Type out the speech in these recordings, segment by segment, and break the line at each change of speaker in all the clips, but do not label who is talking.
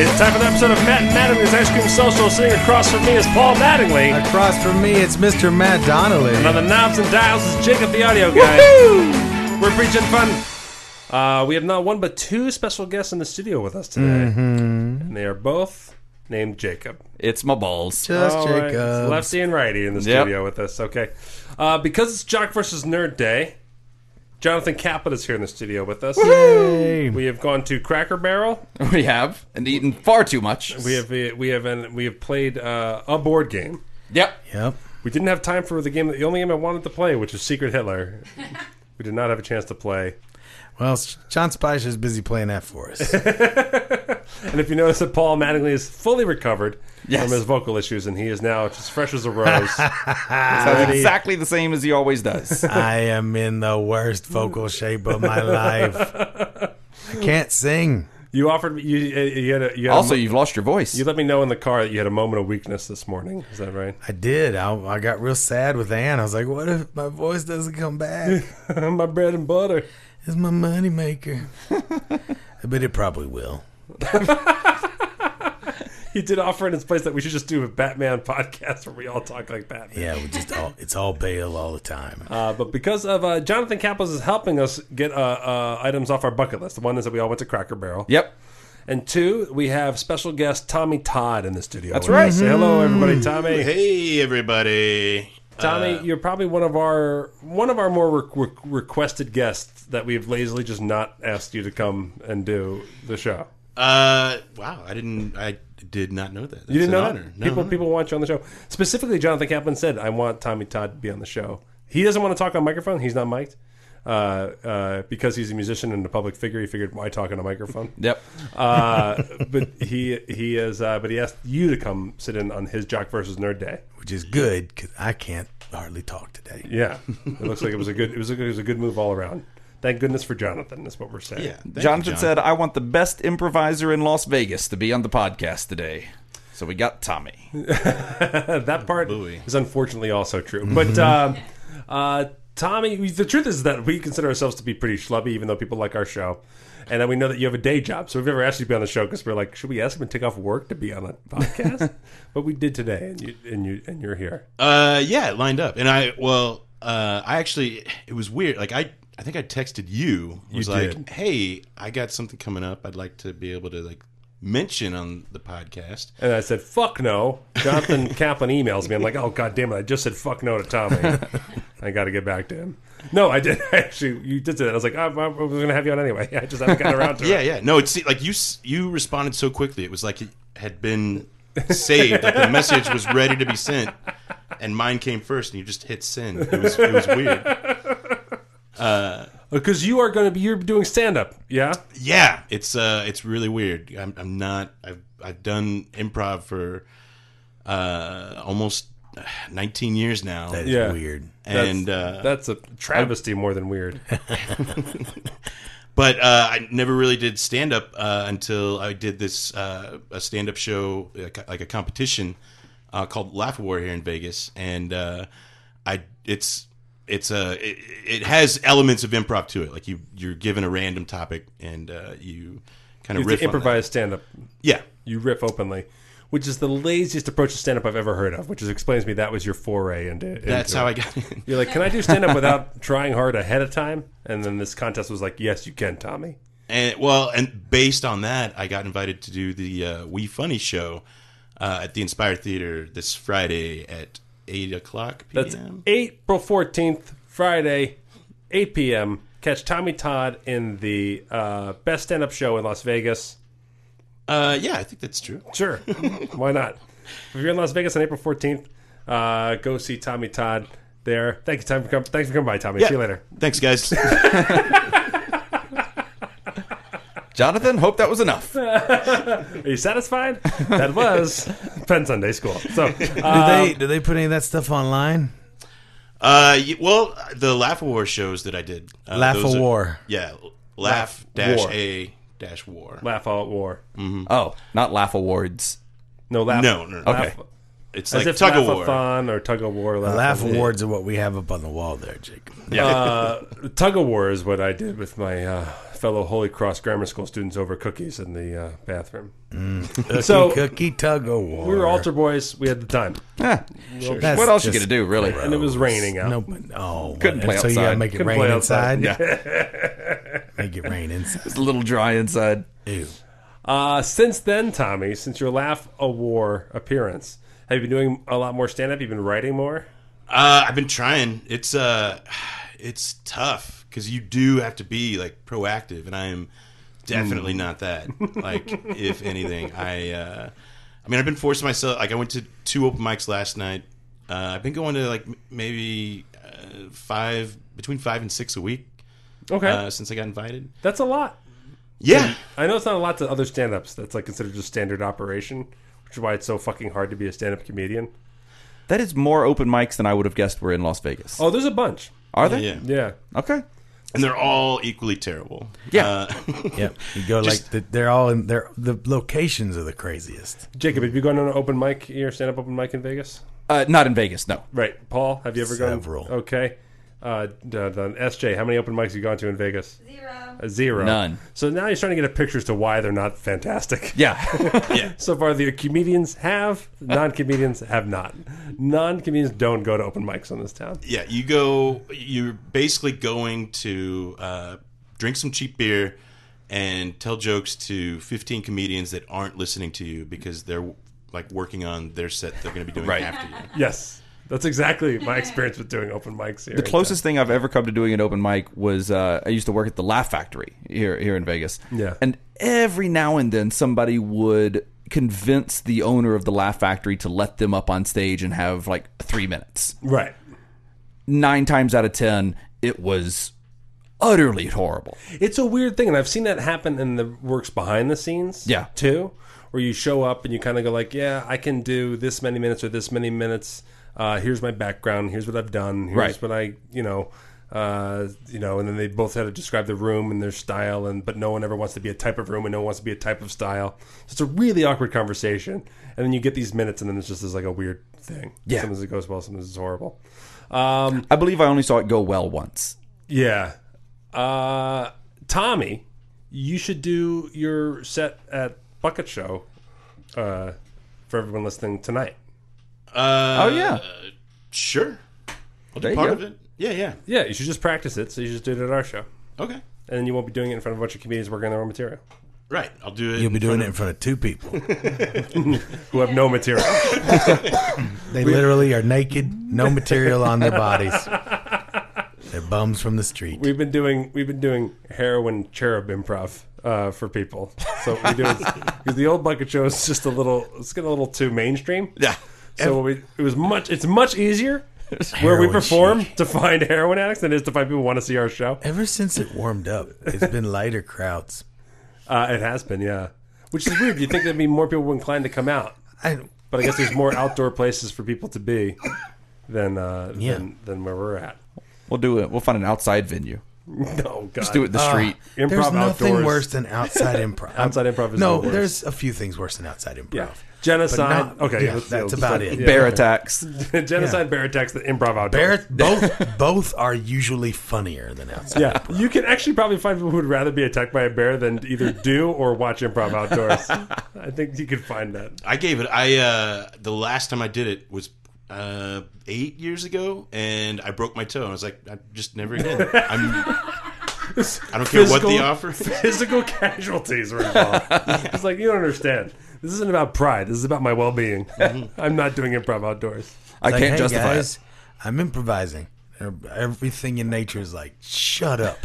It's time for the episode of Matt and Mattingly's Ice Cream Social. Sitting across from me is Paul Mattingly.
Across from me, it's Mr. Matt Donnelly.
And on the knobs and dials is Jacob the Audio Guy. We're preaching fun. Uh, we have not one but two special guests in the studio with us today. And they are both named Jacob.
It's my balls.
Just
All right.
Jacob.
It's Lefty and righty in the
Yep.
studio with us. Okay. Uh, because it's Jock versus Nerd Day, Jonathan Caput is here in the studio with us. We have gone to Cracker Barrel.
We have and eaten far too much.
We have we have an, we have played uh, a board game.
Yep.
Yep.
We didn't have time for the game. The only game I wanted to play, which was Secret Hitler, we did not have a chance to play.
Well, S- John Spice is busy playing that for us.
And if you notice that Paul Mattingly is fully recovered
Yes.
from his vocal issues, and he is now just fresh as a rose.
Sounds exactly the same as he always does.
I am in the worst vocal shape of my life. I can't sing.
you offered me. You, you had a, you had a
also,
mo-
you've lost your voice.
you let me know in the car that you had a moment of weakness this morning. Is that right?
I did. I, I got real sad with Ann. I was like, what if my voice doesn't come back?
My bread and butter.
It's my moneymaker. but it probably will.
He did offer in his place that we should just do a Batman podcast where we all talk like Batman.
Yeah, we just all, it's all bail all the time.
Uh, but because of uh, Jonathan Kappas is helping us get uh, uh, items off our bucket list. One is that we all went to Cracker Barrel.
Yep.
And two, we have special guest Tommy Todd in the studio. That's right. Mm. Say hello, everybody. Tommy,
Hey everybody!
Tommy, you're probably one of our one of our more re- re- requested guests that we've lazily just not asked you to come and do the show.
Uh, wow, I didn't, I did not know that. That's
You didn't
an
know
honor.
that
No.
people people want you on the show. Specifically, Jonathan Kaplan said, "I want Tommy Todd to be on the show." He doesn't want to talk on microphone. He's not mic'd. Uh, uh, because he's a musician and a public figure, he figured why talk on a microphone.
Yep.
Uh, but he he is. Uh, but he asked you to come sit in on his Jock versus Nerd Day.
Which is good because I can't hardly talk today.
Yeah, it looks like it was a good. It was a, it was a good move all around. Thank goodness for Jonathan. That's what we're saying.
Yeah, thank you,
Jonathan
John.
said, I want the best improviser in Las Vegas to be on the podcast today. So we got Tommy.
Uh, that part
Booey.
is unfortunately also true. But um, uh, Tommy, we- the truth is that we consider ourselves to be pretty schlubby, even though people like our show. And then we know that you have a day job, so we've never asked you to be on the show because we're like, should we ask him to take off work to be on a podcast? but we did today, and you and you and you're here.
Uh, yeah, it lined up, and I well, uh, I actually it was weird. Like I, I think I texted you. Was like,
did.
hey, I got something coming up. I'd like to be able to like mention on the podcast.
And I said, "Fuck no." Jonathan Kaplan emails me. I'm like, "Oh god damn it! I just said fuck no to Tommy. I got to get back to him." No, I did actually. You did say that. I was like, "I, I was going to have you on anyway. I just haven't gotten around to it."
Yeah, yeah. No, it's like you s- you responded so quickly. It was like it had been saved. like the message was ready to be sent, and mine came first, and you just hit send. It was it was weird.
because Uh, you are going to be you're doing stand up. Yeah,
Yeah, it's uh, it's really weird. I'm, I'm not. I've I've done improv for uh almost 19 years now.
That is
Yeah.
weird.
and
that's,
uh,
that's a travesty more than weird.
but uh, I never really did stand up uh, until I did this uh, a stand up show uh, co- like a competition uh, called Laugh War here in Vegas, and uh, I it's it's a it, it has elements of improv to it. Like you you're given a random topic and uh, you kind of
It's
riff on that.
improvised stand up.
Yeah,
You riff openly, which is the laziest approach to stand up I've ever heard of. Which is, explains me that was your foray into. into
that's how
it.
I got in.
You're like, can I do stand up without trying hard ahead of time? And then this contest was like, yes, you can, Tommy.
And well, and based on that, I got invited to do the uh, We Funny show uh, at the Inspire Theater this Friday at eight o'clock p.m.
That's April 14th, Friday, 8 p.m. Catch Tommy Todd in the uh, best stand up show in Las Vegas.
Uh, yeah, I think that's true.
Sure. Why not? If you're in Las Vegas on April 14th, uh, go see Tommy Todd there. Thank you, Tom, for com- thanks for coming by, Tommy. See you later.
Thanks, guys. Uh,
Jonathan, hope that was enough.
Are you satisfied? That was Penn Sunday School. So, uh,
Do they do they put any of that stuff online?
Uh, y- well, the Laugh War shows that I did. Uh,
Laugh
those
a
are-
war.
Yeah, Laugh dash a dash war.
Laugh Out War.
Oh, not laugh awards.
No, laugh.
No, no, no.
Laugh,
Okay.
It's
As
like
if
tug of war.
Laugh-a-thon or Tug of War.
The laugh
Laugh-
awards are what we have up on the wall there, Jacob.
Uh, tug of War is what I did with my uh, fellow Holy Cross Grammar School students over cookies in the uh, bathroom. So-
Mm. Cookie, cookie tug of war.
We were altar boys. We had the time.
Eh,
That's
what else you
just
gonna do, really?
And it was raining out.
No, but oh,
Couldn't
and
play
so you gotta
outside.
make it
Couldn't
rain
play
inside.
outside.
Yeah,
Make it rain inside.
it's a little dry inside.
Ew.
Uh, since then, Tommy, since your Laugh a War appearance, have you been doing a lot more stand up? You've been writing more?
Uh, I've been trying. It's uh, it's tough because you do have to be like proactive, and I am definitely not that. Like, if anything, I uh, I mean, I've been forcing myself. Like, I went to two open mics last night. Uh, I've been going to like m- maybe uh, five between five and six a week
Okay.
uh, since I got invited.
That's a lot.
Yeah,
I know it's not a lot to other stand ups. That's like considered just standard operation, which is why it's so fucking hard to be a stand up comedian.
That is more open mics than I would have guessed were in Las Vegas.
Oh, there's a bunch.
Are there?
yeah,
Yeah.
Okay.
and they're all equally terrible.
Yeah.
Uh,
Yep. You go
Just-
like the, they're all in. They're the locations are the craziest.
Jacob, have you gone on an open mic, your stand up open mic in Vegas?
Uh, not in Vegas, no.
Right. Paul, have you ever gone?
Several.
Okay. Uh, dun, dun. SJ, how many open mics have you gone to in Vegas?
Zero.
A zero.
None.
So now you're starting to get a picture as to why they're not fantastic.
Yeah.
So far, the comedians have, non comedians have not. Non comedians don't go to open mics on this town.
yeah, you go. You're basically going to uh, drink some cheap beer and tell jokes to 15 comedians that aren't listening to you because they're like working on their set they're going to be doing
Right.
after you.
Yes. That's exactly my experience with doing open mics here.
The closest thing I've ever come to doing an open mic was uh, I used to work at the Laugh Factory here here in Vegas.
Yeah.
And every now and then somebody would convince the owner of the Laugh Factory to let them up on stage and have like three minutes.
Right.
Nine times out of ten, it was utterly horrible.
It's a weird thing, and I've seen that happen in the works behind the scenes.
Yeah.
too, where you show up and you kind of go like, "Yeah, I can do this many minutes or this many minutes. Uh, here's my background. Here's what I've done. Here's
Right.
what I, you know, uh, you know." And then they both had to describe the room and their style, and but no one ever wants to be a type of room, and no one wants to be a type of style. So it's a really awkward conversation, and then you get these minutes, and then it's just this like a weird thing.
Yeah.
sometimes it goes well, sometimes it's horrible. Um,
I believe I only saw it go well once.
yeah. Uh, Tommy, you should do your set at Bucket Show uh, for everyone listening tonight.
Uh,
Oh yeah.
sure. I'll
There
do
you
part
go.
of it. Yeah, yeah.
Yeah, you should just practice it. So you just do it at our show.
Okay.
And then you won't be doing it in front of a bunch of comedians working on their own material
Right. I'll do it.
You'll be
in
doing
front
it in front of two people.
who have no material.
They literally are naked, no material on their bodies. They're bums from the street.
we've been doing we've been doing heroin cherub improv uh, for people. So what we do is because the old Bucket Show is just a little it's getting a little too mainstream.
Yeah.
So what we, it was much. It's much easier where we
heroin
perform to find heroin addicts than it is to find people who want to see our show.
Ever since it warmed up, it's been lighter crowds.
Uh, it has been, yeah. Which is weird. You'd think there'd be more people were inclined to come out,
I,
but I guess there's more outdoor places for people to be than uh,
Yeah.
than, than where we're at.
We'll do it. We'll find an outside venue.
No, God.
Just do it in
Uh,
the street.
Improv
there's nothing
outdoors.
worse than outside improv.
Outside improv is
no.
the worst.
There's a few things worse than outside improv.
Yeah.
But
Genocide.
not-
okay,
yeah,
let's-
that's
let's
about
stop.
it.
Yeah.
Bear attacks.
Genocide, bear attacks, the improv outdoors.
Bear, both both are usually funnier than outside.
yeah, you can actually probably find people who would rather be attacked by a bear than either do or watch improv outdoors. I think you could find that.
I gave it. I uh, the last time I did it was uh, eight years ago, and I broke my toe. I was like, I just never again. I'm, I don't care what the
Physical-
offer. is.
Physical casualties were involved. It's like you don't understand. This isn't about pride. This is about my well-being.
Mm-hmm.
I'm not doing improv outdoors.
I
Like,
can't
hey,
justify
guys,
it.
I'm improvising. Ev- Everything in nature is like, shut up,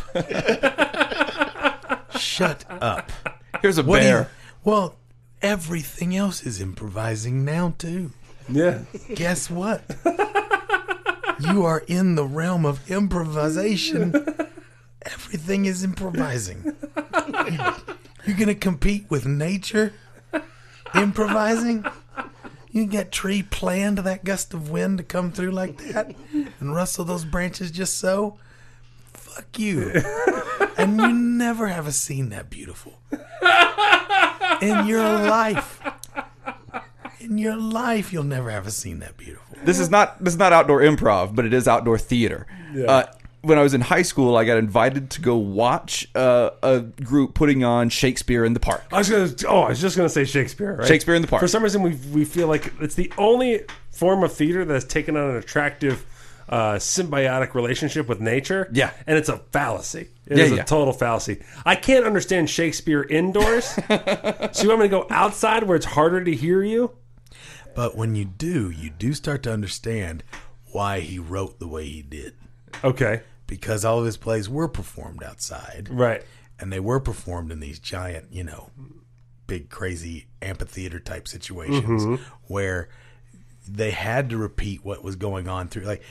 shut up.
Here's a
What do you-
bear.
well, everything else is improvising now too.
Yeah,
Guess what? you are in the realm of improvisation. Everything is improvising. You're gonna compete with nature, improvising. You got tree planned that gust of wind to come through like that and rustle those branches just so? Fuck you. and you never have a scene that beautiful in your life. In your life, you'll never have a scene that beautiful.
this is not this is not outdoor improv, but it is outdoor theater. Uh, when I was in high school, I got invited to go watch uh, a group putting on Shakespeare in the Park.
I was gonna. Oh, I was just gonna say Shakespeare. Right?
Shakespeare in the Park.
For some reason, we we feel like it's the only form of theater that's taken on an attractive, uh, symbiotic relationship with nature.
Yeah.
and it's a fallacy. It is
Yeah, yeah.
a total fallacy. I can't understand Shakespeare indoors. so you want me to go outside where it's harder to hear you?
But when you do, you do start to understand why he wrote the way he did.
Okay,
Because all of his plays were performed outside.
right.
and they were performed in these giant, you know, big crazy amphitheater type situations
Mm-hmm.
where they had to repeat what was going on through like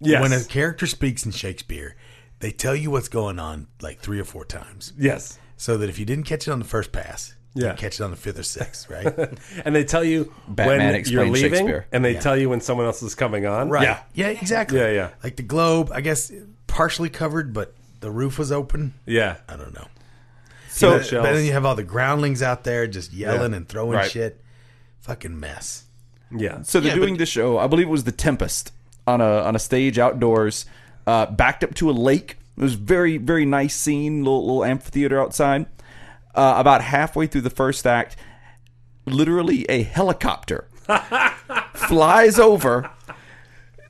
Yes.
when a character speaks in Shakespeare, they tell you what's going on like three or four times.
Yes,
So that if you didn't catch it on the first pass,
Yeah.
you catch it on the fifth or sixth, right?
and they tell you
Batman
when you're
explained
leaving,
Shakespeare.
and they
Yeah.
tell you when someone else is coming on.
right.
Yeah.
Yeah, exactly.
Yeah, yeah.
Like the globe, I guess partially covered, but the roof was open.
Yeah.
I don't know.
So
But, but then you have all the groundlings out there just yelling and throwing
Right.
shit. Fucking mess.
Yeah.
So they're doing this show. I believe it was the Tempest on a on a stage outdoors, uh, backed up to a lake. It was very very nice scene, little, little amphitheater outside. Uh, about halfway through the first act, literally a helicopter flies over.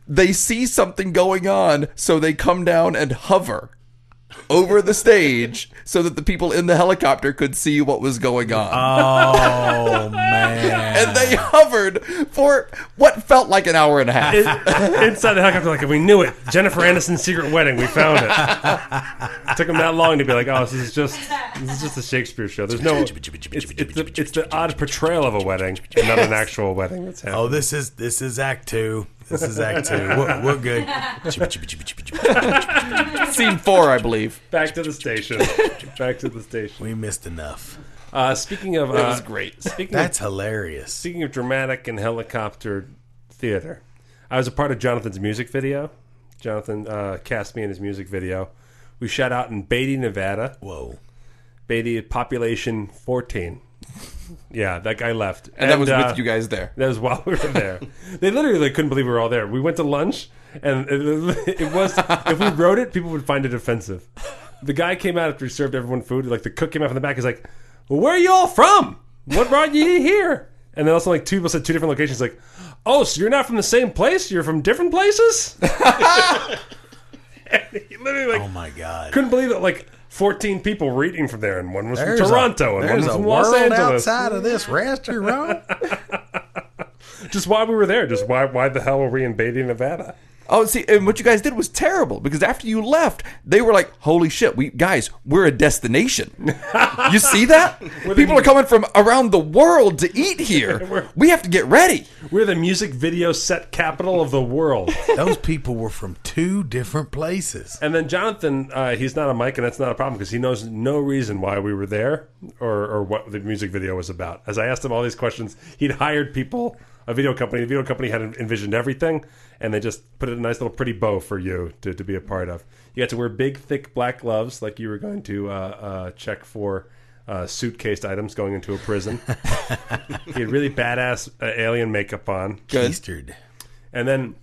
They see something going on, so they come down and hover over the stage so that the people in the helicopter could see what was going on
Oh man.
and they hovered for what felt like an hour and a half.
Inside the helicopter, like we knew it. Jennifer Aniston's secret wedding. We found it. Took them that long to be like, oh, this is just this is just a Shakespeare show. There's no. It's, it's the, it's the odd portrayal of a wedding, and not an actual wedding that's happening.
Oh, this is this is Act Two. This is Act Two. We're, we're good.
Scene four, I believe.
Back to the station. Back to the station.
We missed enough.
Uh, speaking of, uh, that
was great.
Speaking of,
That's hilarious.
speaking of dramatic and helicopter theater, I was a part of Jonathan's music video. Jonathan uh, cast me in his music video. We shot out in Beatty, Nevada.
Whoa.
Beatty population 14. Yeah, that guy left. And,
that was
uh,
with you guys there.
That was while we were there. they literally couldn't believe we were all there. We went to lunch, and it, it was, if we wrote it, people would find it offensive. The guy came out after he served everyone food. Like, the cook came out from the back. He's like, well, Where are you all from? What brought you here? And then also, like, two people said two different locations. Like, oh, so you're not from the same place? You're from different places? and he literally, like,
Oh my God.
couldn't believe it. Like 14 people were eating from there, and one was
There's a-
from Toronto, and one
there's
was
a
from Los
world
Angeles.
outside of this restaurant.
Just why we were there. Just why? Why the hell were we in Beatty, Nevada?
Oh, see, and what you guys did was terrible because after you left, they were like, "Holy shit, we guys, we're a destination." you see that? People are coming from around the world to eat here. we have to get ready.
We're the music video set capital of the world.
Those people were from two different places.
and then Jonathan, uh, he's not a mic, and that's not a problem because he knows no reason why we were there or or what the music video was about. As I asked him all these questions, he'd hired people. A video company. The video company had envisioned everything, and they just put a nice little pretty bow for you to, to be a part of. You had to wear big, thick black gloves, like you were going to uh, uh, check for uh, suitcased items going into a prison. he had really badass uh, alien makeup on.
Eastard.
And then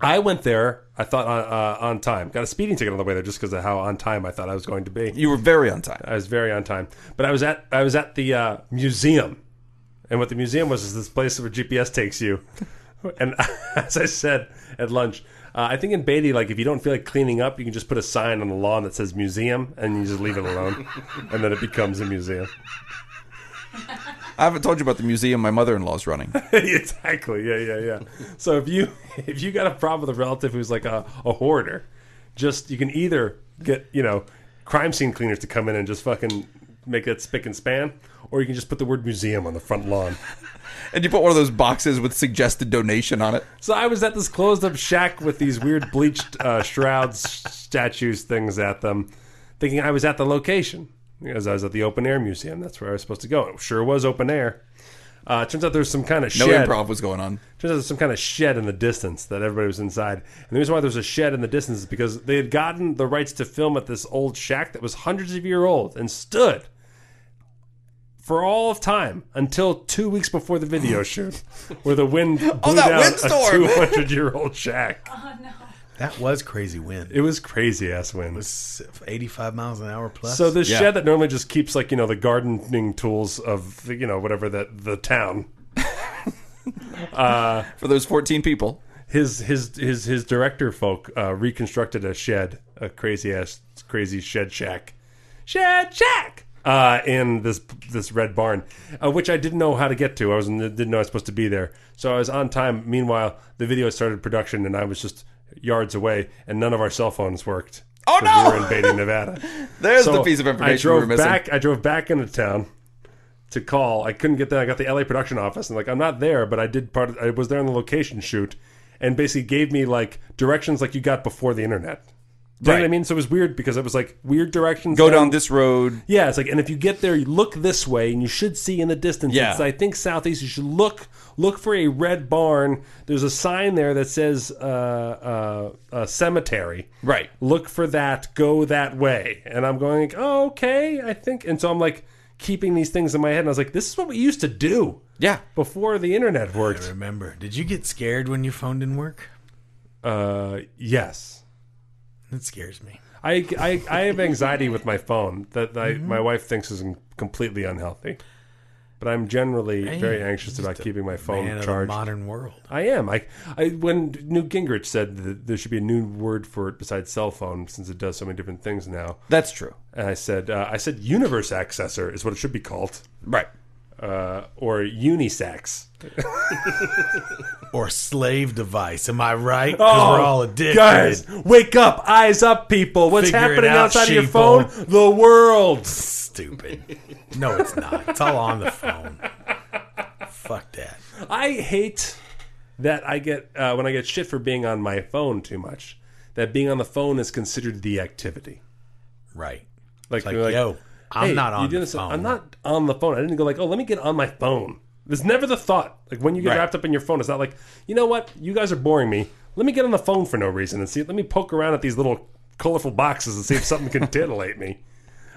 I went there. I thought on, uh, on time. Got a speeding ticket on the way there just because of how on time I thought I was going to be.
You were very on time.
I was very on time. But I was at I was at the uh, museum, and what the museum was is this place where GPS takes you. And as I said at lunch, uh, I think in Beatty, like if you don't feel like cleaning up, you can just put a sign on the lawn that says museum, and you just leave it alone, and then it becomes a museum.
I haven't told you about the museum my mother-in-law's running.
exactly. Yeah, yeah, yeah. So if you if you got a problem with a relative who's like a, a hoarder, just you can either get you know crime scene cleaners to come in and just fucking make it spick and span, or you can just put the word museum on the front lawn.
and you put one of those boxes with suggested donation on it.
So I was at this closed up shack with these weird bleached uh, shrouds, statues, things at them, thinking I was at the location because I was at the open air museum. That's where I was supposed to go. It sure was open air. Uh, turns out there's some kind of
No
shed.
improv was going on.
Turns out there's some kind of shed in the distance that everybody was inside. And the reason why there's a shed in the distance is because they had gotten the rights to film at this old shack that was hundreds of year old and stood for all of time until two weeks before the video shoot, where the wind blew
that
down a
windstorm!
two hundred year old shack.
That was crazy wind. It
It was crazy ass wind.
was 85 miles an hour plus.
So this
Yeah.
shed that normally just keeps like you know the gardening tools of you know whatever that the town
For those 14 people.
his his his his director folk uh, reconstructed a shed, a crazy ass crazy shed shack, shed shack uh, in this this red barn, uh, which I didn't know how to get to. I was didn't know I was supposed to be there, so I was on time. Meanwhile, the video started production, and I was just yards away, and none of our cell phones worked.
Oh,
'Cause
no!
We were invading Nevada.
There's
So
the piece of
I
information
drove
we were missing.
back. I drove back into town to call. I couldn't get there. I got the LA production office, and like I'm not there, but I did part. Of, I was there on the location shoot, and basically gave me like directions like you got before the internet. Do you know what I
Right.
mean? So it was weird because it was like weird directions.
Go down this road.
Yeah, it's like, and if you get there, you look this way, and you should see in the distance.
Yeah.
It's, I think southeast. You should look look for a red barn. There's a sign there that says uh, uh, uh, cemetery.
Right.
Look for that. Go that way. And I'm going. Like, oh, okay. I think. And so I'm like keeping these things in my head, and I was like, this is what we used to do.
Yeah.
Before the internet
I
worked.
remember. Did you get scared when your phone didn't work?
Uh, yes.
That scares me.
I, I, I have anxiety with my phone that I,
Mm-hmm.
my wife thinks is completely unhealthy. But I'm generally very anxious about keeping my
Man
phone
of the
charged.
modern world.
I am. I, I when Newt Gingrich said that there should be a new word for it besides cell phone since it does so many different things now.
That's true.
And I said uh, I said universe accessor is what it should be called
Right.
uh, or unisex.
Or slave device. Am I right? Because we're all addicted.
Oh, Guys, wake up, eyes up, people! What's
Figure it
happening
out,
outside of your phone?
sheeple.
The world.
Stupid. No, it's not. It's all on the phone. Fuck that.
I hate that I get uh, when I get shit for being on my phone too much. That being on the phone is considered the activity.
Right.
Like,
Like,
you're like,
yo, I'm
hey,
not
you
on
doing
the
this-
phone.
I'm not on the phone. I didn't go like, oh, let me get on my phone. There's never the thought. Like when you get
Right.
wrapped up in your phone, it's not like, you know what? You guys are boring me. Let me get on the phone for no reason and see. Let me poke around at these little colorful boxes and see if something can titillate me.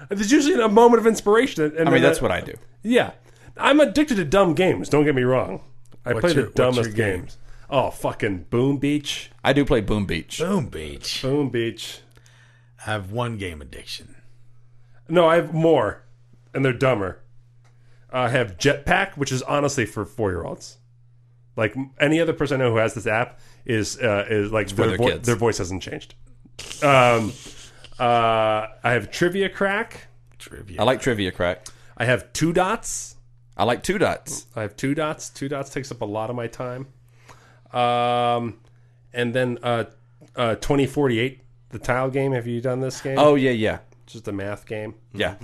There's usually a moment of inspiration. And
I mean,
then
that's
that-
what I do.
yeah, I'm addicted to dumb games. Don't get me wrong. I play
your-
the
what's your
dumbest
game?
games. Oh, fucking Boom Beach,
I do play Boom Beach.
Boom Beach.
Boom Beach.
I have one game addiction.
No, I have more, and they're dumber. I have Jetpack, which is honestly for four year olds. Like any other person I know who has this app is uh, is like
for
their,
their
vo-
kids.
their voice hasn't changed. Um, uh, I have Trivia Crack.
Trivia.
I like Trivia Crack.
I have Two Dots.
I like Two Dots.
I have two dots. Two dots takes up a lot of my time. Um, and then uh, uh, twenty forty eight, the tile game. Have you done this game?
Oh, yeah, yeah.
just a math game.
Yeah.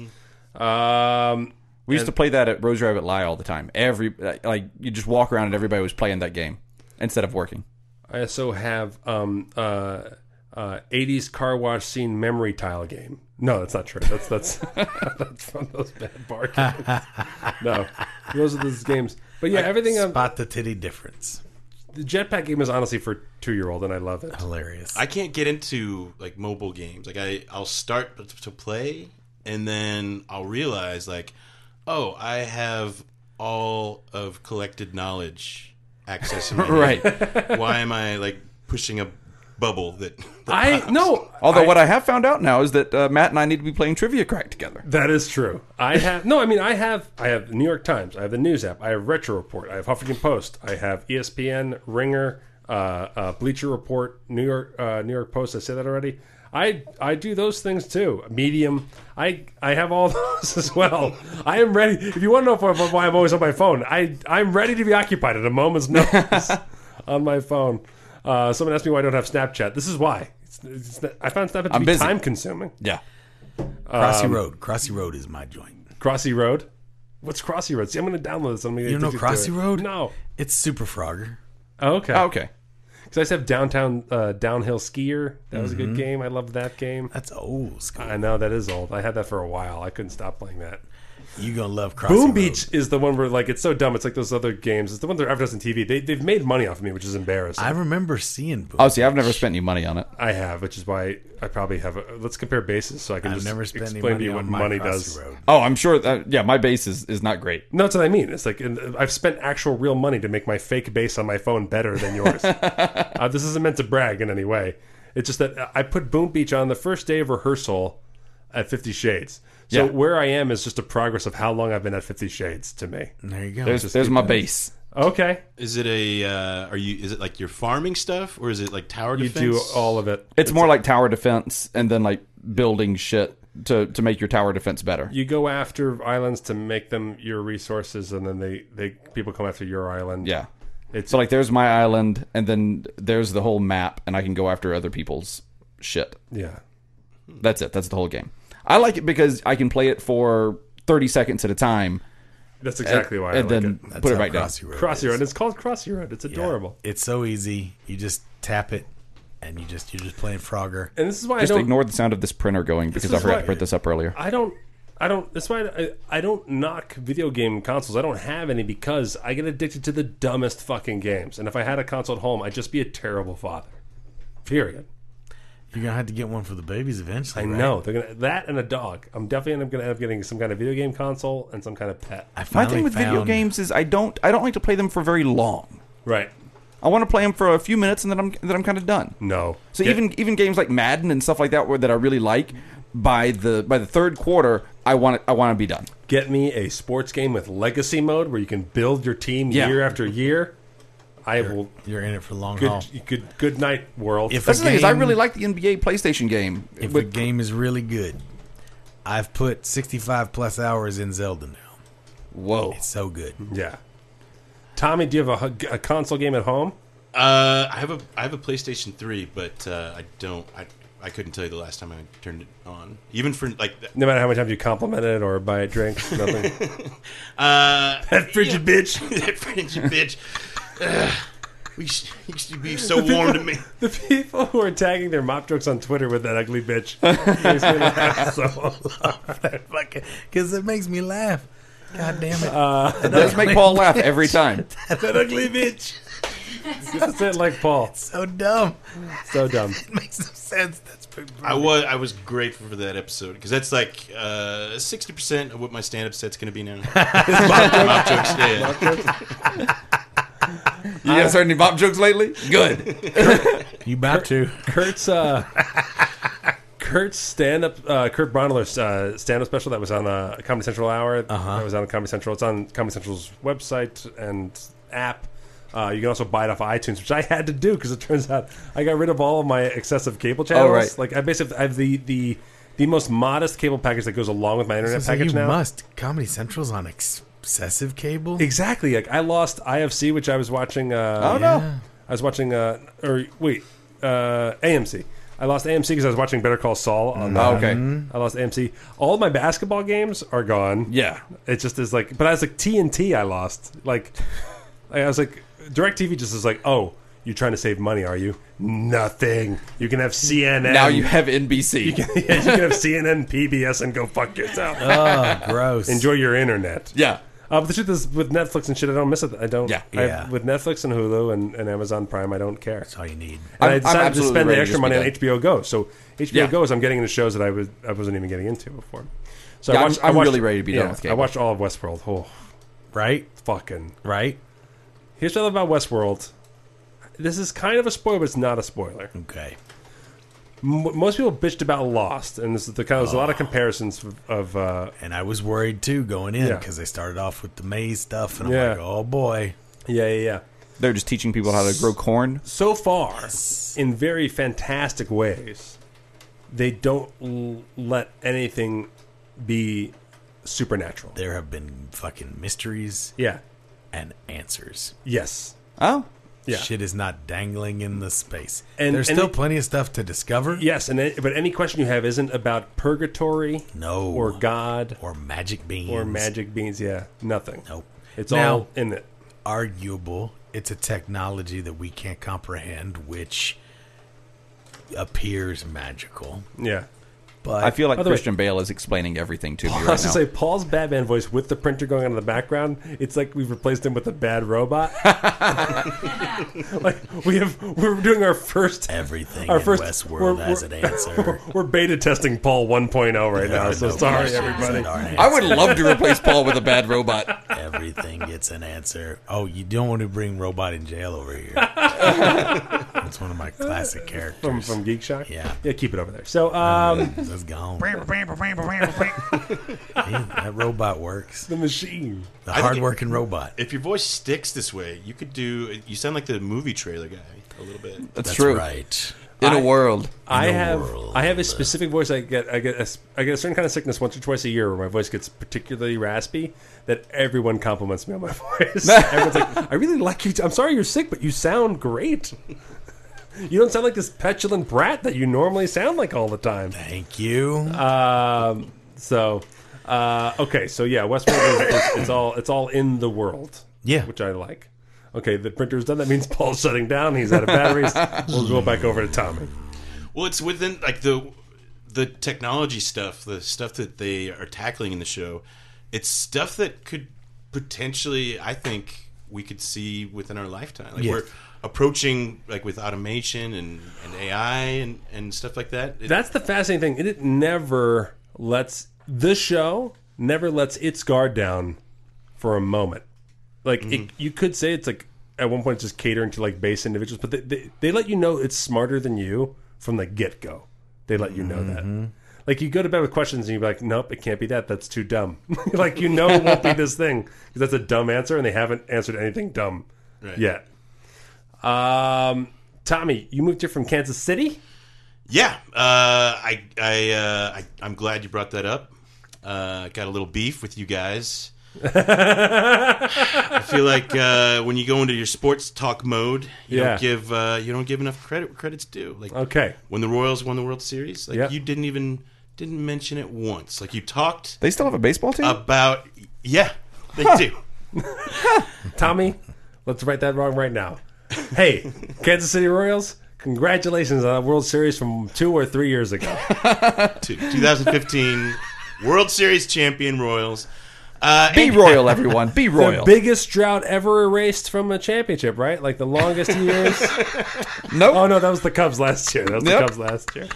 Um,
We used to play that at Rose Rabbit Lie all the time. Every like you just walk around and everybody was playing that game instead of working.
I also have um uh. Uh, 80s car wash scene memory tile game. No, that's not true. That's that's that's from those bad bar games. No, those are those games. But yeah, everything. on
Spot the titty difference.
the jetpack game is honestly for two year old, and I love
Oh,
it.
Hilarious.
I can't get into like mobile games. Like I, I'll start p- to play, and then I'll realize like, oh, I have all of collected knowledge access. in my head.
Right.
Why am I like pushing a bubble that?
I no.
Although what I have found out now is that uh, Matt and I need to be playing Trivia Crack together.
That is true. I have no. I mean, I have. I have the New York Times. I have the news app. I have Retro Report. I have Huffington Post. I have E ESPN, Ringer, uh, uh, Bleacher Report, New York, uh, New York Post. I said that already. I I do those things too. Medium. I I have all those as well. I am ready. If you want to know why I'm- why I'm always on my phone, I I'm ready to be occupied at a moment's notice on my phone. Uh, someone asked me why I don't have Snapchat. This is why. It's, it's, I found Snapchat to
I'm
be
busy.
time consuming.
Yeah.
Crossy
Um,
Road. Crossy Road is my joint.
Crossy Road. What's Crossy Road? See, I'm going to download this. I'm going to
You know Crossy Road?
No.
It's Super Frogger.
Oh, okay.
Oh, okay.
Because I used to have downtown uh, downhill skier. That was
Mm-hmm.
a good game. I loved that game.
That's old school.
I know that is old. I had that for a while. I couldn't stop playing that.
You're going to love Crossy
Boom
Road.
Beach is the one where like it's so dumb. It's like those other games. It's the one they're advertising on TV. They they've made money off of me, which is embarrassing.
I
i
remember seeing Boom
Oh, see, I've never spent any money on it.
have, which is why I probably have. A, let's compare bases so I can
I've
just
never spent any
explain to
money
you what
on my
money
Crossy
does.
Road.
Oh, I'm sure. That, yeah, my base is, is not great.
No, that's what I mean. It's like and I've spent actual real money to make my fake base on my phone better than yours. uh, this isn't meant to brag in any way. It's just that I put Boom Beach on the first day of rehearsal at Fifty Shades. So
Yeah.
where I am is just a progress of how long I've been at Fifty Shades to me.
There you go.
There's, there's my base.
Okay,
Is it a? Uh, are you? Is it like your farming stuff, or is it like tower
you
defense?
do all of it.
It's more like tower defense and then like building shit to, to make your tower defense better.
you go after islands to make them your resources, and then they, they people come after your island.
Yeah.
It's-
so like there's my island and then there's the whole map and I can go after other people's shit.
yeah.
That's it. That's the whole game. I like it because I can play it for 30 seconds at a time
That's exactly why I
and
like
then
it.
put it
how
right down.
Crossy Road
Crossy
is.
Road. It's called Crossy Road. It's adorable.
It's so easy. You just tap it, and you just you're just playing Frogger.
And this is why
Just
I don't
ignore the sound of this printer going because I
is
forgot
why-
to print this up earlier.
I don't. I don't. That's why I, I don't knock video game consoles. I don't have any because I get addicted to the dumbest fucking games. And if I had a console at home, I'd just be a terrible father. Period.
You're gonna have to get one for the babies eventually.
I
right?
know they're gonna that and a dog. I'm definitely gonna end up getting some kind of video game console and some kind of pet.
I
My
finally
thing with video
found-
games is I don't I don't like to play them for very long.
Right?
I want to play them for a few minutes and then I'm then I'm kind of done.
No.
So
Get-
even even games like Madden and stuff like that where, that I really like by the by the third quarter I want it, I want to be done.
get me a sports game with legacy mode where you can build your team
Yeah.
year after year. I will.
You're in it for the long
Good,
haul.
good, good night, world.
If
That's
a
the thing is Oh. I
game-
really like the NBA PlayStation game.
If
with-
the game is really good, I've put 65 plus hours in Zelda now.
whoa.
It's so good.
yeah. Tommy, do you have a, a console game at home?
Uh, I have a I have a PlayStation Three, but uh, I don't. I I couldn't tell you the last time I turned it on. Even for like, th-
No matter how many times you compliment it or buy it drinks, nothing.
uh,
that frigid bitch.
that French bitch. Ugh. we sh- he used to be so warm to me.
The people who are tagging their mop jokes on Twitter with that ugly bitch. makes me laugh so hard.
Because it makes me laugh. God damn it.
Uh,
It does make Paul laugh every time.
that ugly bitch.
Just say it like Paul.
So dumb.
So dumb.
It makes no sense. That's pretty
I was I was grateful for that episode because that's like uh, sixty percent of what my stand up set's gonna be now. Mop jokes, yeah.
You guys heard any Bob jokes lately? Good.
You about to.
Kurt's uh, Kurt's stand up uh, Kurt Bronner's uh, stand up special that was on uh, Comedy Central Hour. Uh-huh. That was on Comedy Central. It's on Comedy Central's website and app. Uh, you can also buy it off of iTunes, which I had to do because it turns out I got rid of all of my excessive cable channels.
right.
Like I basically I have the the the most modest cable package that goes along with my internet
So
package
you
now.
must. Comedy Central's on excessive cable?
Exactly. Like I lost IFC, which I was watching. Uh,
Oh no.
I was watching, uh, or wait, uh, AMC. I lost AMC because I was watching Better Call Saul. On
Oh,
that.
okay.
I lost AMC. All my basketball games are gone.
Yeah.
It just is like, but I was like TNT. I lost. Like, I was like, Directv just is like, oh, you're trying to save money, are you? Nothing. You can have CNN.
Now you have NBC.
yeah, you can have CNN, PBS, and go fuck yourself.
Oh, gross.
Enjoy your internet.
Uh, yeah.
Uh, but the truth is, with Netflix and shit, I don't miss it. I don't.
Yeah.
I-
Yeah.
with Netflix and Hulu and, and Amazon Prime, I don't care.
That's all you need.
And
I'm-
I
I'm
decided to
absolutely
spend the
ready to
extra
just be
money on
done.
HBO Go. So HBO
Yeah.
Go is I'm getting into shows that I was I wasn't even getting into before. So
Yeah,
I
I'm-
watched,
I'm
I watched-
really ready to be done with
I
cable.
watched all of Westworld. Oh,
Right?
fucking.
Right?
Here's what I love about Westworld. This is kind of a spoiler, but it's not a spoiler.
Mm.
Okay.
M- most people bitched about Lost, and this is the kind of, there's a lot of comparisons of, of uh,
And I was worried too going in
Yeah.
because they started off with the maze stuff, and
Yeah.
I'm like, oh boy.
yeah, yeah, yeah.
They're just teaching people how to grow corn.
so far in very fantastic ways they don't l- let anything be supernatural
There have been fucking mysteries
yeah
and answers.
yes
Oh.
Yeah.
Shit is not dangling in the space.
And-
And there's
and
still
it-
plenty of stuff to discover.
yes and a- but any question you have isn't about purgatory
No.
or god
Or magic beans.
or magic beans yeah nothing
Nope.
it's
Now-
all in it
Arguable. It's a technology that we can't comprehend, which appears magical.
yeah
But
I feel like
the way-
Christian Bale is explaining everything to me
I was
right
to
now.
say Paul's Batman voice with the printer going on in the background. It's like we've replaced him with a bad robot. like we have, we're doing our first
everything
our
in
first
Westworld
we're-
has an
we're-
answer.
We're beta testing Paul 1.0 right now, so
No
sorry
questions
everybody.
that aren't
I would love to replace Paul with a bad robot.
Everything gets an answer. Oh, you don't want to bring Robot in jail over here. That's one of my classic
From,
characters.
from Geek Shock,
Yeah.
yeah, keep it over there. So, um,
That's gone. Yeah, that robot works.
the machine.
The
think it-
hardworking robot.
If your voice sticks this way, you could do. You sound like the movie trailer guy a little bit.
That's,
That's
true.
right.
In a world.
I
the
have
world.
I have a specific voice. I get I get a, s- I get a certain kind of sickness once or twice a year where my voice gets particularly raspy. That everyone compliments me on my voice. Everyone's like, "I really like you." t- I'm sorry you're sick, but you sound great. You don't sound like this petulant brat that you normally sound like all the time.
Thank you.
Um, so, uh, okay, so yeah, Westworld is, is, it's all it's all in the world.
Yeah.
which I like. Okay, the printer's done. That means Paul's shutting down. He's out of batteries. we'll go back over to Tommy.
Well, it's within like the the technology stuff, the stuff that they are tackling in the show. It's stuff that could potentially, I think, we could see within our lifetime. Like
Yeah.
we're approaching like with automation and, and AI and, and stuff like that. It-
That's the fascinating thing. It never lets the show never lets its guard down for a moment. Like it, you could say it's like at one point it's just catering to like base individuals, but they, they, they let you know it's smarter than you from the get go. They let you know that. Like you go to bed with questions and you're like, nope, it can't be that. That's too dumb. like you know it won't be this thing 'Cause that's a dumb answer, and they haven't answered anything dumb
Right.
yet. Um, Tommy, you moved here from Kansas City.
Yeah, uh, I, I, uh, I, I'm glad you brought that up. Uh, got a little beef with you guys. I feel like uh, when you go into your sports talk mode, you
Yeah.
don't give uh, you don't give enough credit where credits due. Like
Okay.
when the Royals won the World Series, like
Yeah.
you didn't even didn't mention it once. Like you talked
They still have a baseball team?
Uh, about yeah, they do.
Tommy, let's right that wrong right now. Hey, Kansas City Royals, congratulations on that World Series from two or three years ago.
Two- 2015 World Series champion Royals. Uh,
be royal, everyone. Be
The
royal.
biggest drought ever erased from a championship, right? Like the longest years.
nope.
Oh no, that was the Cubs last year. That was
Yep.
the Cubs last year.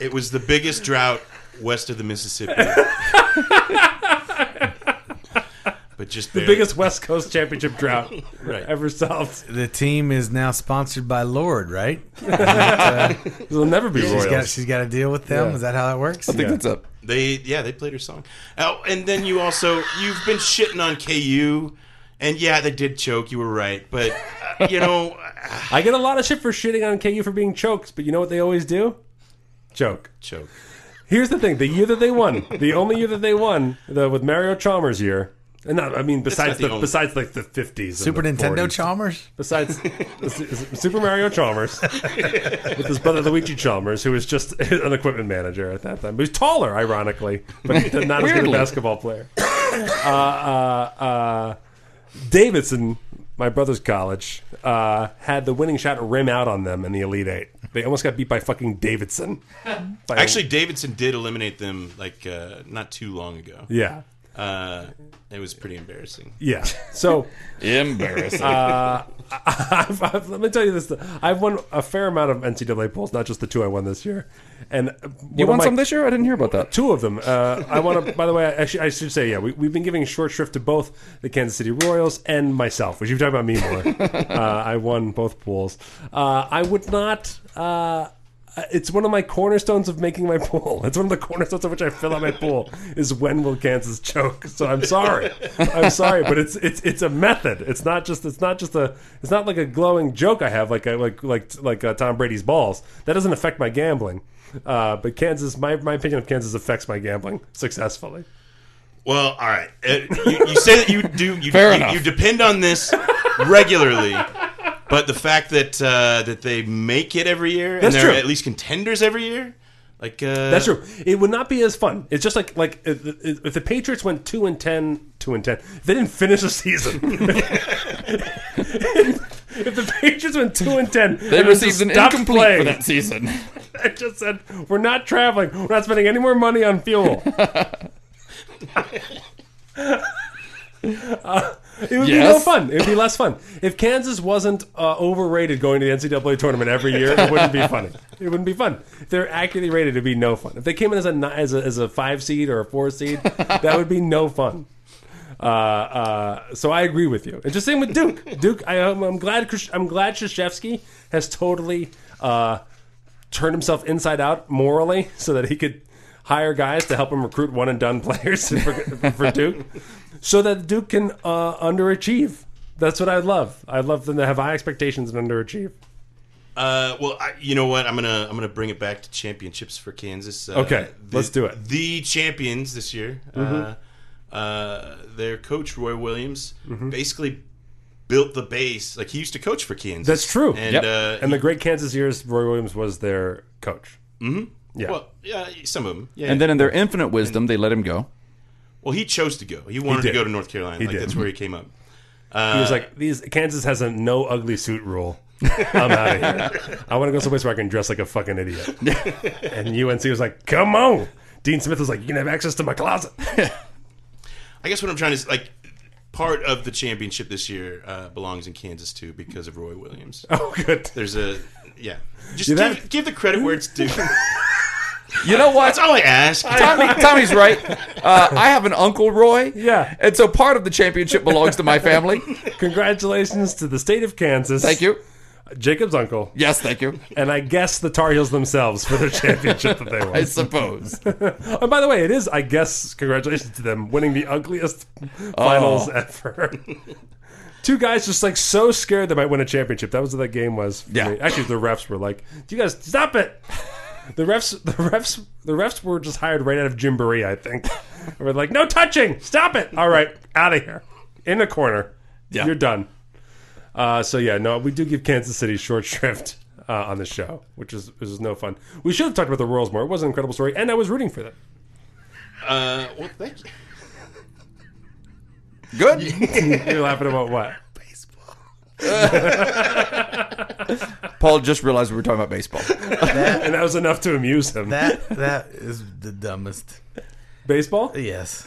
It was the biggest drought west of the Mississippi. but just
The biggest West Coast championship drought
Right.
ever solved.
The team is now sponsored by Lord, right?
It'll never be
She's got,
Royals.
she's got to deal with them.
Yeah.
Is that how that works?
I think that's up.
They yeah, they played her song. Oh, and then you also you've been shitting on KU. And yeah, they did choke. You were right, but uh, you know, uh,
I get a lot of shit for shitting on KU for being choked, but you know what they always do? Choke.
choke.
Here's the thing: the year that they won, the only year that they won, the, with Mario Chalmers' year, and not, I mean besides
not the
the,
only-
besides like the fifties,
Super Nintendo Chalmers?
besides the Su- Super Mario Chalmers with his brother Luigi Chalmers, who was just an equipment manager at that time. He was taller, ironically, but not as good a
Weirdly.
basketball player. Uh, uh, uh, Davidson, my brother's college, uh, had the winning shot rim out on them in the Elite Eight. They almost got beat by fucking Davidson. By-
Actually, Davidson did eliminate them like uh, not too long ago.
yeah.
Uh, it was pretty embarrassing.
Yeah. So
Embarrassing.
Uh, I've, I've, let me tell you this: I've won a fair amount of NCAA pools, not just the two I won this year. And
you won some this year? I didn't hear about that.
Two of them. Uh, I want to. By the way, I, actually, I should say, yeah, we, we've been giving short shrift to both the Kansas City Royals and myself. Which you've talked about me more. uh, I won both pools. Uh, I would not. Uh, it's one of my cornerstones of making my pool. It's one of the cornerstones of which I fill out my pool is when will Kansas choke. So I'm sorry, I'm sorry, but it's it's it's a method. It's not just it's not just a it's not like a glowing joke I have like I, like like like uh, Tom Brady's balls. That doesn't affect my gambling. Uh, but Kansas, my my opinion of Kansas affects my gambling successfully.
Well, all right. Uh, you, you say that you do. You,
Fair
you-
enough.
you depend on this regularly, but the fact that uh, that they make it every year
That's
and they're
true.
at least contenders every year, like uh,
That's true. It would not be as fun. It's just like like if the if the Patriots went two and 10, 2 and ten. If they didn't finish the season. if the Patriots went two and ten,
they
and just
received an
stopped
incomplete for
playing,
that season.
I just said we're not traveling. We're not spending any more money on fuel. Uh, it would be no
Yes.
fun. It would be less fun if Kansas wasn't uh, overrated going to the NCAA tournament every year. It wouldn't be funny. It wouldn't be fun. If they're accurately rated, it'd be no fun. If they came in as a ni- as a, as a five seed or a four seed, that would be no fun. Uh, uh, so I agree with you. And just same with Duke. Duke, I, am I'm glad. Krzyz- I'm glad Krzyzewski has totally uh, turned himself inside out morally, so that he could hire guys to help him recruit one and done players for, for Duke, so that Duke can uh, underachieve. That's what I love. I love them to have high expectations and underachieve.
Uh, well, I, you know what? I'm gonna I'm gonna bring it back to championships for Kansas. Uh,
Okay,
the-
let's do it. Mm-hmm.
The champions this year. Uh, uh, their coach Roy Williams
Mm-hmm.
basically built the base. Like he used to coach for Kansas.
That's true.
And
Yep.
uh,
And the great Kansas years, Roy Williams was their coach. yeah.
well, yeah, some of them. Yeah.
And then in their infinite wisdom, they let him go.
well, he chose to go. He wanted
did.
to go to North Carolina. like
did.
that's where he came up.
He was like, "These Kansas has a no ugly suit rule. I'm out of here. I want to go someplace where I can dress like a fucking idiot." and UNC was like, "Come on." Dean Smith was like, "You can have access to my closet."
I guess what I'm trying to s- like part of the championship this year uh, belongs in Kansas too because of Roy Williams.
Oh, good.
There's a yeah. Just
Yeah, that-
give, give the credit where it's due.
You know what?
That's all I ask.
Tommy, Tommy's right. Uh, I have an uncle Roy.
Yeah.
And so part of the championship belongs to my family.
Congratulations to the state of Kansas.
Thank you.
Jacob's uncle,
Yes, thank you.
and I guess the Tar Heels themselves for their championship that they
I
won.
suppose.
Oh, by the way, it is, I guess, congratulations to them winning the ugliest finals
Oh.
ever. Two guys just like so scared they might win a championship. That was what that game was. for
Yeah.
me. Actually, the refs were like, "Do you guys stop it?" The refs, the refs, the refs were just hired right out of Jimboree, I think. They were like, "No touching! Stop it! All right, out of here, in the corner.
Yeah.
You're done." Uh, so yeah, no, we do give Kansas City short shrift uh, on the show, which is which is no fun. We should have talked about the Royals more. It was an incredible story, and I was rooting for them.
Uh, well, thank you.
Good.
You're laughing about what?
Paul just realized we were talking about baseball.
And that was enough to amuse him.
That that is the dumbest.
Baseball,
Yes.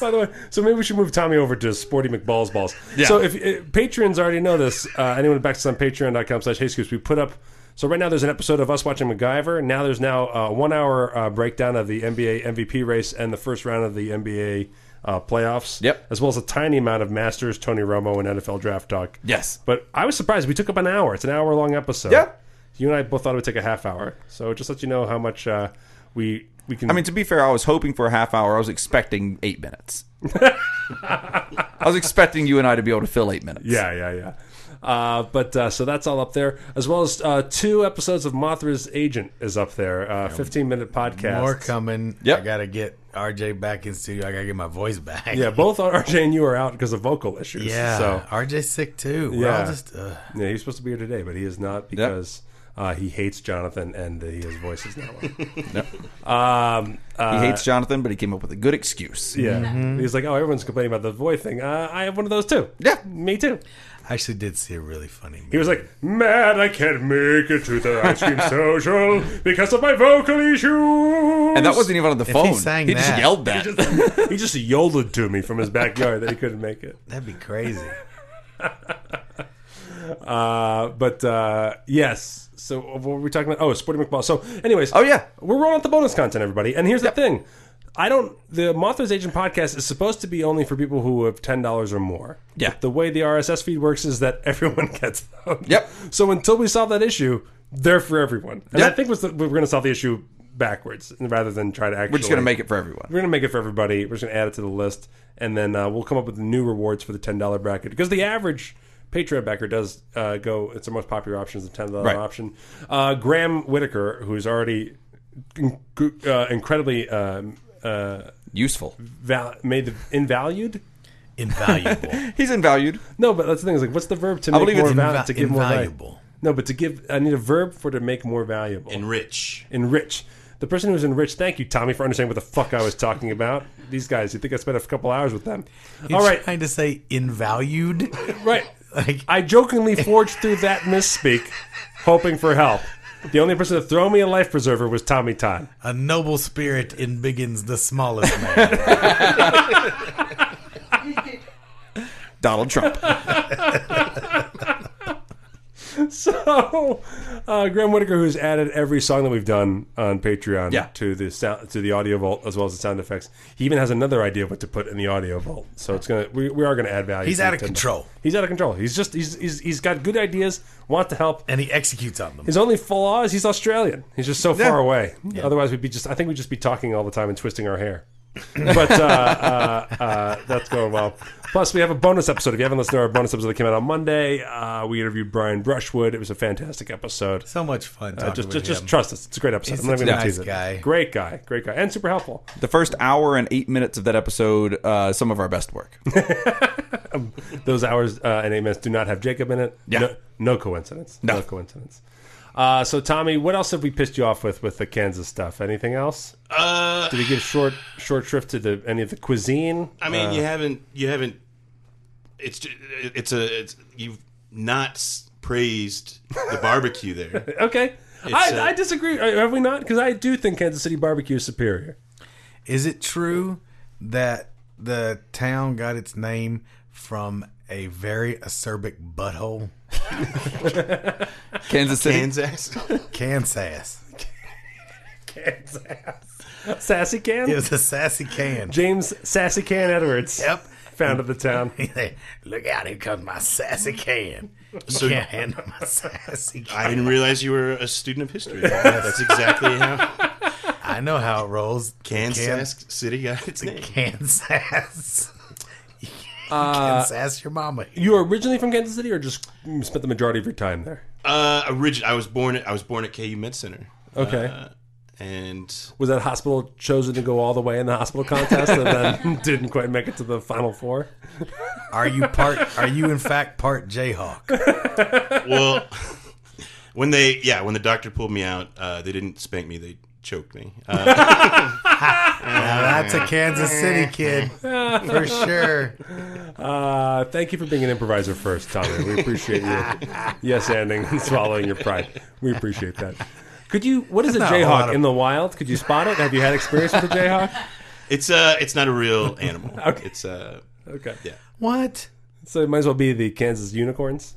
by the way. So maybe we should move Tommy over to Sporty McBall's balls. So if uh, patrons already know this, uh, anyone back to on Patreon.com/slash Hey Scoops, we put up. So right now there's an episode of us watching MacGyver. Now there's now a one-hour uh, breakdown of the NBA MVP race and the first round of the NBA uh, playoffs.
Yep.
As well as a tiny amount of Masters, Tony Romo, and NFL draft talk.
Yes.
But I was surprised. We took up an hour. It's an hour long episode.
Yeah.
You and I both thought it would take a half hour. So it just let you know how much uh, we we can.
I mean, to be fair, I was hoping for a half hour. I was expecting eight minutes. I was expecting you and I to be able to fill eight minutes.
yeah, yeah, yeah. Uh, but uh, so that's all up there, as well as uh, two episodes of Mothra's Agent is up there. Uh, Fifteen minute podcast.
More coming.
Yep.
I gotta get RJ back in studio. I gotta get my voice back.
yeah, both RJ and you are out because of vocal issues.
Yeah.
So
RJ's sick too. We're
Yeah.
all just uh,
yeah, he's supposed to be here today, but he is not because uh, he hates Jonathan and that his voice is not. on. Um, uh,
He hates Jonathan, but he came up with a good excuse.
yeah,
Mm-hmm.
he's like, oh, everyone's complaining about the voice thing. Uh, I have one of those too.
Yeah.
me too.
I actually did see a really funny
He
movie.
was like, "Mad, I can't make it to the ice cream social because of my vocal issues."
And that wasn't even on the phone.
sang
he just
that-
yelled that.
he just yodeled to me from his backyard that he couldn't make it.
That'd be crazy.
Uh, but uh, yes, so what were we talking about? Oh, Sporty McBall. So, anyways,
Oh, yeah.
we're rolling out the bonus content, everybody. And here's the thing: I don't. The Mothra's Agent podcast is supposed to be only for people who have ten dollars or more.
Yeah.
But the way the RSS feed works is that everyone gets them.
Yep.
So until we solve that issue, they're for everyone. And
Yeah.
I think was the, we're going to solve the issue backwards rather than try to actually.
We're just going to make it for everyone.
We're gonna make it for everybody. We're just gonna add it to the list, and then uh, we'll come up with new rewards for the ten dollar bracket because the average Patreon backer does uh, go. It's the most popular option is the ten dollar
Right.
option. Uh, Graham Whitaker, who's already in- uh, incredibly um, uh,
Useful.
val- made the invalued.
Invaluable.
He's invalued.
No, but that's the thing. Is like, what's the verb to make
believe
more
it's
val-
inva-
to give more value?
invaluable.
No, but to give. I need a verb for to make more valuable.
Enrich.
enrich. The person who's enriched, thank you, Tommy, for understanding what the fuck I was talking about. These guys, you think I spent a couple hours with them. All right,
Trying to say invalued.
right.
Like
I jokingly forged through that misspeak, hoping for help. The only person to throw me a life preserver was Tommy Todd.
A noble spirit in Biggins the smallest man.
Donald Trump.
So, uh, Graham Whitaker, who's added every song that we've done on Patreon
Yeah.
to the sound, to the audio vault as well as the sound effects, he even has another idea of what to put in the audio vault. So it's gonna we, we are gonna add value.
He's
to
out of
the Timbo.
control.
He's out of control. He's just he's he's, he's got good ideas, wants to help.
and he executes on them.
His only flaw is he's Australian. He's just so far away. Otherwise, we'd be just I think we'd just be talking all the time and twisting our hair. but uh, uh, uh, that's going well. Plus, we have a bonus episode. If you haven't listened to our bonus episode that came out on Monday, uh, we interviewed Brian Brushwood. It was a fantastic episode.
so much fun.
Uh,
Talking
just,
with
just, just
him.
trust us. It's a great episode.
He's
I'm
such
not
a
even gonna
nice
tease it.
guy.
Great guy. Great guy. And super helpful.
The first hour and eight minutes of that episode, uh, some of our best work.
Those hours uh, and eight minutes do not have Jacob in it.
Yeah.
No, no coincidence.
No.
coincidence. Uh, so, Tommy, what else have we pissed you off with with the Kansas stuff? Anything else?
Uh,
Did we give short short shrift to the any of the cuisine?
I mean, you haven't you haven't. It's ju- it's a it's you've not s- praised the barbecue there.
Okay.
It's,
I,
uh,
I disagree. Uh, Have we not? Because I do think Kansas City barbecue is superior.
Is it true that the town got its name from a very acerbic butthole?
Kansas City.
Kansas.
Kansas.
Kansas. Sassy Can?
It was a sassy can.
James Sassy Can Edwards.
Yep.
Founded the town.
Look out, here comes my sassy can. You
So-
can't handle my sassy
I
can.
didn't realize you were a student of history. That's exactly how
I know how it rolls.
Kansas City got its name.
Can, Kansas. You can sass your mama.
Uh, You were originally from Kansas City, or just mm, spent the majority of your time there?
Uh, origin. I was born. At, I was born at KU Med Center,
Okay.
and
was that hospital chosen to go all the way in the hospital contest and then didn't quite make it to the final four?
Are you part? Are you in fact part Jayhawk?
well, when they yeah, when the doctor pulled me out, uh, they didn't spank me. They choked me. Uh,
Now that's a Kansas City kid for sure.
Uh, thank you for being an improviser first, Tommy. We appreciate you. Yes, ending and swallowing your pride. We appreciate that. Could you? What is a
Not a lot
jayhawk
of-
in the wild? Could you spot it? Have you had experience with a jayhawk?
it's uh, it's not a real animal. It's uh,
Okay.
yeah,
What?
So it might as well be the Kansas unicorns.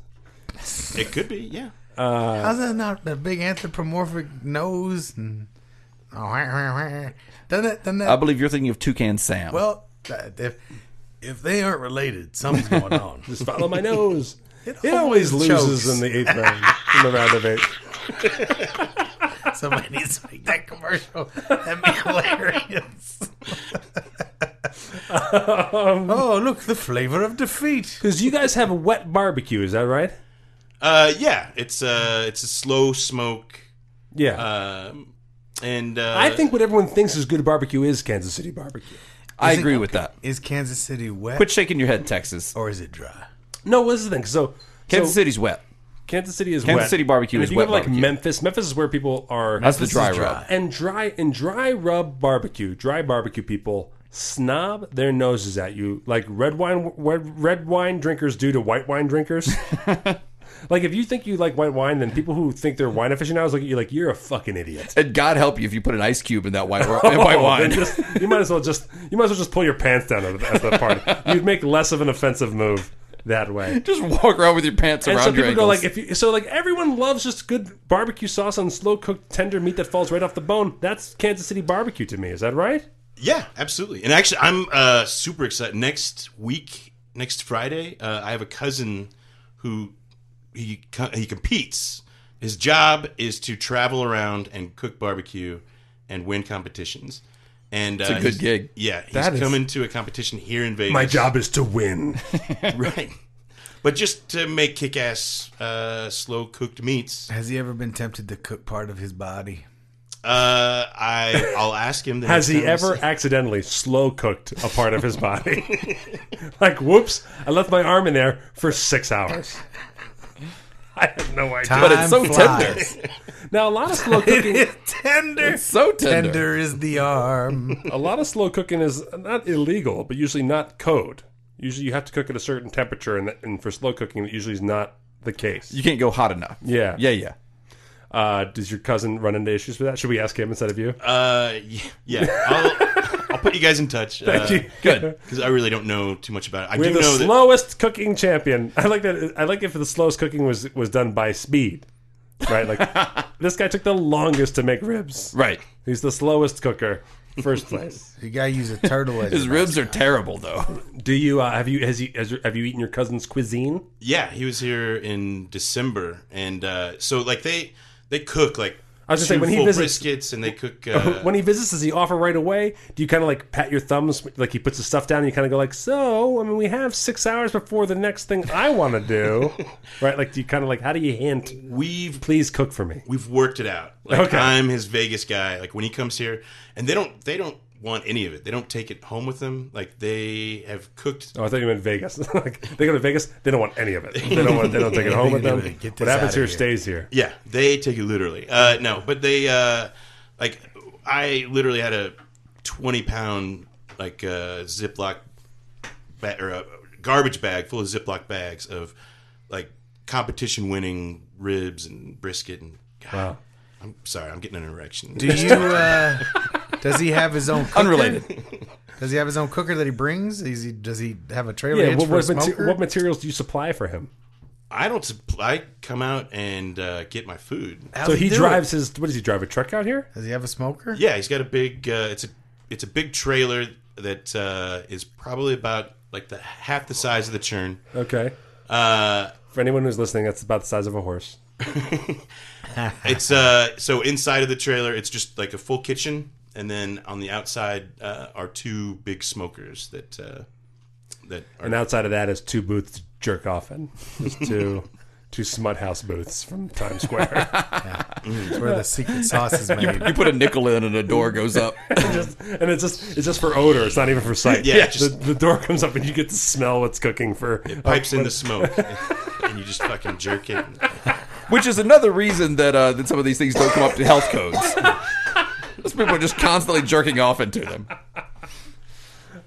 it could be. Yeah,
Uh,
How's that not the big anthropomorphic nose? And, doesn't that? Doesn't that?
I believe you're thinking of Toucan Sam.
well, that- if if they aren't related, something's going on.
Just follow my nose. It, always
always
loses
chokes.
in the eighth round, in the round of eight.
Somebody needs to make that commercial. That'd be hilarious.
Um,
oh, look, the flavor of defeat.
Because you guys have a wet barbecue, is that right?
uh, yeah. It's uh, it's a slow smoke,
Yeah.
Uh,
um, and uh,
I think what everyone thinks is good barbecue is Kansas City barbecue.
I
Is it-
agree with that.
Is Kansas City wet
Quit shaking your head, Texas.
or is it dry?
No, what's the thing? So
Kansas
so
City's wet.
Kansas City is
Kansas
wet.
City barbecue
And
is
if you
wet
go to like
barbecue.
Memphis, Memphis is where people are.
That's the dry
is
rub.
dry.
and dry and dry rub barbecue, dry barbecue people snob their noses at you like red wine red, red wine drinkers do to white wine drinkers. like if you think you like white wine, then people who think they're wine aficionados look at you like you're a fucking idiot.
And God help you if you put an ice cube in that white, in white
Oh, then
wine.
just- you might as well just you might as well just pull your pants down at, at that party. You'd make less of an offensive move that way.
Just walk around with your pants
And
around
so people
your ankles.
go like, if you, so like everyone loves just good barbecue sauce on slow cooked tender meat that falls right off the bone. That's Kansas City barbecue to me. Is that right?
yeah, absolutely. And actually, I'm uh, super excited. Next week, next Friday, uh, I have a cousin who he co- he competes. His job is to travel around and cook barbecue and win competitions. And uh,
a good
he's-
gig.
Yeah, he's
That is-
coming to a competition here in Vegas.
is to win.
right? But just to make kick-ass, uh, slow-cooked meats.
Has he ever been tempted to cook part of his body?
Uh, I I'll ask him. The
Has he
next time we
ever
see-
accidentally slow cooked a part of his body? like, whoops, I left my arm in there for six hours. I have no idea.
but it's so
Time
tender.
flies.
Now a lot of slow cooking,
It's tender.
So tender.
Tender is the arm.
a lot of slow cooking is not illegal, but usually not code. Usually you have to cook at a certain temperature, and, and for slow cooking, that usually is not the case.
You can't go hot enough.
Yeah.
Yeah, yeah.
Uh, does your cousin run into issues with that? Should we ask him instead of you?
Uh, y- yeah, I'll, I'll put you guys in touch. Uh, Thank
you.
Good.
because I really don't know too much about it. I
We're
do
the
know that
slowest cooking champion. I like that. I like if the slowest cooking was was done by speed, right? Like this guy took the longest to make ribs.
Right.
He's the slowest cooker. First place.
You gotta use a turtle as
His
a-
ribs are terrible though.
Do you uh, have you has he has, have you eaten your cousin's cuisine?
yeah, he was here in December, and uh, so like they they cook like
I was
two
just saying, when he
full
visits- Oh,
briskets, and they cook. Uh,
when he visits, does he offer right away? Do you kind of like pat your thumbs, like he puts the stuff down, and you kind of go like, "So, I mean, we have six hours before the next thing I want to do, right?" Like, do you kind of like, how do you hint?
we've
Please cook for me.
we've worked it out. Like
Okay.
I'm his Vegas guy. Like when he comes here, and they don't they don't want any of it. They don't take it home with them. Like they have cooked.
Oh, I thought you meant Vegas. like, they go to Vegas, they don't want any of it. They don't want. They don't take it home with them.
Get this
What happens
outta
here
here.
stays here.
Yeah, they take it literally. Uh, no, but they uh, like I literally had a 20 pound like uh, Ziploc ba- or a garbage bag full of Ziploc bags of like competition winning ribs and brisket and God,
Wow.
I'm sorry, I'm getting an erection.
Do you? Uh, does he have his own? Cooker?
Unrelated.
Does he have his own cooker that he brings? Is he, does he have a trailer?
Yeah.
hitch
What,
for a
what, mate-
smoker?
what materials do you supply for him?
I don't. Supply, I come out and uh, get my food.
How's
So he
do it?
drives his. What does he drive? A truck out here?
Does he have a smoker?
Yeah, he's got a big. Uh, it's a it's a big trailer that uh, is probably about like the half the size of the churn.
Okay.
Uh,
For anyone who's listening, that's about the size of a horse.
it's uh so inside of the trailer, it's just like a full kitchen, and then on the outside uh, are two big smokers that uh, that are
And outside of that is two booths to jerk off in. Just two two smut house booths from Times Square.
It's where the secret sauce is made.
You put a nickel in and a door goes up.
just, and it's just it's just for odor. It's not even for sight.
Yeah,
the,
just-
the door comes up and you get to smell what's cooking for.
pipes in the smoke, and you just fucking jerk it.
Which is another reason that uh, that some of these things don't come up to health codes. Those people are just constantly jerking off into them.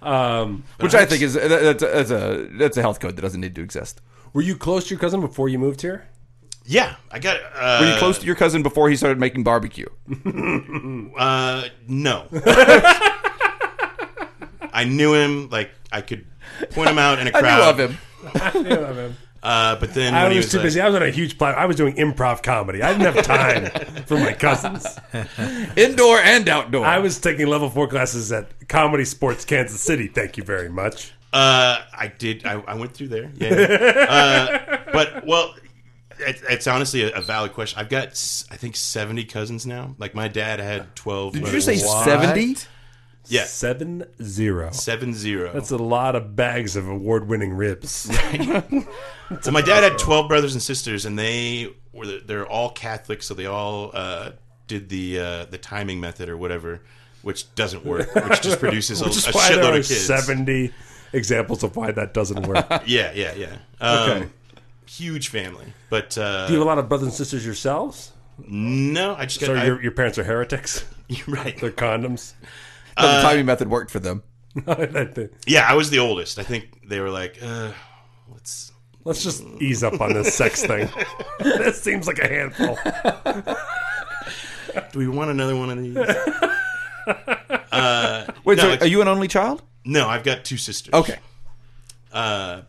Um,
Which I think is that- that's a, that's a that's a health code that doesn't need to exist.
were you close to your cousin before you moved here?
Yeah, I got. Uh,
Were you close to your cousin before he started making barbecue?
Uh, no. I knew him. Like I could point him out in a
I
crowd.
knew of him.
Uh, but then
I
when he
was
was
too
like-
busy. I was on a huge platform. I was doing improv comedy. I didn't have time for my cousins.
Indoor and outdoor.
I was taking level four classes at Comedy Sports Kansas City. Thank you very much.
Uh, I did. I, I went through there. Yeah. uh, but well, it, it's honestly a, a valid question. I've got s- I think seventy cousins now. Like my dad had twelve.
Did you
brothers.
just say seventy?
Yeah.
Seven zero.
Seven zero.
That's a lot of bags of award winning ribs.
so my dad had twelve brothers and sisters, and they were the, they're all Catholic, so they all uh, did the uh, the timing method or whatever, which doesn't work, which just produces a,
Which
a
is why there
shitload
are
of kids.
70 examples of why that doesn't work. Do
Yeah, yeah, yeah. Um,
Okay.
Huge family, but uh,
you have a lot of brothers and sisters yourselves?
no, I just got
Or
I-
your, your parents are heretics?
right.
They're condoms?
No, the timing method worked for them.
Let's
Yeah, I was the oldest. I think they were like, uh, let's.
just ease up on this sex thing. that seems like a handful.
Do we want another one of these?
Wait,
No,
so
it's-
are you an only child?
no, I've got two sisters.
Okay.
Uh,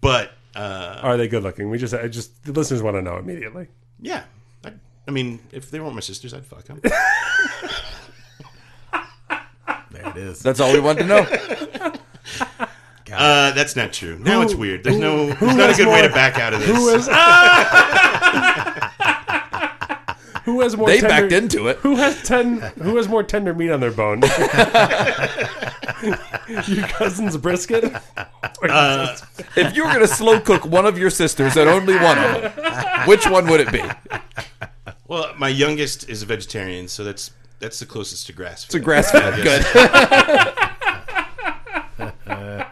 but uh,
Are they good looking? We just, I just, the listeners want to know immediately.
yeah, I, I mean, if they weren't my sisters, I'd fuck them.
There it is.
That's all we wanted to know.
Uh, that's not true. Now it's weird. There's no. There's not a good way to back out of this.
Who has, who has more
They
tender-
backed into it.
Who has ten? Who has more tender meat on their bone? Your cousin's brisket.
If you were going to slow cook one of your sisters and only one of them, which one would it be? It's
Well, my youngest is a vegetarian, so that's that's the closest to grass. It's
a grass fed. Good.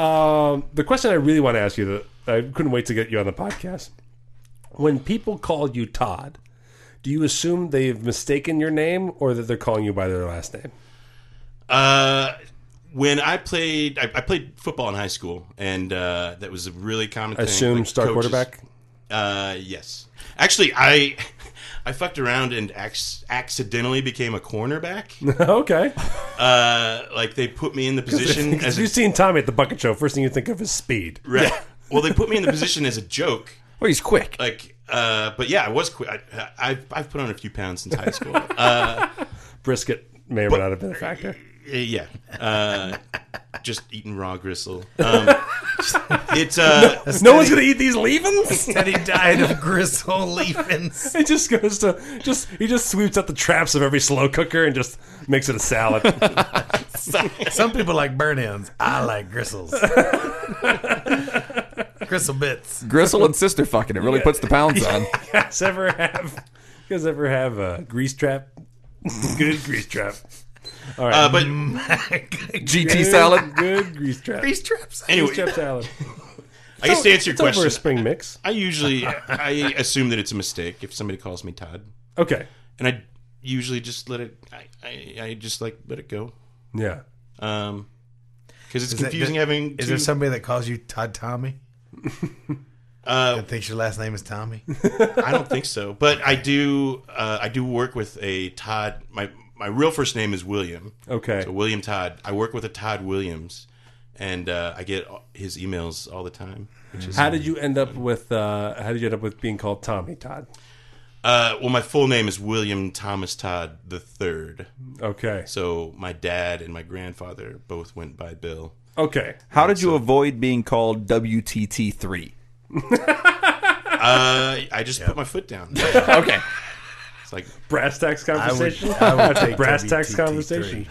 Um, the question I really want to ask you that I couldn't wait to get you on the podcast. When people call you Todd, do you assume they've mistaken your name or that they're calling you by their last name?
Uh, when I played, I, I played football in high school, and uh, that was a really common thing.
Assume
Like,
star
coaches-
quarterback.
Uh, yes. Actually, I I fucked around and ac- accidentally became a cornerback.
okay.
Uh, like they put me in the position
If
as a
you've seen Tommy at the bucket show, first thing you think of is speed.
right. Well, they put me in the position as a joke.
Well, he's quick.
Like, uh, but yeah, I was. Qu- I, I've I've put on a few pounds since high school. Uh,
Brisket may or may not have been a factor.
yeah. Uh, just eating raw gristle. Um, it's uh,
No one's gonna eat these leavings.
Said he died of gristle leafins.
It just goes to just he just sweeps out the traps of every slow cooker and just makes it a salad.
Some people like burn ends. I like gristles. gristle bits.
Gristle and sister fucking. It really puts the pounds on.
you guys ever have? You guys ever have a grease trap? Good grease trap.
uh, but
GT salad.
Good grease trap.
Grease traps.
Grease
anyway,
trap salad.
I guess to answer your
It's over
question,
a spring mix.
I usually I assume that it's a mistake if somebody calls me Todd,
Okay.
and I usually just let it. I, I, I just like let it go,
Yeah.
um, because it's
that-
confusing
that-
having.
Is
two-
there somebody that calls you Todd Tommy?
Uh,
That thinks your last name is Tommy?
I don't think so, but I do. Uh, I do work with a Todd. My my real first name is William.
Okay.
So William Todd. I work with a Todd Williams, and uh, I get his emails all the time. Which is
How did you end up with? Uh, how did you end up with being called Tommy Todd?
uh, well, my full name is William Thomas Todd the Third.
Okay.
So my dad and my grandfather both went by Bill.
Okay.
How did you avoid being called WTT three?
Uh, I just put my foot down. It's
Okay.
like
Brass tacks conversation.
I would take
Brass tacks
WTT3.
conversation.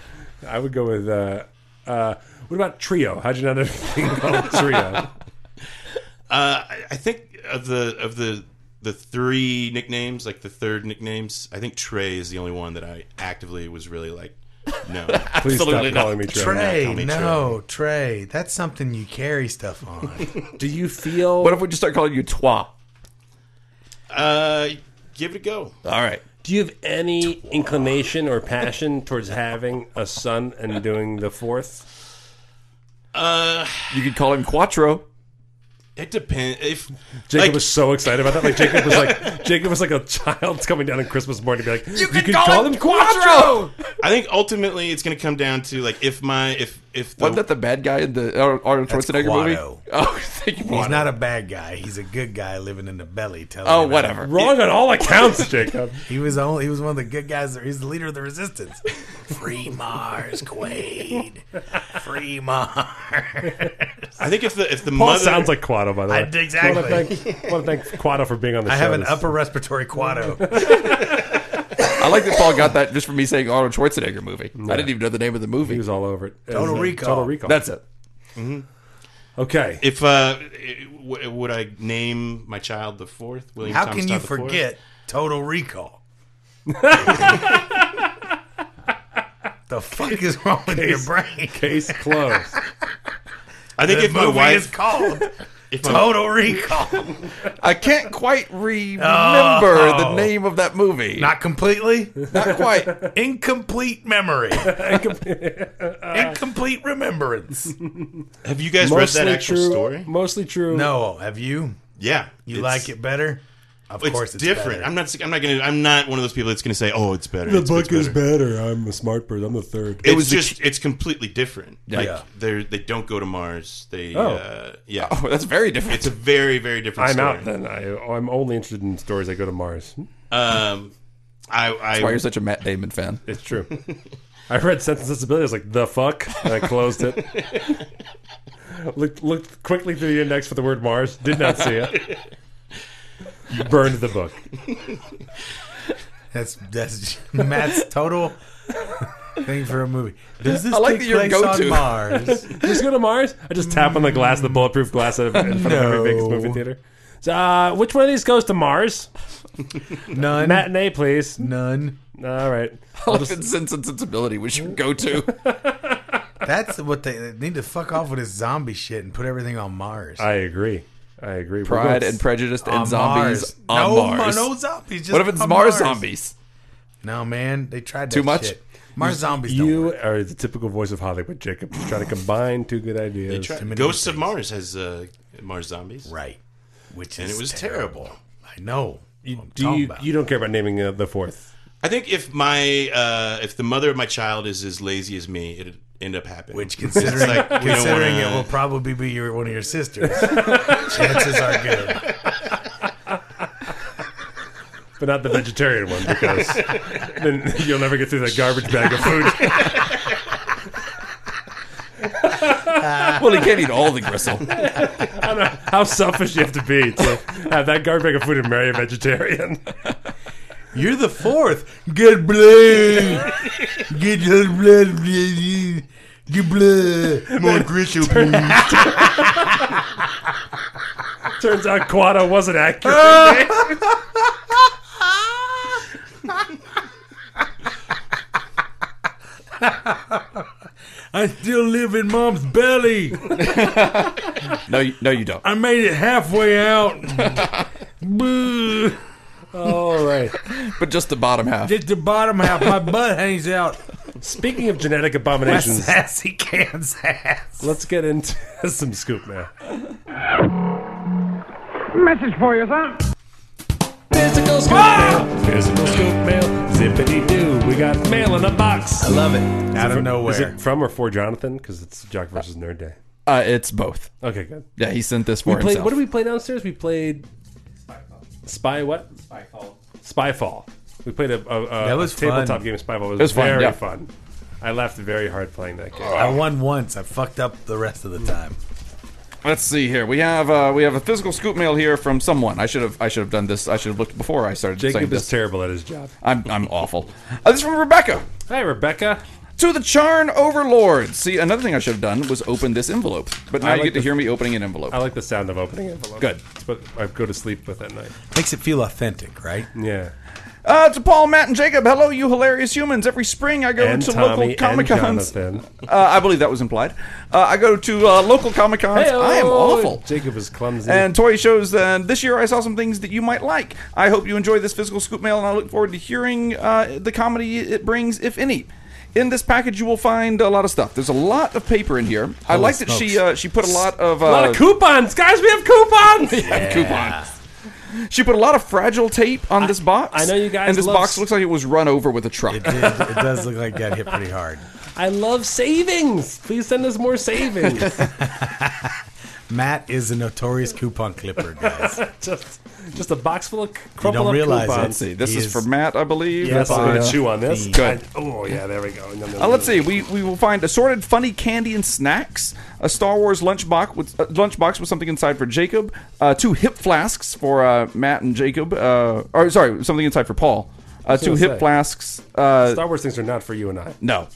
I would go with. Uh, uh, what about trio? How'd you not end up being called trio?
uh, I- I think of the of the the three nicknames, like the third nicknames. I think Trey is the only one that I actively was really like. No,
Please stop
Absolutely not.
calling me trio.
Call
Trey,
me
no, Trey. That's something you carry stuff on.
Do you feel?
What if we just start calling you Twa?
Uh, give it a go.
All right.
Do you have any inclination or passion towards having a son and doing the fourth?
You could call him Quattro.
Uh, It depends. If
Jacob
Like-
was so excited about that. Like Jacob was like Jacob was like a child coming down on Christmas morning to be like, you
can call him Quattro!"
I think ultimately it's going to come down to like if my if if the,
Wasn't that the bad guy in the Ar- Arnold
That's
Schwarzenegger
Quatto.
movie? Oh, thank you.
He's
Quatto.
not a bad guy. He's a good guy living in the belly. Telling
Oh,
him
whatever.
Wrong on all accounts, Jacob.
how- He was only, he was one of the good guys. that- He's the leader of the resistance. Free Mars, Quaid. Free Mars.
I think if the if the
Paul
mother
sounds like Quado, by the way.
I did exactly.
I want to thank, want to thank Quado for being on the
I
show.
have an
this-
upper respiratory quado.
I like that Paul got that just from me saying Arnold Schwarzenegger movie. I didn't even know the name of the
He
movie.
was all over it. It
Total
was, uh,
Recall.
Total recall.
That's it.
okay.
if uh w- would I name my child the fourth? William
How
Thomas
can
Todd
you
the fourth?
forget Total Recall? the fuck is wrong with your brain?
Case closed.
I think
The
if my
movie is
wife
called
if my,
Total Recall.
I can't quite remember the
Oh.
name of that movie.
Not completely.
Not quite.
Incomplete memory. Incomplete remembrance.
have you guys read that
Mostly
actual
true.
story?
Mostly true.
No, have you?
Yeah,
You
It's-
like it better? Of
It's
course, it's
different.
better.
I'm not. I'm not gonna. I'm not one of those people that's gonna say, "Oh, it's better." The
better. I'm a smart bird. I'm the third.
It's
was the
just. it's completely different. Like
Yeah.
they're they don't go to Mars. They.
Oh.
Uh, yeah.
Oh, that's very different.
It's a very very different.
I'm
story.
out then. I, I'm only interested in stories that go to Mars.
Um, I I
Why you're such a Matt Damon fan?
It's true. I read Sense and Sensibility. I was like, the fuck? And I closed it. looked, looked quickly through the index for the word Mars. Did not see it. Burned the book.
That's that's Matt's total thing for a movie. Does this
I like
take
that you're
place
go-to.
on Mars?
Just go to Mars? I just tap on the glass, the bulletproof glass in front of every
No.
biggest movie theater. So, uh, which one of these goes to Mars?
None.
Matinee, please.
None.
All right.
I'll just... Sense and Sensibility was your go-to.
That's what they, they need to fuck off with this zombie shit and put everything on Mars.
I agree. I agree. We're
Pride
going-
and Prejudice and
on
Zombies on
no, ma-
Mars.
No zombies. Just
what if it's
on
Mars, Zombies?
No, man. They tried that
Too much?
shit. Mars zombies don't
You
work.
are the typical voice of Hollywood, Jacob. Just trying to combine two good ideas.
Try-
many
Ghosts of
things.
Mars has uh, Mars zombies.
Right. which
and
is
it was terrible.
I know.
You,
What I'm
do
talking
you,
about.
you don't care about naming uh, the fourth.
I think if my uh, if the mother of my child is as lazy as me, it'd end up happening.
Which, considering,
like, we don't
considering
wanna-
it will probably be your, one of your sisters, chances are good.
But not the vegetarian one because then you'll never get through that garbage bag of food.
Well, he can't eat all the gristle.
I don't know how selfish you have to be to have that garbage bag of food and marry a vegetarian.
You're the fourth. Get blood. Get your blood. blood, Get blood. More gristle, please.
Turns out Quada wasn't accurate.
I still live in mom's belly.
No, you, no, you don't.
I made it halfway out. Boo.
All right.
But just the bottom half.
Just the bottom half. My butt hangs out.
Speaking of genetic
My
abominations,
sassy can's ass.
let's get into some scoop now.
Message for you, son.
Physical scoop
Ah!
mail. Physical scoop mail. Zippity doo. We got mail in a box. I love it.
Out of
Is
nowhere.
it from or for Jonathan? Because it's Jock versus Nerd Day.
Uh, it's both.
Okay, good.
Yeah, he sent this for
We played,
himself.
what did we play downstairs? We played Spy what? Spyfall. We played a, a, a,
That was
a tabletop
fun.
game of Spyfall. It was,
was fun,
very
yeah.
fun. Oh, I laughed very hard playing that game.
I won once. I fucked up the rest of the time.
Let's see here. We have uh, we have a physical scoop mail here from someone. I should have I should have done this. I should have looked before I started saying
Jacob
this.
is terrible at his job.
I'm I'm awful. Uh, this is from Rebecca.
Hi, Rebecca.
To the Charn Overlord. See, another thing I should have done was open this envelope. But now
I
you
like
get to
this-
hear me opening an envelope.
I like the sound of opening envelope.
Good.
It's what I go to sleep with at night.
Makes it feel authentic, right?
Yeah.
Uh, to Paul, Matt, and Jacob. Hello, you hilarious humans. Every spring I go
And
to
Tommy
local
and
comic cons. Uh,
Jonathan.
I believe that was implied. Uh, I go to uh, local comic cons. I am awful.
Jacob is clumsy.
And toy shows. Uh, this year, I saw some things that you might like. I hope you enjoy this physical scoop mail, and I look forward to hearing uh, the comedy it brings, if any. In this package, you will find a lot of stuff. There's a lot of paper in here. I like that she
smokes.
uh, she put a lot of uh,
a lot of coupons, guys. We have coupons.
coupons. She put a lot of fragile tape on this box.
I know you guys
And this
love
box
s-
looks like it was run over with a truck.
It, it does look like it got hit pretty hard.
I love savings. Please send us more savings.
Matt is a notorious coupon clipper, guys. You
just, just a box full of crumpled
don't
up
realize it.
coupons.
Let's see. This
He
is, for Matt, I believe.
Yes,
Let's
I'm
see.
gonna chew on this.
Good.
I- oh yeah, there we go. Nom, nom,
Uh, let's
nom.
see. We, we will find assorted funny candy and snacks, a Star Wars lunchbox with uh, lunchbox with something inside for Jacob, uh, two hip flasks for uh, Matt and Jacob. Uh, or sorry, something inside for Paul. Uh, two
gonna
hip
say.
flasks. Uh,
Star Wars things are not for you and I.
no.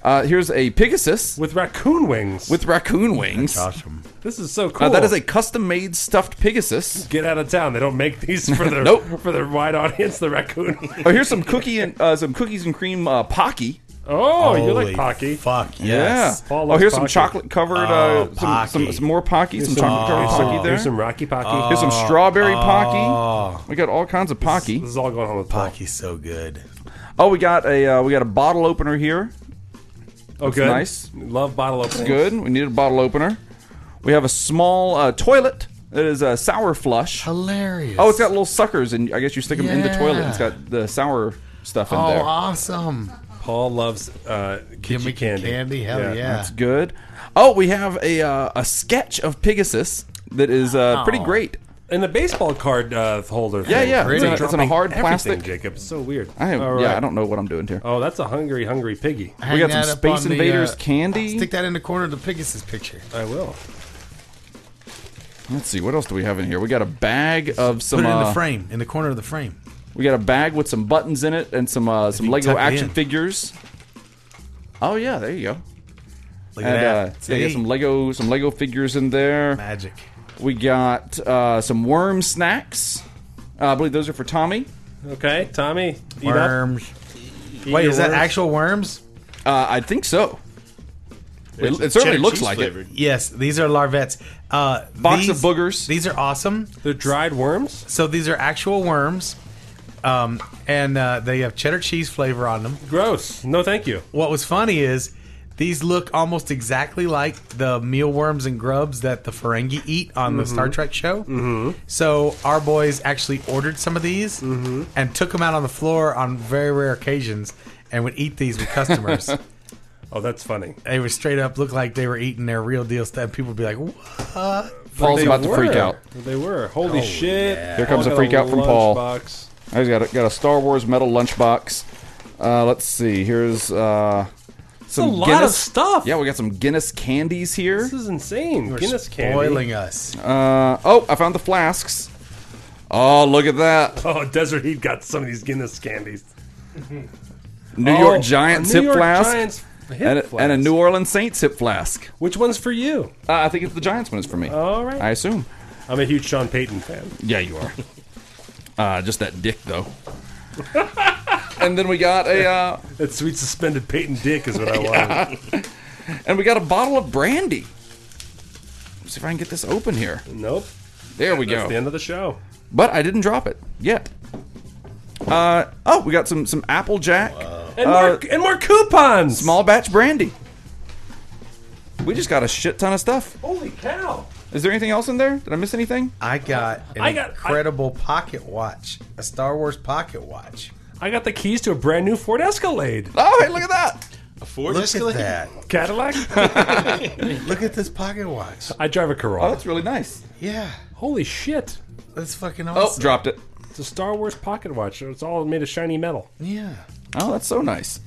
Uh, here's a Pegasus
With raccoon wings.
with raccoon wings.
Awesome.
this is so cool.
Uh, that is a custom made stuffed Pegasus.
get out of town. They don't make these for their
Nope.
for their wide audience. The raccoon.
Oh, here's some cookie and uh, some cookies and cream uh, pocky.
Oh, you
Holy
like Pocky?
Fuck, yes.
Yeah.
Paul
oh,
loves
here's some
Pocky.
chocolate covered,
Oh,
uh, some, some
Pocky.
some more pocky, some chocolate covered
here's some,
pocky there. Oh.
Here's some Rocky Pocky.
Here's some strawberry pocky. We got all kinds of pocky.
this is all going on with Pocky.
He's so good.
Oh, we got a uh, we got a bottle opener here.
Oh, good.
nice.
Love bottle opening.
Good. We need a bottle opener. We have a small uh, toilet that is a sour flush.
Hilarious.
Oh, it's got little suckers, and I guess you stick them in the
Yeah.
toilet. It's got the sour stuff in
Oh,
there.
awesome.
Paul loves uh, kitschy
Gimmick
candy.
candy, hell yeah.
That's good. Oh, we have a uh, a sketch of Pegasus that is uh, pretty great.
And the baseball card uh, holder.
Yeah,
thing.
yeah.
Really
It's in a- it's in a
dropping
hard
everything,
plastic-
Jacob, it's so weird.
I am,
All right.
yeah, I don't know what I'm doing here.
Oh, that's a hungry, hungry piggy.
we got
Hang
some
that up
Space
on the,
Invaders
uh,
candy.
Stick that in the corner of the Pegasus picture.
I will.
Let's see, what else do we have in here? We got a bag of some.
Put it in
uh,
the frame, in the corner of the frame.
We got a bag with some buttons in it and some uh, some
you
Lego
tuck it
action
in.
figures. Oh yeah, there you go.
Look
And uh,
at that.
yeah, you got
See?
some Lego some Lego figures in there.
magic.
We got uh, some worm snacks. Uh, I believe those are for Tommy.
Okay, Tommy. Eat up.
Worms.
Eat
Wait,
your
is that
worms.
actual worms?
Uh, I think so. It, it certainly looks like it.
Yes, these are larvettes. Uh,
Box
these-
of boogers.
These are awesome.
They're dried worms.
So these are actual worms, um, and uh, they have cheddar cheese flavor on them.
Gross. No, thank you.
What was funny is These look almost exactly like the mealworms and grubs that the Ferengi eat on the Star Trek show. Mm-hmm. So our boys actually ordered some of these and took them out on the floor on very rare occasions and would eat these with customers.
Oh, that's funny.
they would straight up look like they were eating their real deal stuff. And people would be like, what?
Paul's
They
about to
were.
freak out.
They were.
Oh,
Holy shit.
Here comes
Paul got
a freak out from Paul.
lunchbox.
I got a, got a Star Wars metal lunchbox. Uh, let's see. Here's uh, some
a lot
Guinness
of stuff.
Yeah, we got some Guinness candies here.
This is insane. Guinness candy.
Spoiling us.
Uh, oh, I found the flasks. Oh, look at that!
Oh, Desert Heat got some of these Guinness candies.
New
Oh,
York Giants
New
hip
York
flask,
Giants hip
and, a, and a
flask.
New Orleans Saints hip flask.
Which one's for you?
Uh, I think it's the Giants one is for me.
All right.
I assume.
I'm a huge Sean Payton fan.
Yeah, you are. uh, just that dick though. and then we got a uh,
That sweet suspended Peyton dick is what I want.
and we got a bottle of brandy. Let's see if I can get this open here.
Nope.
There we
That's
go.
the end of the show.
but I didn't drop it yet. Uh, oh, we got some some Apple Jack,
And more and more coupons.
small batch brandy. We just got a shit ton of stuff.
Holy cow.
Is there anything else in there? Did I miss anything?
I got an
I got- I-
incredible pocket watch, a Star Wars pocket watch.
I got the keys to a brand new Ford Escalade.
Oh, hey, look at that!
A Ford
Look
Escalade?
at
Cadillac?
that. Look at this pocket watch.
I drive a
Oh,
Corolla.
that's really nice.
Yeah,
Holy shit.
that's fucking
Oh,
awesome.
dropped it.
It's a Star Wars pocket watch. It's all made of shiny metal.
Yeah,
Oh, that's so nice.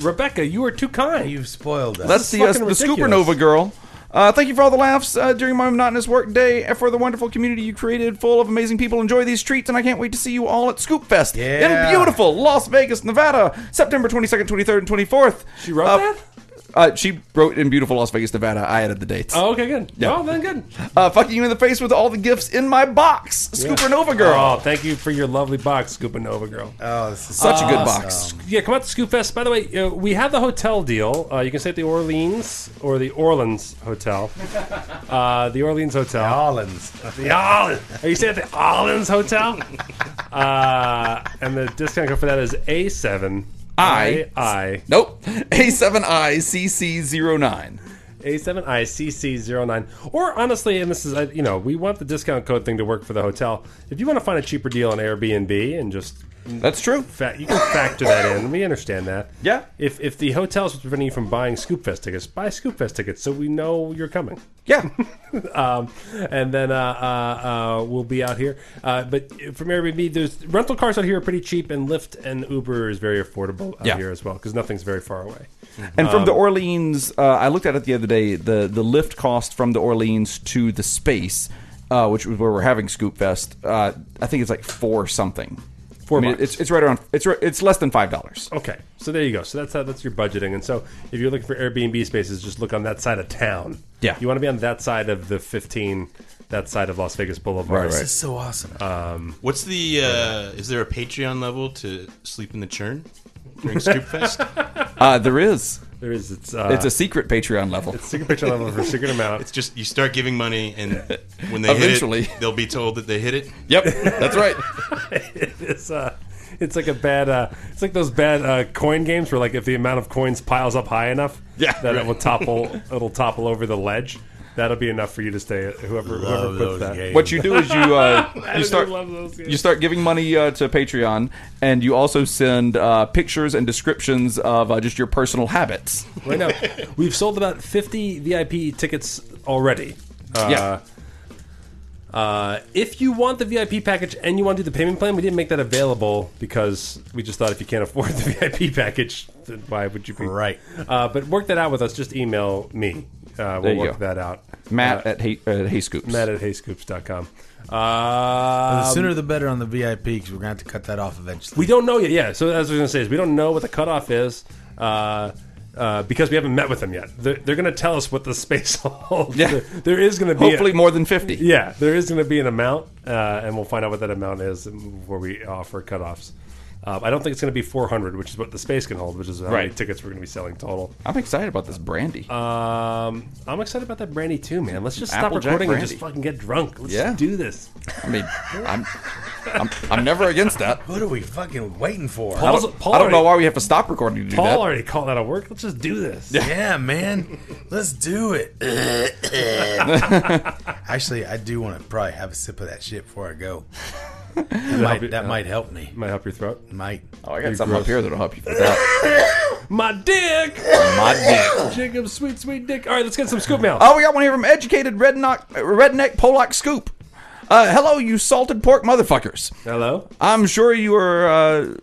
Rebecca, you are too kind.
you've spoiled us.
That's the uh,
fucking
the
ridiculous.
Scoopernova girl. Uh, thank you for all the laughs uh, during my monotonous work day and for the wonderful community you created full of amazing people. Enjoy these treats, and I can't wait to see you all at Scoop Fest
Yeah.
in beautiful Las Vegas, Nevada, September 22nd, 23rd, and 24th.
She wrote
Uh,
that?
Uh, she wrote in beautiful Las Vegas, Nevada. I added the dates.
Oh, okay, good.
Yeah.
Oh, then good.
Uh, fucking you in the face with all the gifts in my box. Scoopernova
Oh,
girl.
thank you for your lovely box, Scoopinova girl.
oh, this is
Such a good box.
yeah, come out to Scoop Fest. By the way, uh, we have the hotel deal. Uh, you can stay at the Orleans or the Orleans Hotel. Uh, the Orleans Hotel.
Collins.
The Orleans. Are you staying at the Orleans Hotel? Uh, and the discount code for that is A7.
I-
I
Nope. A7ICC09.
A7ICC09. Or honestly, and this is, uh, you know, we want the discount code thing to work for the hotel. If you want to find a cheaper deal on Airbnb and just
That's true.
fact you can factor that in. We understand that.
Yeah.
If if the hotel's preventing you from buying Scoopfest tickets, buy Scoopfest tickets so we know you're coming.
Yeah.
um, and then uh, uh, uh, we'll be out here. Uh, but from Airbnb, there's rental cars out here are pretty cheap, and Lyft and Uber is very affordable out
Yeah.
here as well because nothing's very far away.
And from
Um,
the Orleans, uh, I looked at it the other day. The the lift cost from the Orleans to the space, uh, which was where we're having Scoop Fest, uh, I think it's like four something.
Four
I mean,
bucks.
It's it's right around. It's ri- it's less than five dollars.
Okay, so there you go. So that's how, that's your budgeting. And so if you're looking for Airbnb spaces, just look on that side of town.
Yeah.
you want to be on that side of the 15, that side of Las Vegas Boulevard.
Right,
This
right.
is so awesome.
What's the? Uh, is there a Patreon level to sleep in the churn during Scoop Fest?
Uh, there is.
There is it's uh,
It's a secret Patreon level.
Secret picture level for secret amount.
It's just you start giving money, and when they
Eventually.
hit it, they'll be told that they hit it.
Yep, that's right.
It's uh, it's like a bad. Uh, it's like those bad uh, coin games where like if the amount of coins piles up high enough,
Yeah,
that it will topple. It'll topple over the ledge. That'll be enough for you to stay. Whoever whoever puts that.
What you do is you uh, you start
love those games.
you start giving money uh, to Patreon, and you also send uh, pictures and descriptions of uh, just your personal habits.
Right now, we've sold about fifty VIP tickets already. Uh,
Yeah.
Uh, if you want the VIP package and you want to do the payment plan, we didn't make that available because we just thought if you can't afford the VIP package, then why would you be
Right.
Uh, but work that out with us. Just email me. Uh,
There
we'll
you
work
go.
that out.
Matt at hey, uh, hey Scoops.
Matt at hayscoops.com.
the
Uh,
sooner the better on the VIP because we're gonna have to cut that off eventually.
we don't know yet. Yeah. So as I was going to say, is we don't know what the cutoff is. Uh, uh, because we haven't met with them yet, they're, they're going to tell us what the space holds.
Yeah.
There- there is going to be a-
Hopefully, more than fifty.
Yeah, there is going to be an amount, uh, and we'll find out what that amount is before we offer cutoffs. Uh, I don't think it's going to be 400, which is what the space can hold, which is how many
Right.
tickets we're going to be selling total.
I'm excited about this brandy.
Um, I'm excited about that brandy too, man. Let's just stop
Applejack
recording and
brandy.
just fucking get drunk. Let's
Yeah.
just do this.
I mean, I'm, I'm I'm never against that.
What are we fucking waiting for?
I
Paul's,
don't,
Paul
I don't know
already-
why we have to stop recording to do
Paul
that.
already called out of work. Let's just do this.
Yeah, man. Let's do it. Actually, I do want to probably have a sip of that shit before I go. That
you-
might, that might help me.
Might help your throat.
Might.
oh, I got something up here that'll help you with that.
My dick,
My dick.
Jacob's sweet, sweet dick. All right, let's get some scoop mail.
Oh, we got one here from Educated Redneck, Redneck Pollock Scoop. Uh, hello, you salted pork motherfuckers.
Hello.
I'm sure you are. Uh,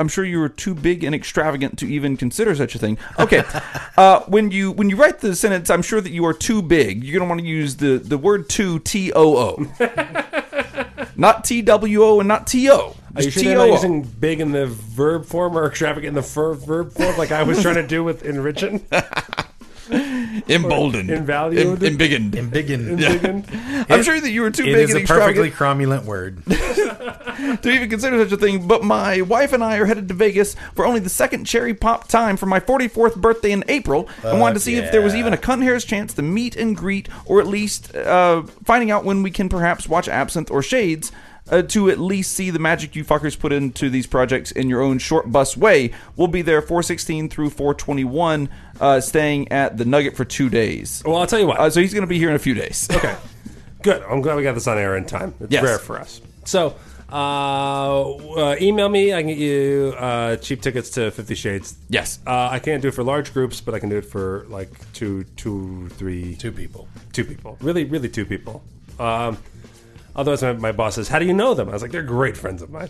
I'm sure you were too big and extravagant to even consider such a thing. Okay, uh, when you when you write the sentence, I'm sure that you are too big. You're gonna want to use the the word too, t o o, not t w o and not t o.
Are you sure they're not using big in the verb form or extravagant in the fur verb form, like I was trying to do with enriching?
emboldened,
Invalued?
Em- embiggened.
Biggin.
I'm sure that you were too
It
big
is
and
a perfectly
extravagant
cromulent word.
to even consider such a thing. But my wife and I are headed to Vegas for only the second cherry pop time for my 44th birthday in April, and wanted to see if there was
yeah.
even a cunt hair's chance to meet and greet, or at least uh, finding out when we can perhaps watch Absinthe or Shades. Uh, to at least see the magic you fuckers put into these projects in your own short bus way. We'll be there 416 through 421, uh, staying at the Nugget for two days.
Well, I'll tell you what.
Uh, so he's going to be here in a few days. Okay.
Good. I'm glad we got this on air in time. It's
Yes.
rare for us. So, uh, uh, email me. I can get you uh, cheap tickets to Fifty Shades.
Yes.
Uh, I can't do it for large groups, but I can do it for like two, two, three,
Two people.
two people. Really, really two people. Um, otherwise, my, my boss says, "How do you know them?" I was like, "They're great friends of mine."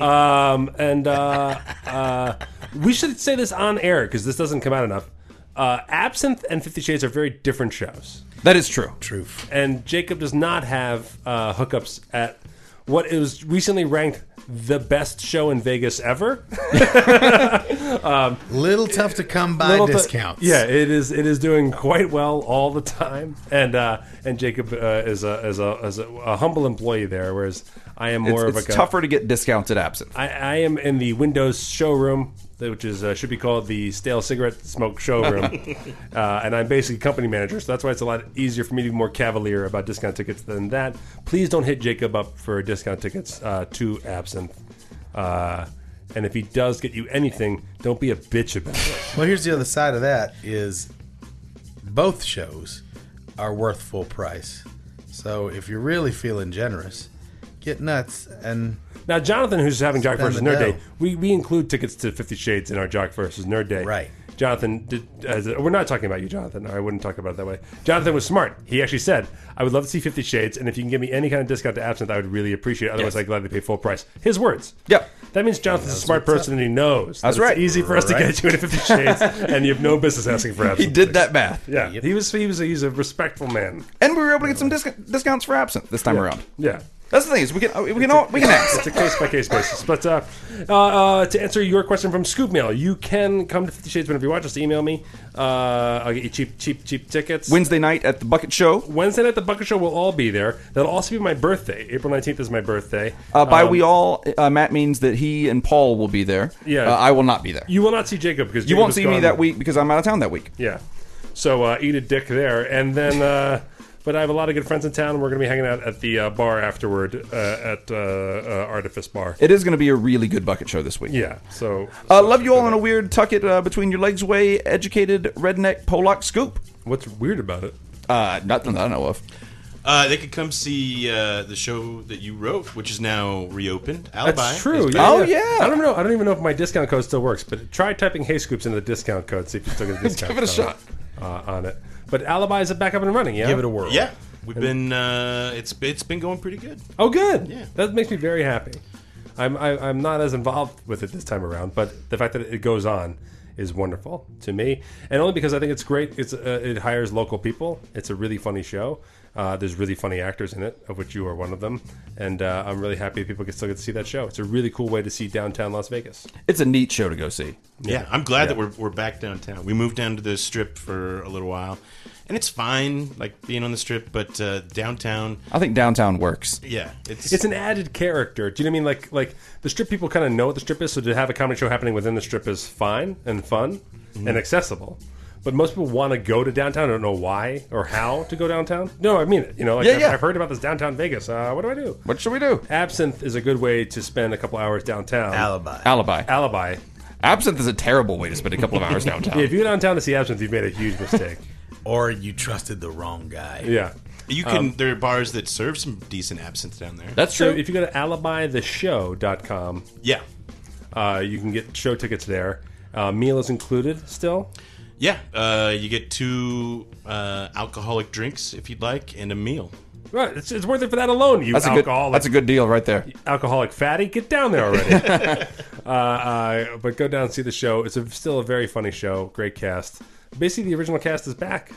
um, and uh, uh, we should say this on air because this doesn't come out enough. Uh, Absinthe and Fifty Shades are very different shows
that is true.
Truth.
and Jacob does not have uh, hookups at what is recently ranked the best show in Vegas ever.
Little tough to come by
Little th-
discounts.
yeah, it is. It is doing quite well all the time, and uh, and Jacob uh, is a is a is a, a humble employee there, whereas I am more
It's,
of
it's
a
tougher to get discounted absinthe.
I, I am in the Windows showroom, which is uh, should be called the stale cigarette smoke showroom, uh, and I'm basically company manager, so that's why it's a lot easier for me to be more cavalier about discount tickets than that. Please don't hit Jacob up for discount tickets uh, to absinthe, uh, and if he does get you anything, don't be a bitch about it.
Well, here's the other side of that is both shows are worth full price. So if you're really feeling generous, get nuts and
now, Jonathan, who's having Jock
Spend
versus
the
Nerd
dough.
Day, we, we include tickets to Fifty Shades in our Jock versus Nerd Day,
Right.
Jonathan did. As we're not talking about you, Jonathan. I wouldn't talk about it that way. Jonathan was smart. He actually said, "I would love to see Fifty Shades, and if you can give me any kind of discount to absinthe, I would really appreciate it. Otherwise,
Yes.
I'd gladly pay full price." His words.
Yep.
That means Jonathan's a smart person, and he knows.
That's
that
right.
It's easy for us to get you into Fifty Shades, and you have no business asking for
He
absinthe.
did that math.
Yeah. He was. He was. He's a respectful man.
And we were able to get some disc- discounts for absinthe this time around.
Yeah.
That's the thing is we can uh, we can all, we can ask.
It's a case by case basis. But uh, uh, uh, to answer your question from Scoop Mail, you can come to Fifty Shades whenever you want. Just email me. Uh, I'll get you cheap, cheap, cheap tickets.
Wednesday night at the Bucket Show.
Wednesday night, the Bucket Show will all be there. That'll also be my birthday. April 19th is my birthday.
Uh, by
Um,
we all, uh, Matt means that he and Paul will be there.
Yeah.
Uh, I will not be there. You,
You will not see Jacob because Jacob
won't
is
see me
gone.
that week because I'm out of town that week.
Yeah. So uh, eat a dick there, and then. Uh, but I have a lot of good friends in town. and We're going to be hanging out at the uh, bar afterward uh, at uh, uh, Artifice Bar.
It is going to be a really good Bucket Show this week.
Yeah. So.
Uh, love you all in a weird tuck it uh, between your legs way. Educated redneck Pollock scoop.
What's weird about it?
Uh, nothing that I know of.
Uh, they could come see uh, the show that you wrote, which is now reopened. Alibi.
That's
is
true.
back.
Oh, yeah.
I don't know. I don't even know if my discount code still works, but try typing "Hey Scoops" into the discount code. See if you still get a discount.
Give it a
code, Uh, on it. But Alibi is back up and running. Yeah.
give it a whirl.
Yeah, we've been. Uh, it's it's been going pretty good.
Oh, good.
Yeah.
That makes me very happy. I'm I, I'm not as involved with it this time around, but the fact that it goes on is wonderful to me, and only because I think it's great. It's uh, it hires local people. It's a really funny show. Uh, there's really funny actors in it, of which you are one of them, and uh, I'm really happy people can still get to see that show. It's a really cool way to see downtown Las Vegas.
It's a neat show to go see.
Yeah, I'm glad that we're, we're back downtown. We moved down to the strip for a little while, and it's fine, like being on the strip, but uh, downtown,
I think downtown works.
yeah, it's,
It's an added character. Do you know what I mean? Like, like the strip people kind of know what the strip is, so to have a comedy show happening within the strip is fine and fun
Mm-hmm.
and accessible. But most people want to go to downtown. I don't know why or how to go downtown. No, I mean it. You know, like
Yeah,
I've,
yeah.
I've heard about this downtown Vegas. Uh, what do I do?
What should we do?
Absinthe is a good way to spend a couple hours downtown.
Alibi.
Alibi.
Alibi.
Absinthe is a terrible way to spend a couple of hours downtown.
Yeah, if you go downtown to see Absinthe, you've made a huge mistake.
Or you trusted the wrong guy.
yeah.
you can.
Um,
there are bars that serve some decent absinthe down there.
That's
So
true.
if you go to alibitheshow.com,
yeah,
uh, you can get show tickets there. Uh, meal is included still.
yeah. Uh, you get two uh, alcoholic drinks if you'd like, and a meal.
Right, it's, it's worth it for that alone. You
that's a good.
alcoholic,
That's a good deal right there.
alcoholic fatty, get down there already. uh, uh, but go down and see the show. It's a, still a very funny show. Great cast. Basically, the original cast is back.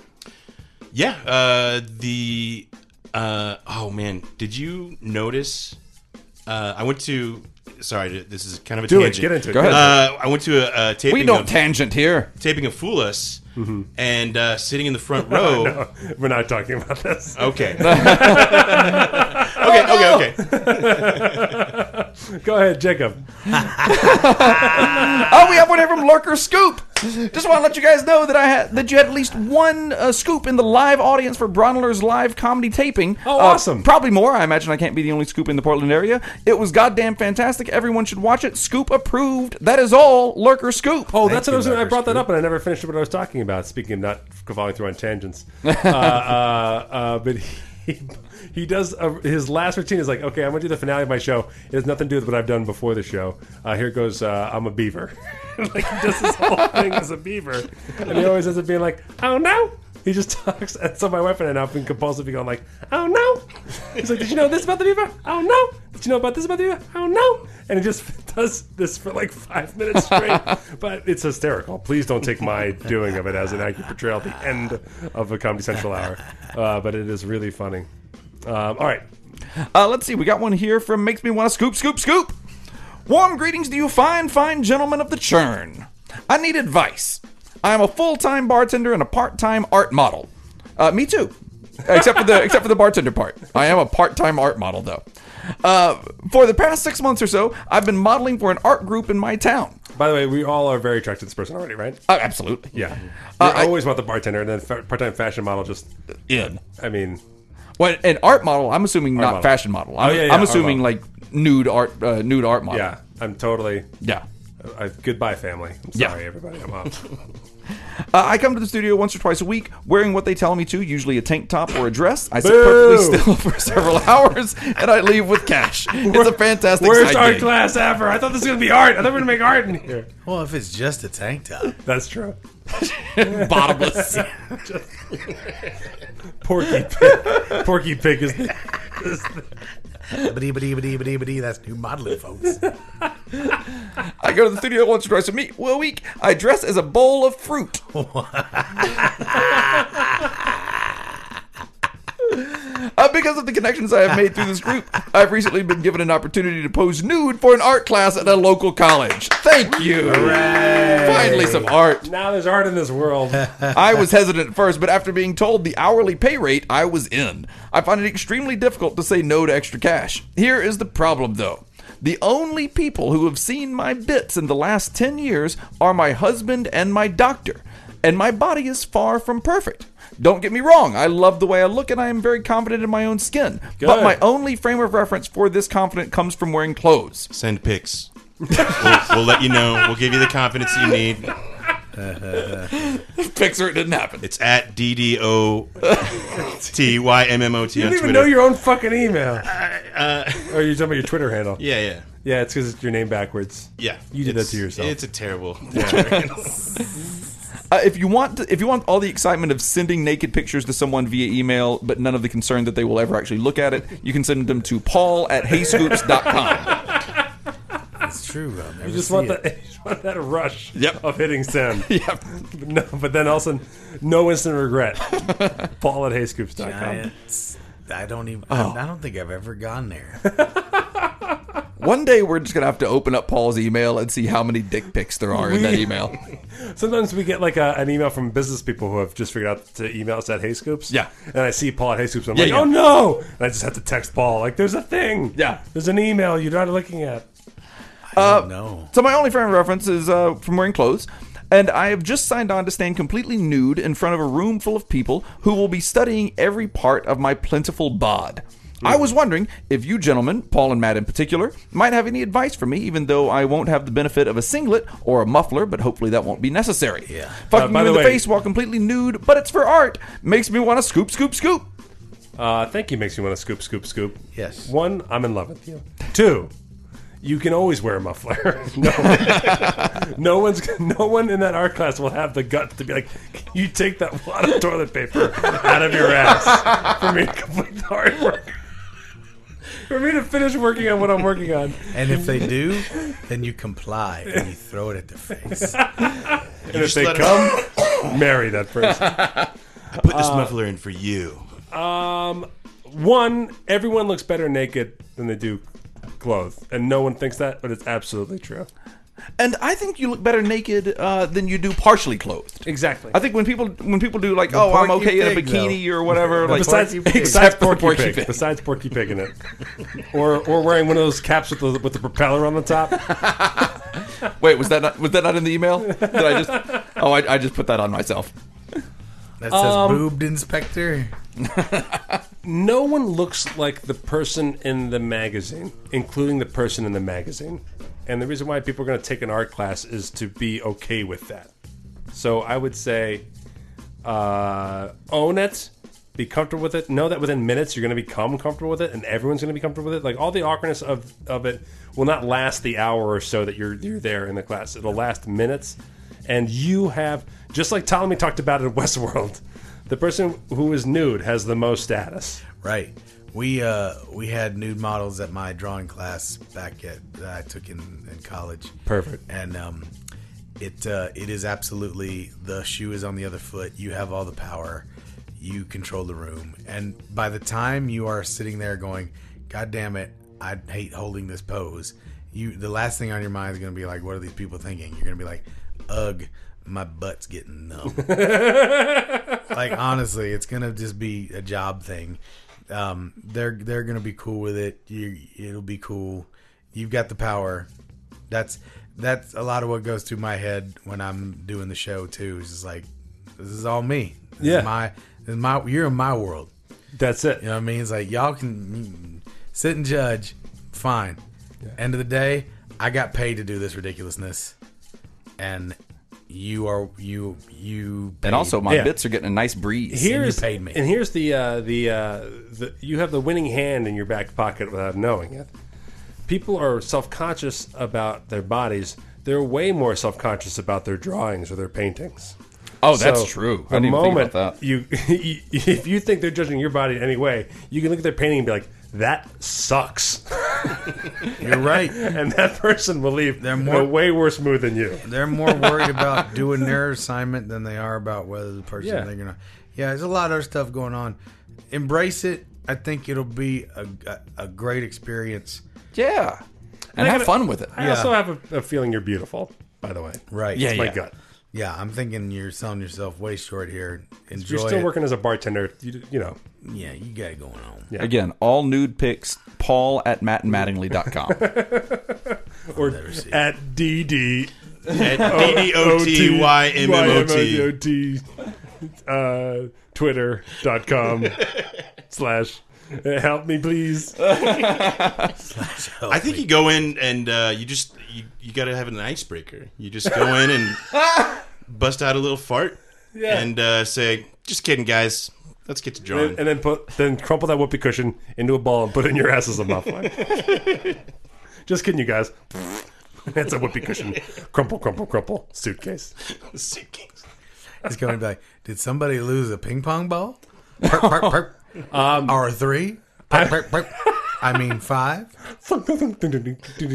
Yeah. Uh, the uh, oh man, did you notice? Uh, I went to. Sorry, th- this is kind of a
Do
tangent.
it. Get into it.
Go ahead.
Uh, I went to a, a taping.
We don't
of,
tangent here.
taping of Fool Us,
Mm-hmm.
and uh, sitting in the front row.
We're not talking about this.
Oh.
Okay. okay. Okay. Okay.
Go ahead, Jacob.
Oh, we have one here from Lurker Scoop. Just want to let you guys know that I had that you had at least one uh, scoop in the live audience for Bronner's live comedy taping.
Oh,
Uh,
awesome.
Probably more. I imagine I can't be the only scoop in the Portland area. It was goddamn fantastic. Everyone should watch it. Scoop approved. That is all. Lurker Scoop.
Oh, that's what I was.
you,
I
Dr.
brought that up, and I never finished what I was talking about. Speaking of not following through on tangents, uh, uh, uh, but he he does a, his last routine is like, okay, I'm gonna do the finale of my show. It has nothing to do with what I've done before the show. Uh, here goes, uh, I'm a beaver. like he does his whole thing as a beaver, and he always ends up being like, oh no. He just talks, and so my wife and I now have been compulsively going like, "Oh no!" He's like, "Did you know this about the beaver? Oh no! Did you know about this about the beaver? Oh no!" And he just does this for like five minutes straight, but it's hysterical. Please don't take my doing of it as an accurate portrayal at the end of a Comedy Central hour, uh, but it is really funny. Um, all right,
Uh, let's see. We got one here from Makes Me Want to Scoop, Scoop, Scoop. Warm greetings to you, fine, fine gentlemen of the churn. I need advice. I am a full time bartender and a part time art model. Uh, me too. Except for the except for the bartender part. I am a part time art model though. Uh, for the past six months or so, I've been modeling for an art group in my town.
by the way, we all are very attracted to this person already, right?
Uh, absolutely.
Yeah,
Uh,
I
I-
always want the bartender, and then fa- part-time fashion model. Just,
In.
I mean,
Well, an art model. I'm assuming not
model.
fashion model. I'm,
Oh, yeah, yeah,
I'm
art
assuming
model.
like nude art uh, nude art model.
yeah, I'm totally.
Yeah.
Uh, goodbye, family. I'm
Yeah.
sorry, everybody. I'm off.
Uh, I come to the studio once or twice a week, wearing what they tell me to, usually a tank top or a dress. I sit perfectly still for several hours, and I leave with cash. It's a fantastic
Worst
side
art
gig.
class ever. I thought this was gonna be art. I thought we were gonna make art in here.
Well, if it's just a tank top,
That's true.
Bottomless.
Porky Pig. Porky Pig is the,
biddy, biddy, biddy, biddy, biddy, that's new modeling, folks.
I go to the studio once or twice a, me- well, a week. I dress as a bowl of fruit. Uh, because of the connections I have made through this group, I've recently been given an opportunity to pose nude for an art class at a local college. Thank you. Finally, some art.
now there's art in this world.
I was hesitant at first, but after being told the hourly pay rate, I was in. I find it extremely difficult to say no to extra cash. Here is the problem, though. The only people who have seen my bits in the last 10 years are my husband and my doctor, and my body is far from perfect. Don't get me wrong, I love the way I look and I am very confident in my own skin. But
Good.
my only frame of reference for this confidence comes from wearing clothes.
Send pics. we'll, we'll let you know. We'll give you the confidence you need.
Picture it didn't happen.
It's at D D O T Y M M O T
You
on
don't
Twitter.
even know your own fucking email. or you're talking about your Twitter handle.
yeah, yeah,
uh, Yeah, it's because it's your name backwards.
yeah.
You did
It's-
that to yourself.
It's a terrible.
Uh, if you want, to, if you want all the excitement of sending naked pictures to someone via email, but none of the concern that they will ever actually look at it, you can send them to Paul at HeyScoops.com.
It's true. I'll never
You just
see
want
it.
that, you just want that rush
Yep.
of hitting send.
yep.
But no, but then also no instant regret. Paul at hayscoops.com.
Oh. Giants. I don't even. I don't think I've ever gone there.
One day we're just gonna have to open up Paul's email and see how many dick pics there are in that email.
Sometimes we get like a, an email from business people who have just figured out to email us at Hey Scoops.
Yeah.
And I see Paul at Hey Scoops. And I'm
Yeah,
like,
yeah.
oh no! And I just have to text Paul, like, there's a thing.
Yeah.
There's an email you're not looking at.
Uh,
no.
So my only friend reference is uh, from wearing clothes, and I have just signed on to stand completely nude in front of a room full of people who will be studying every part of my plentiful bod. I was wondering if you gentlemen, Paul and Matt in particular, might have any advice for me, even though I won't have the benefit of a singlet or a muffler, but hopefully that won't be necessary. Yeah.
Uh,
Fucking
by
you in
the
the
way-
face while completely nude, but it's for art, makes me want to scoop, scoop, scoop.
Uh, thank you makes me want to scoop, scoop, scoop.
Yes.
One, I'm in love with you. Two, you can always wear a muffler. no, no one's, no one in that art class will have the guts to be like, can you take that wad of toilet paper out of your ass for me to complete the artwork? For me to finish working on what I'm working on.
And if they do, then you comply and you throw it at their face.
And if they
let
come, Uh, marry that person.
I put this muffler in for you.
Um, One, everyone looks better naked than they do clothed. And no one thinks that, but it's absolutely true.
And I think you look better naked uh, than you do partially clothed.
Exactly.
I think when people when people do like, oh, I'm
part you
okay in a
think,
bikini or whatever, like
besides,
Porky Pig.
besides Porky,
Porky
Pig,
Pig.
besides Porky Pig in it, or or wearing one of those caps with the with the propeller on the top.
Wait, was that not, was that not in the email? Did I just? Oh, I, I just put that on myself.
That says boobed inspector.
No one looks like the person in the magazine, including the person in the magazine. And the reason why people are going to take an art class is to be okay with that. So I would say, uh, own it, be comfortable with it. Know that within minutes you're going to become comfortable with it, and everyone's going to be comfortable with it. Like all the awkwardness of, of it will not last the hour or so that you're you're there in the class. It'll last minutes, and you have just like Ptolemy talked about in Westworld. The person who is nude has the most status.
Right. We uh we had nude models at my drawing class back at that I took in, in college.
Perfect.
And um it uh it is absolutely the shoe is on the other foot. You have all the power. You control the room. And by the time you are sitting there going, God damn it, I hate holding this pose, you the last thing on your mind is gonna be like, What are these people thinking? You're gonna be like, Ugh, my butt's getting numb like honestly, it's gonna just be a job thing. Um, they're they're gonna be cool with it. You, it'll be cool. You've got the power. That's that's a lot of what goes through my head when I'm doing the show too. It's just like this is all me. This
Yeah.
is my this is my you're in my world.
That's it.
You know what I mean? It's like y'all can mm, sit and judge. Fine. End of the day, I got paid to do this ridiculousness, and you are you you
And also, my
Yeah.
bits are getting a nice breeze.
Here's
paid me.
and here's the uh, the, uh, the you have the winning hand in your back pocket without knowing it. People are self conscious about their bodies. They're way more self conscious about their drawings or their paintings.
Oh, that's
So,
true.
The
I didn't even think
moment
about that.
you, you, if you think they're judging your body in any way, you can look at their painting and be like, "That sucks,"
you're right.
and that person will leave.
They're
in a
more-
way worse mood than you.
They're more worried about doing their assignment than they are about whether the person
Yeah.
they're gonna. Yeah, there's a lot of other stuff going on. Embrace it. I think it'll be a, a, a great experience.
Yeah, and have fun with it.
I also have a, a feeling you're beautiful. By the way,
Right.
Yeah,
It's my
yeah.
gut.
Yeah, I'm thinking you're selling yourself way short here.
If
Enjoy
you're still
it.
working as a bartender. You, you know.
Yeah, you got it going on.
Again, all nude pics, paul at mattandmattingly.com.
or
see it.
at DD
At
Oh,
D-D-O-T-Y-M-M-O-T.
uh, Twitter.com slash uh, help me please.
I think you go in and uh, you just you, you got to have an icebreaker. You just go in and bust out a little fart and uh, say, "Just kidding, guys. Let's get to drawing."
And, and then put then crumple that whoopee cushion into a ball and put it in your ass as a muffler. Just kidding you guys. That's a whoopee cushion. Crumple, crumple, crumple. Suitcase.
Suitcase.
It's going to be like, did somebody lose a ping pong ball? Perp, perp, perp.
Um,
or three? Perp, perp, perp. I mean five.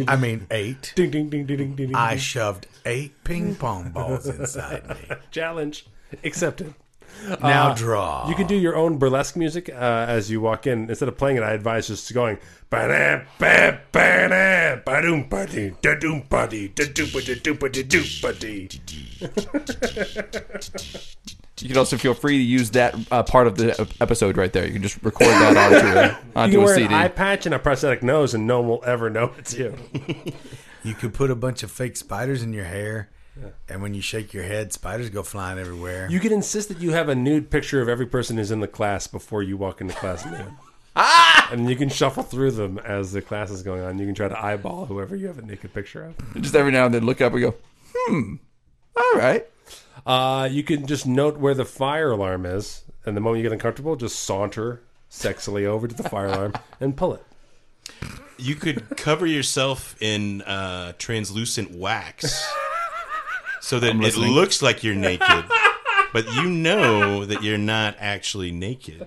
I mean eight.
Ding, ding, ding, ding, ding, ding,
I
ding.
shoved eight ping pong balls inside me.
Challenge accepted.
Now draw.
Uh, You can do your own burlesque music uh, as you walk in. Instead of playing it, I advise just going. "Ba-dam, ba, ba-dam, ba-doom, ba-dee, da-doom, ba-dee, da-doom, ba-dee, doo, ba-dee, doo, ba-dee."
You can also feel free to use that uh, part of the ep- episode right there. You can just record that onto a,
You
onto
can
a
wear
CD.
an eye patch and a prosthetic nose, and no one will ever know it's you.
You could put a bunch of fake spiders in your hair, and when you shake your head, spiders go flying everywhere.
You can insist that you have a nude picture of every person who's in the class before you walk into class nude. And you can shuffle through them as the class is going on. You can try to eyeball whoever you have a naked picture of.
just every now and then look up and go, hmm, all right.
Uh, you can just note where the fire alarm is, and the moment you get uncomfortable, just saunter sexily over to the fire alarm and pull it.
You could cover yourself in uh, translucent wax so that it
listening.
looks like you're naked, but you know that you're not actually naked.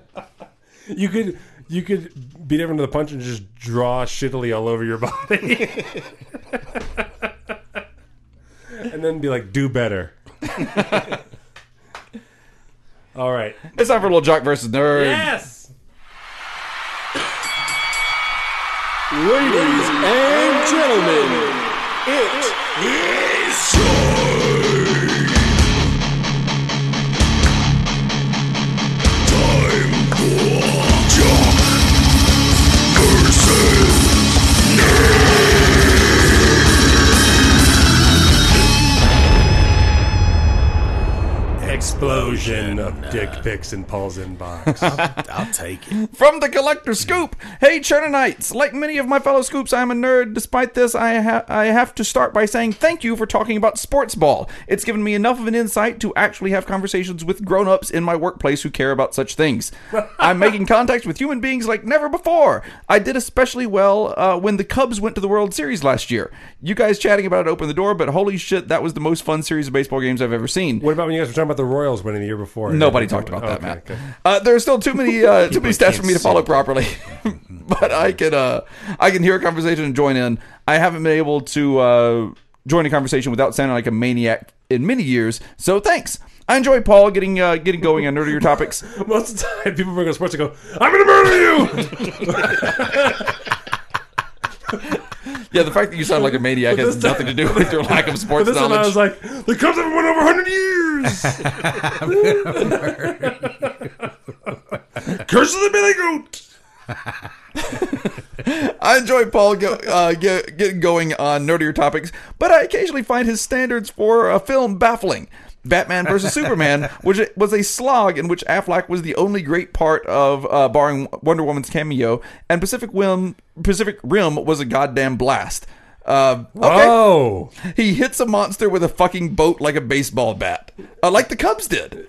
You could you could beat everyone to the punch and just draw shittily all over your body, and then be like, "Do better." all right.
It's time for a little jock versus nerd.
Yes.
Ladies and gentlemen,
Explosion of dick pics in Paul's inbox.
I'll take it.
From the Collector Scoop. Hey, Chernonites. Like many of my fellow scoops, I'm a nerd. Despite this, I, ha- I have to start by saying thank you for talking about sports ball. It's given me enough of an insight to actually have conversations with grown ups in my workplace who care about such things. I'm making contacts with human beings like never before. I did especially well uh, when the Cubs went to the World Series last year. You guys chatting about it opened the door, but holy shit, that was the most fun series of baseball games I've ever seen.
what about when you guys were talking about the Royals winning the year before?
Nobody talked about that,
Okay,
Matt.
okay.
Uh, there are still too many uh, too many stats for me to
can't
follow properly, but I can uh, I can hear a conversation and join in. I haven't been able to uh, join a conversation without sounding like a maniac in many years. So thanks. I enjoy Paul getting uh, getting going on nerdier topics.
Most of the time, people bring up sports and go, "I'm gonna murder you."
Yeah, the fact that you sound like a maniac has
this
nothing to do with your lack of
But
sports
this one, I was
knowledge.
like, "The Cubs haven't won over 100 years." Curse of the Billy Goat.
I enjoy Paul go, uh, get, getting going on nerdier topics, but I occasionally find his standards for a film baffling. Batman versus Superman, which was a slog in which Affleck was the only great part of, uh, barring Wonder Woman's cameo, and Pacific Rim, Pacific Rim was a goddamn blast. Uh, okay.
Oh,
He hits a monster with a fucking boat like a baseball bat, uh, like the Cubs did.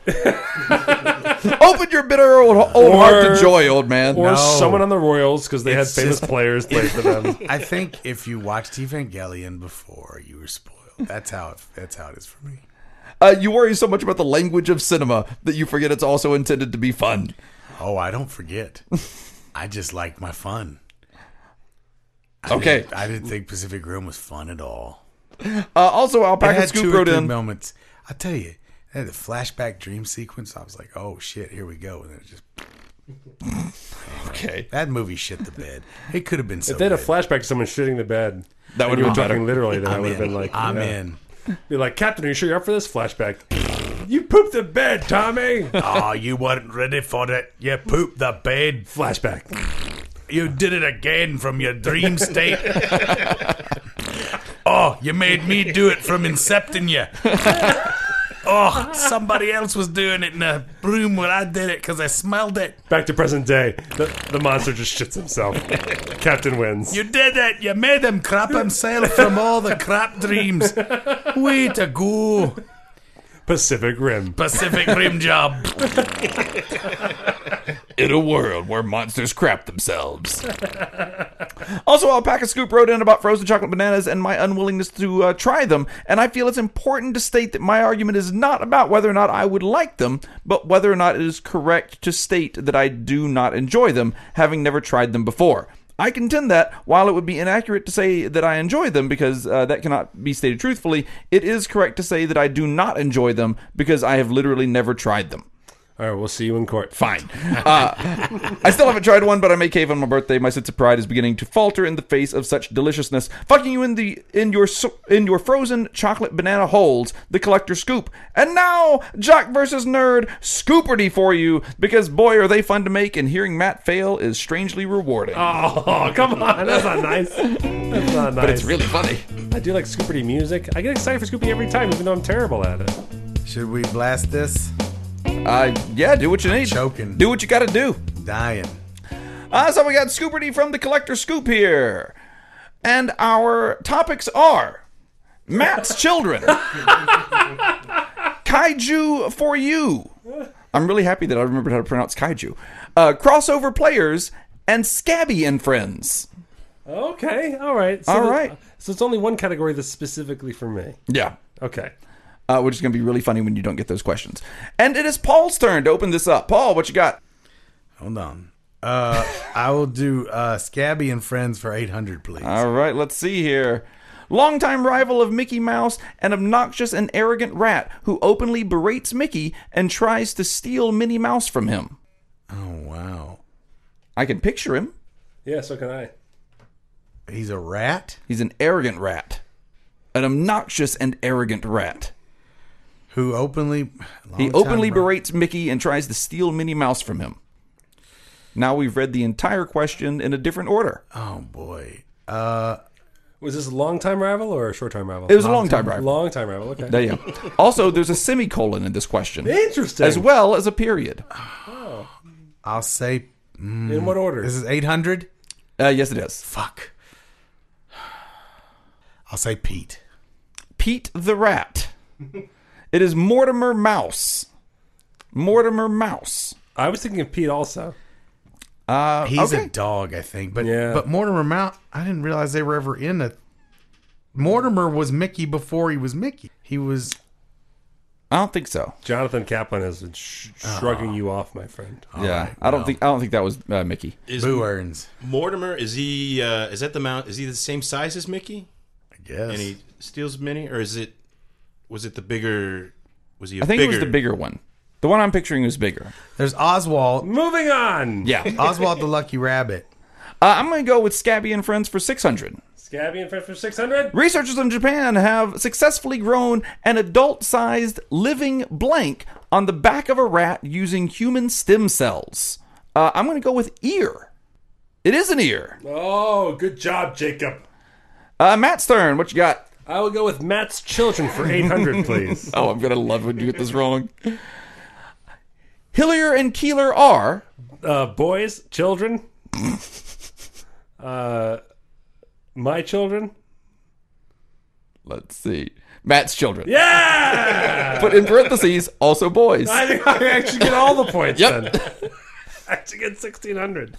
Open your bitter old, old heart
Or-
to joy, old man.
or
No.
someone on the Royals because they
It's
had famous
just-
players play for them.
I think if you watched Evangelion before, you were spoiled. That's how it, that's how it is for me.
Uh, you worry so much about the language of cinema that you forget it's also intended to be fun.
Oh, I don't forget. I just like my fun.
Okay.
I didn't think Pacific Rim was fun at all.
Uh, also,
I
Alpaca
had two
Scoop
or
wrote
three
in.
moments. I tell you, I had the flashback dream sequence. I was like, "Oh shit, here we go!" And then it just
Okay,
that movie shit the bed. It could have been so.
If they had a
good.
flashback to someone shitting the bed,
That would've
and you were
been better.
talking literally. Then i
I'm
would have
in.
been like,
I'm
yeah.
in.
Be like, Captain, are you sure you're up for this flashback? you pooped the bed, Tommy.
oh, you weren't ready for it. You pooped the bed.
flashback.
You did it again from your dream state. oh, you made me do it from incepting you. Oh, somebody else was doing it in the room when I did it because I smelled it.
Back to present day. The, the monster just shits himself. Captain wins.
You did it. You made him crap himself from all the crap dreams. Way to go,
Pacific Rim.
Pacific Rim job.
in a world where monsters crap themselves. also, Alpaca Scoop wrote in about frozen chocolate bananas and my unwillingness to uh, try them, and I feel it's important to state that my argument is not about whether or not I would like them, but whether or not it is correct to state that I do not enjoy them, having never tried them before. I contend that while it would be inaccurate to say that I enjoy them because uh, that cannot be stated truthfully, it is correct to say that I do not enjoy them because I have literally never tried them.
All right, we'll see you in court.
Fine. Uh, I still haven't tried one, but I may cave on my birthday. My sense of pride is beginning to falter in the face of such deliciousness. Fucking you in the in your so- in your frozen chocolate banana holes. The collector scoop, and now Jock versus Nerd Scooperty for you because boy are they fun to make, and hearing Matt fail is strangely rewarding.
Oh, come on. That's not nice. That's not nice.
but it's really funny.
I do like Scooperty music. I get excited for Scooperty every time, even though I'm terrible at it.
Should we blast this?
Uh, yeah, do what you need.
choking.
Do what you got to do.
Dying.
Uh, so we got Scooperty from the Collector Scoop here. And our topics are Matt's children, Kaiju for you. I'm really happy that I remembered how to pronounce Kaiju. Uh, crossover players, and Scabby and Friends.
Okay. All right. So
All
the-
right.
So it's only one category that's specifically for me.
Yeah.
Okay.
Uh, which is going to be really funny when you don't get those questions. And it is Paul's turn to open this up. Paul, what you got?
Hold on. Uh, I will do uh, Scabby and Friends for 800, please.
All right, let's see here. Longtime rival of Mickey Mouse, an obnoxious and arrogant rat who openly berates Mickey and tries to steal Minnie Mouse from him.
oh, wow.
I can picture him.
Yeah, so can I.
He's a rat
He's an arrogant rat. An obnoxious and arrogant rat.
who openly.
He
Long-time
openly
rat.
berates Mickey and tries to steal Minnie Mouse from him. Now we've read the entire question in a different order.
Oh, boy. Uh,
Was this a long time rival or a short time rival?
It was a long time rival.
Long time rival. Okay.
There you go. Also, there's a semicolon in this question,
Interesting.
as well as a period.
I'll say
In what order?
this is 800.
Uh, yes, it is.
Fuck. I'll say Pete.
Pete the Rat. It is Mortimer Mouse. Mortimer Mouse.
I was thinking of Pete also.
Uh,
He's
okay.
a dog, I think. But
Yeah.
but Mortimer Mount, I didn't realize they were ever in a. Mortimer was Mickey before he was Mickey. He was
I don't think so.
Jonathan Kaplan has been sh-
Ah.
shrugging you off, my friend.
yeah, I don't think I don't think that was uh, Mickey.
Is
Boo Earns.
Mortimer is he? Uh, is that the mount? Is he the same size as Mickey?
I guess.
And he steals Minnie, or is it? Was it the bigger? Was he? a
I think
bigger,
it was the bigger one. The one I'm picturing was bigger.
There's Oswald.
Moving on.
Yeah, uh,
Oswald the Lucky Rabbit.
I'm going to go with Scabby and Friends for 600.
Scabby and Fred for 600.
Researchers in Japan have successfully grown an adult-sized living blank on the back of a rat using human stem cells. Uh, I'm going to go with ear. It is an ear.
Oh, good job, Jacob.
Uh, Matt Stern, what you got?
I will go with Matt's children for 800, please.
Oh, I'm gonna love when you get this wrong. Hillier and Keeler are
Uh, boys, children. uh, my children.
let's see. Matt's children.
Yeah!
But in parentheses, also boys.
I think I actually get all the points
Yep.
then. I actually get 1600.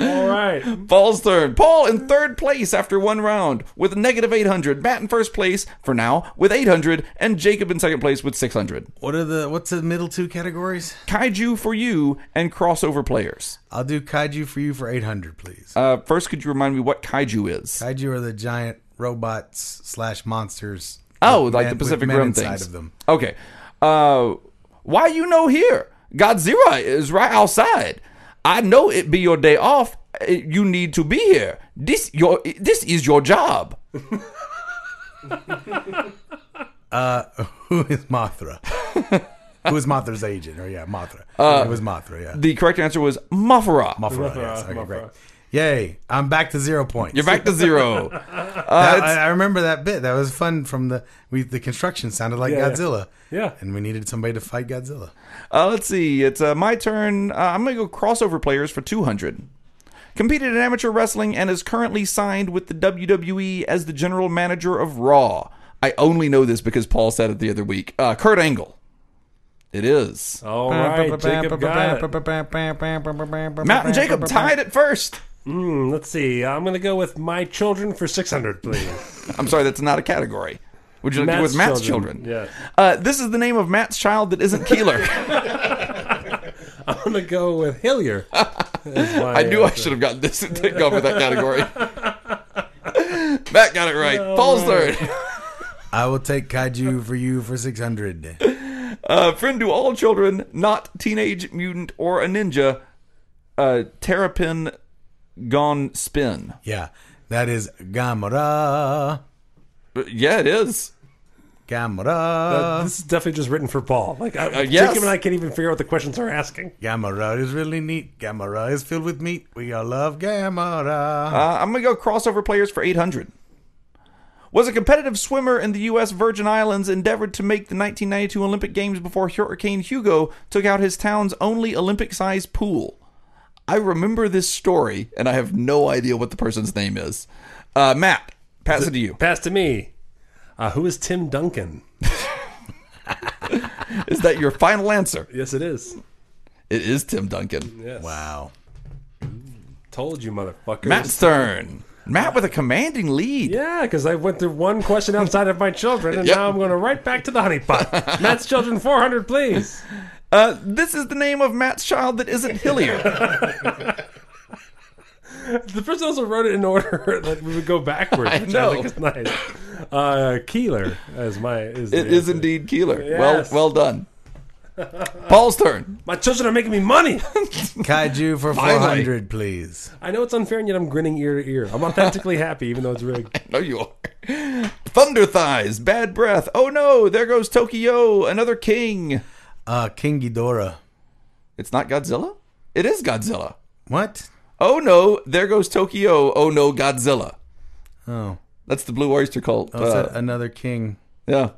all right.
Paul's third. Paul in third place after one round with negative 800. Matt in first place for now with 800. And Jacob in second place with 600.
What are the what's the middle two categories?
Kaiju for you and crossover players.
I'll do Kaiju for you for 800, please.
Uh, first, could you remind me what kaiju is?
Kaiju are the giant robots slash monsters.
Oh,
with
like
men-
the Pacific
with men
Rim
inside
things.
of them.
Okay. Uh, why you know here? Godzilla is right outside. I know it be your day off. Uh, You need to be here. This your this is your job.
Who is Mothra? Who is Mothra's agent? Or yeah, Mothra. it was Mothra. Yeah,
Uh, The correct answer was Mothra.
Mothra. yes. Okay, great. Yay! I'm back to zero points.
You're back to zero.
That-
it's-
I, I remember that bit. That was fun. From the we the construction sounded like
Yeah, yeah.
Godzilla.
Yeah.
and we needed somebody to fight Godzilla.
Uh, let's see. It's uh, my turn. Uh, I'm going to go crossover players for 200. Competed in amateur wrestling and is currently signed with the WWE as the general manager of Raw. I only know this because Paul said it the other week. Uh, Kurt Angle. It is.
All right, Jacob got it.
Matt and Jacob tied at first.
Hmm, let's see. I'm going to go with my children for 600, please.
I'm sorry, that's not a category. Would you like to go with Matt's children?
Yeah.
Uh, this is the name of Matt's child that isn't Keeler.
I'm going to go with Hillier.
I knew I should have gotten this and didn't go for that category. Matt got it right. Paul's third.
I will take Kaiju for you for six hundred.
Uh, friend to all children, not teenage mutant or a ninja. Uh, Terrapin gone spin.
Yeah, that is Gamora.
Uh, Yeah, it is.
Gamora.
Uh, this is definitely just written for Paul. Like, I,
yes.
Jacob and I can't even figure out what the questions are asking.
Gamora is really neat. Gamora is filled with meat. We all love Gamora.
Uh, I'm gonna go crossover players for 800. Was a competitive swimmer in the U.S. Virgin Islands, endeavored to make the 1992 Olympic Games before Hurricane Hugo took out his town's only Olympic-sized pool. I remember this story, and I have no idea what the person's name is. Uh, Matt, pass it to you.
Pass to me. Uh, who is Tim Duncan?
Is that your final answer?
Yes, it is.
It is Tim Duncan.
Yes.
wow.
Told you, motherfuckers.
Matt's turn. Matt with a commanding lead.
Yeah, because I went through one question outside of my children, and
Yep.
now I'm going to right back to the honeypot. Matt's children 400, please.
Uh, this is the name of Matt's child that isn't Hillier.
The person also wrote it in order that we would go backwards, which I,
know.
think is nice. Uh, Keeler as my is
it
the
is
answer.
indeed Keeler.
Yes.
Well, well done. Paul's turn.
My children are making me money.
Kaiju for 400, please.
I know it's unfair, and yet I'm grinning ear to ear. I'm authentically happy, even though it's rigged.
No, you are. Thunder thighs, bad breath. Oh no, there goes Tokyo, another king.
Uh, King Ghidorah.
It's not Godzilla. It is Godzilla.
What?
Oh no, there goes Tokyo. Oh no, Godzilla.
Oh.
That's the Blue Oyster Cult.
Oh, is
uh,
that another king?
yeah.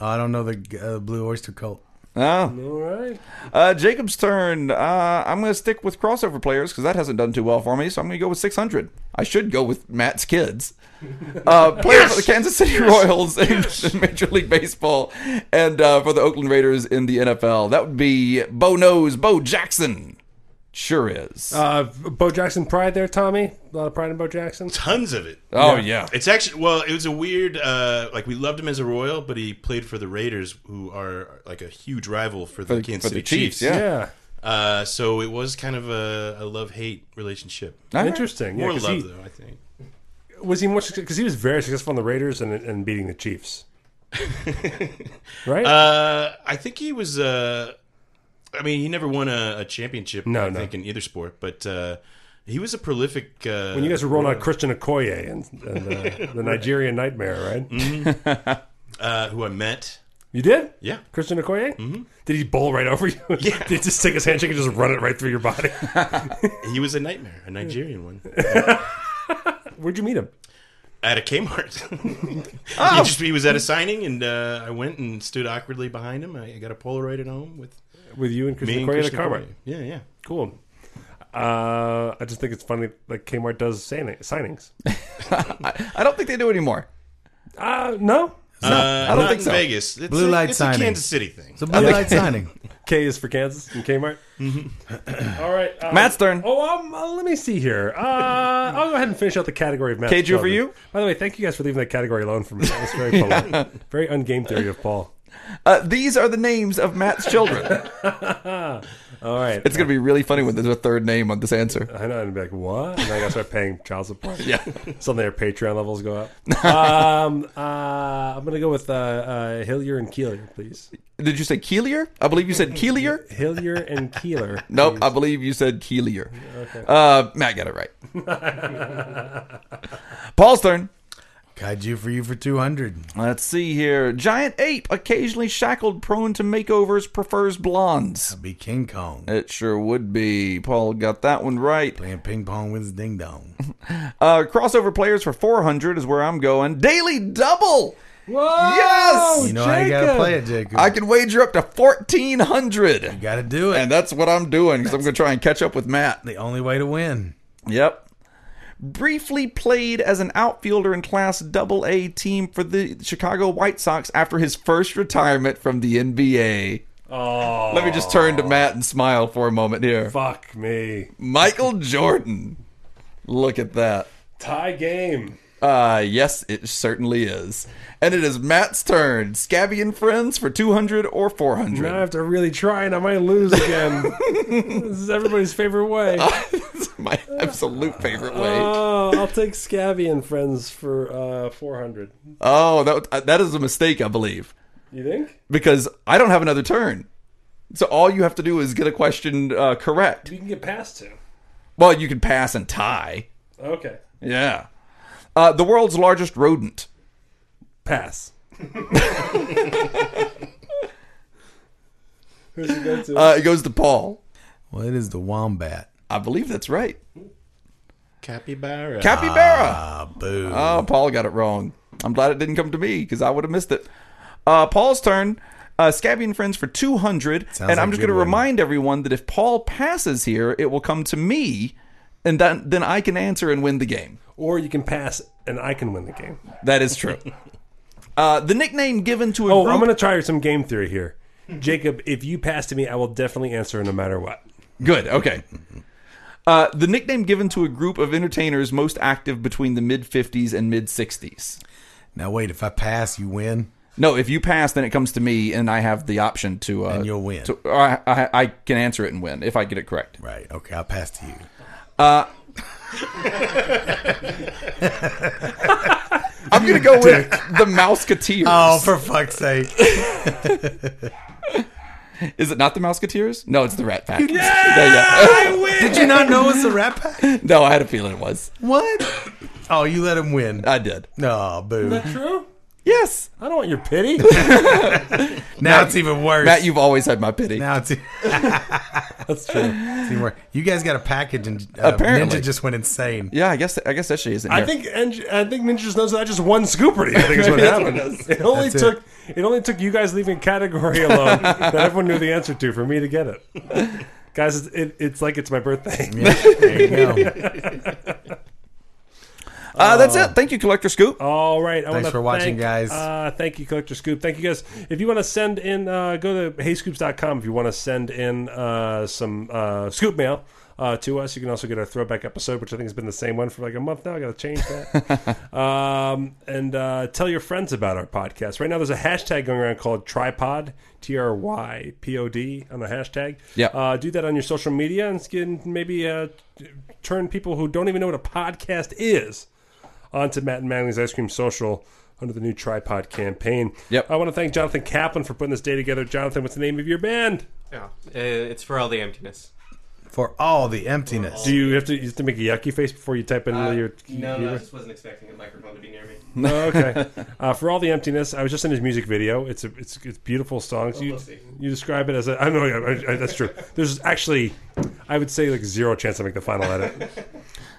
Oh, I don't know the uh, Blue Oyster Cult.
Ah.
All right.
Uh, Jacob's turn. Uh, I'm going to stick with crossover players because that hasn't done too well for me. So I'm going to go with 600. I should go with Matt's kids. Uh, player for the Kansas City Royals in, in Major League Baseball and uh, for the Oakland Raiders in the NFL. That would be Bo Nose, Bo Jackson. Sure is.
Uh, Bo Jackson pride there, Tommy. A lot of pride in Bo Jackson.
Tons of it.
oh, yeah.
It's actually well, it was a weird uh like we loved him as a Royal, but he played for the Raiders who are like a huge rival for the
the-
Kansas
for the
City
Chiefs,
Chiefs.
yeah.
Yeah.
Uh so it was kind of a, a love hate relationship.
All right.
Interesting. Yeah,
More
'cause
love
he-
though, I think.
was he much because he was very successful on the Raiders and, and beating the Chiefs, right?
Uh I think he was uh I mean, he never won a, a championship
No,
I
no.
think in either sport, but uh he was a prolific uh
when you guys were rolling out Christian Okoye and, and uh, the Nigerian Nightmare, right?
Mm-hmm. uh who I met.
You did,
Yeah.
Christian Okoye. Mm-hmm. Did he bowl right over you? Yeah. did he just take his handshake and just run it right through your body?
He was a nightmare, a Nigerian one.
Where'd you meet him?
At a Kmart.
Oh.
he, just, he was at a signing, and uh, I went and stood awkwardly behind him. I, I got a Polaroid at home with
With you and Christian
me and
Okoye at a
Christian
car mart.
Corey. Yeah, yeah.
Cool. Uh, I just think it's funny like Kmart does sign- signings.
I don't think they do anymore.
Uh, no.
Uh, I
don't
don't
think
think
so.
Vegas. It's
Blue
a,
light
it's
signing.
a Kansas City thing.
It's a blue light signing.
K is for Kansas and Kmart. All right, uh,
Matt's turn.
Oh, um, uh, let me see here. Uh, I'll go ahead and finish out the category of Matt's
Cage, you for
children.
you?
By the way, thank you guys for leaving that category alone for me. That was very polite. very ungame theory of Paul.
Uh, these are the names of Matt's children.
All right,
it's going to be really funny when there's a third name on this answer.
I know, and be like, what? And I gotta start paying child support.
Yeah.
suddenly our Patreon levels go up. um, uh, I'm gonna go with uh, uh, Hillier and Keeler, please.
Did you say Keelier? I believe you said Keelier.
Hillier and Keeler.
Nope, I believe you said Keelier. Uh, Matt got it right. Paul's turn.
Kaiju for you for 200.
Let's see here. Giant ape, occasionally shackled, prone to makeovers, prefers blondes.
Be King Kong.
It sure would be. Paul got that one right.
Playing ping pong with his ding dong.
Uh, crossover players for 400 is where I'm going. Daily double.
Whoa!
Yes!
Oh! You know how you gotta play it, Jacob.
I can wager up to 1400.
gotta do it.
And that's what I'm doing because I'm going to try and catch up with Matt.
the only way to win.
Yep. Briefly played as an outfielder in Class AA team for the Chicago White Sox after his first retirement from the NBA. Oh. Let me just turn to Matt and smile for a moment here.
Fuck me.
Michael Jordan. Look at that.
Tie game.
Uh, yes, it certainly is. And it is Matt's turn. Scabby and friends for 200 or 400.
Now I have to really try and I might lose again. this is everybody's favorite way.
It's my absolute favorite way.
Oh, I'll take Scabby and friends for uh, 400.
Oh, that that is a mistake, I believe.
You think?
because I don't have another turn. So all you have to do is get a question uh, correct.
You can get past two.
Well, you can pass and tie.
Okay.
Yeah. Uh, the world's largest rodent.
Pass. Who's it go to?
Uh, it goes to Paul.
Well, it is the wombat.
I believe that's right.
Capybara.
Capybara.
Ah, boo.
oh, Paul got it wrong. I'm glad it didn't come to me because I would have missed it. Uh, Paul's turn. Uh, Scabby and friends for 200.
Sounds
and I'm
like
just
good
going to
one.
remind everyone that if Paul passes here, it will come to me, and then then I can answer and win the game.
or you can pass and I can win the game.
That is true. uh, the nickname given to a
Oh,
group.
I'm going to try some game theory here. Jacob, if you pass to me, I will definitely answer no matter what.
Good. Okay. Uh, the nickname given to a group of entertainers most active between the mid 50s and mid 60s.
Now wait, if I pass, you win.
No, if you pass, then it comes to me, and I have the option to. Uh,
And you'll win.
To, or I, I, I can answer it and win if I get it correct.
Right. Okay, I'll pass to you.
I'm going to go with the Mouseketeers.
Oh, for fuck's sake!
Is it not the Mouseketeers? No, it's the Rat Pack.
Did you not know it's a rat pack?
no, I had a feeling it was.
What? Oh, you let him win.
I did.
No, boo.
True.
Yes.
I don't want your pity.
Now it's even worse.
Matt, you've always had my pity.
now it's, e-
That's true.
it's even worse. You guys got a package, and uh,
Apparently.
Ninja just went insane.
Yeah, I guess I guess that shit isn't
I
here.
think and I think Ninja just knows that I just won Scooperty. I think is what
Maybe that's
happened.
what
It, only
That's it.
took it. only took you guys leaving a category alone that everyone knew the answer to for me to get it. Guys, it's, it, it's like it's my birthday.
There you go.
uh, that's
Oh.
it. Thank you, Collector Scoop.
All right. I
Thanks
wanna
for watching, guys.
thank, Uh, thank you, Collector Scoop. Thank you, guys. If you want to send in, uh, go to heyscoops.com if you want to send in uh, some uh, scoop mail. Uh, to us, you can also get our throwback episode, which I think has been the same one for like a month now. I got to change that. um, and uh, tell your friends about our podcast. Right now, there's a hashtag going around called Tripod, T R Y P O D, on the hashtag.
Yeah.
Uh, do that on your social media and skin, maybe uh, t- turn people who don't even know what a podcast is onto Matt and Manly's Ice Cream Social under the new tripod campaign.
Yep.
I want to thank Jonathan Kaplan for putting this day together. Jonathan, what's the name of your band?
Yeah, uh, it's for all the emptiness.
For all the emptiness.
Do you have to, you have to make a yucky face before you type in your
Uh, No, no, I
your-
just wasn't expecting a microphone to be near me.
No, okay. uh, for all the emptiness, I was just in his music video. It's a it's it's beautiful songs. You
we'll see.
you describe it as a I know I, I, that's true. There's actually I would say like zero chance I make the final edit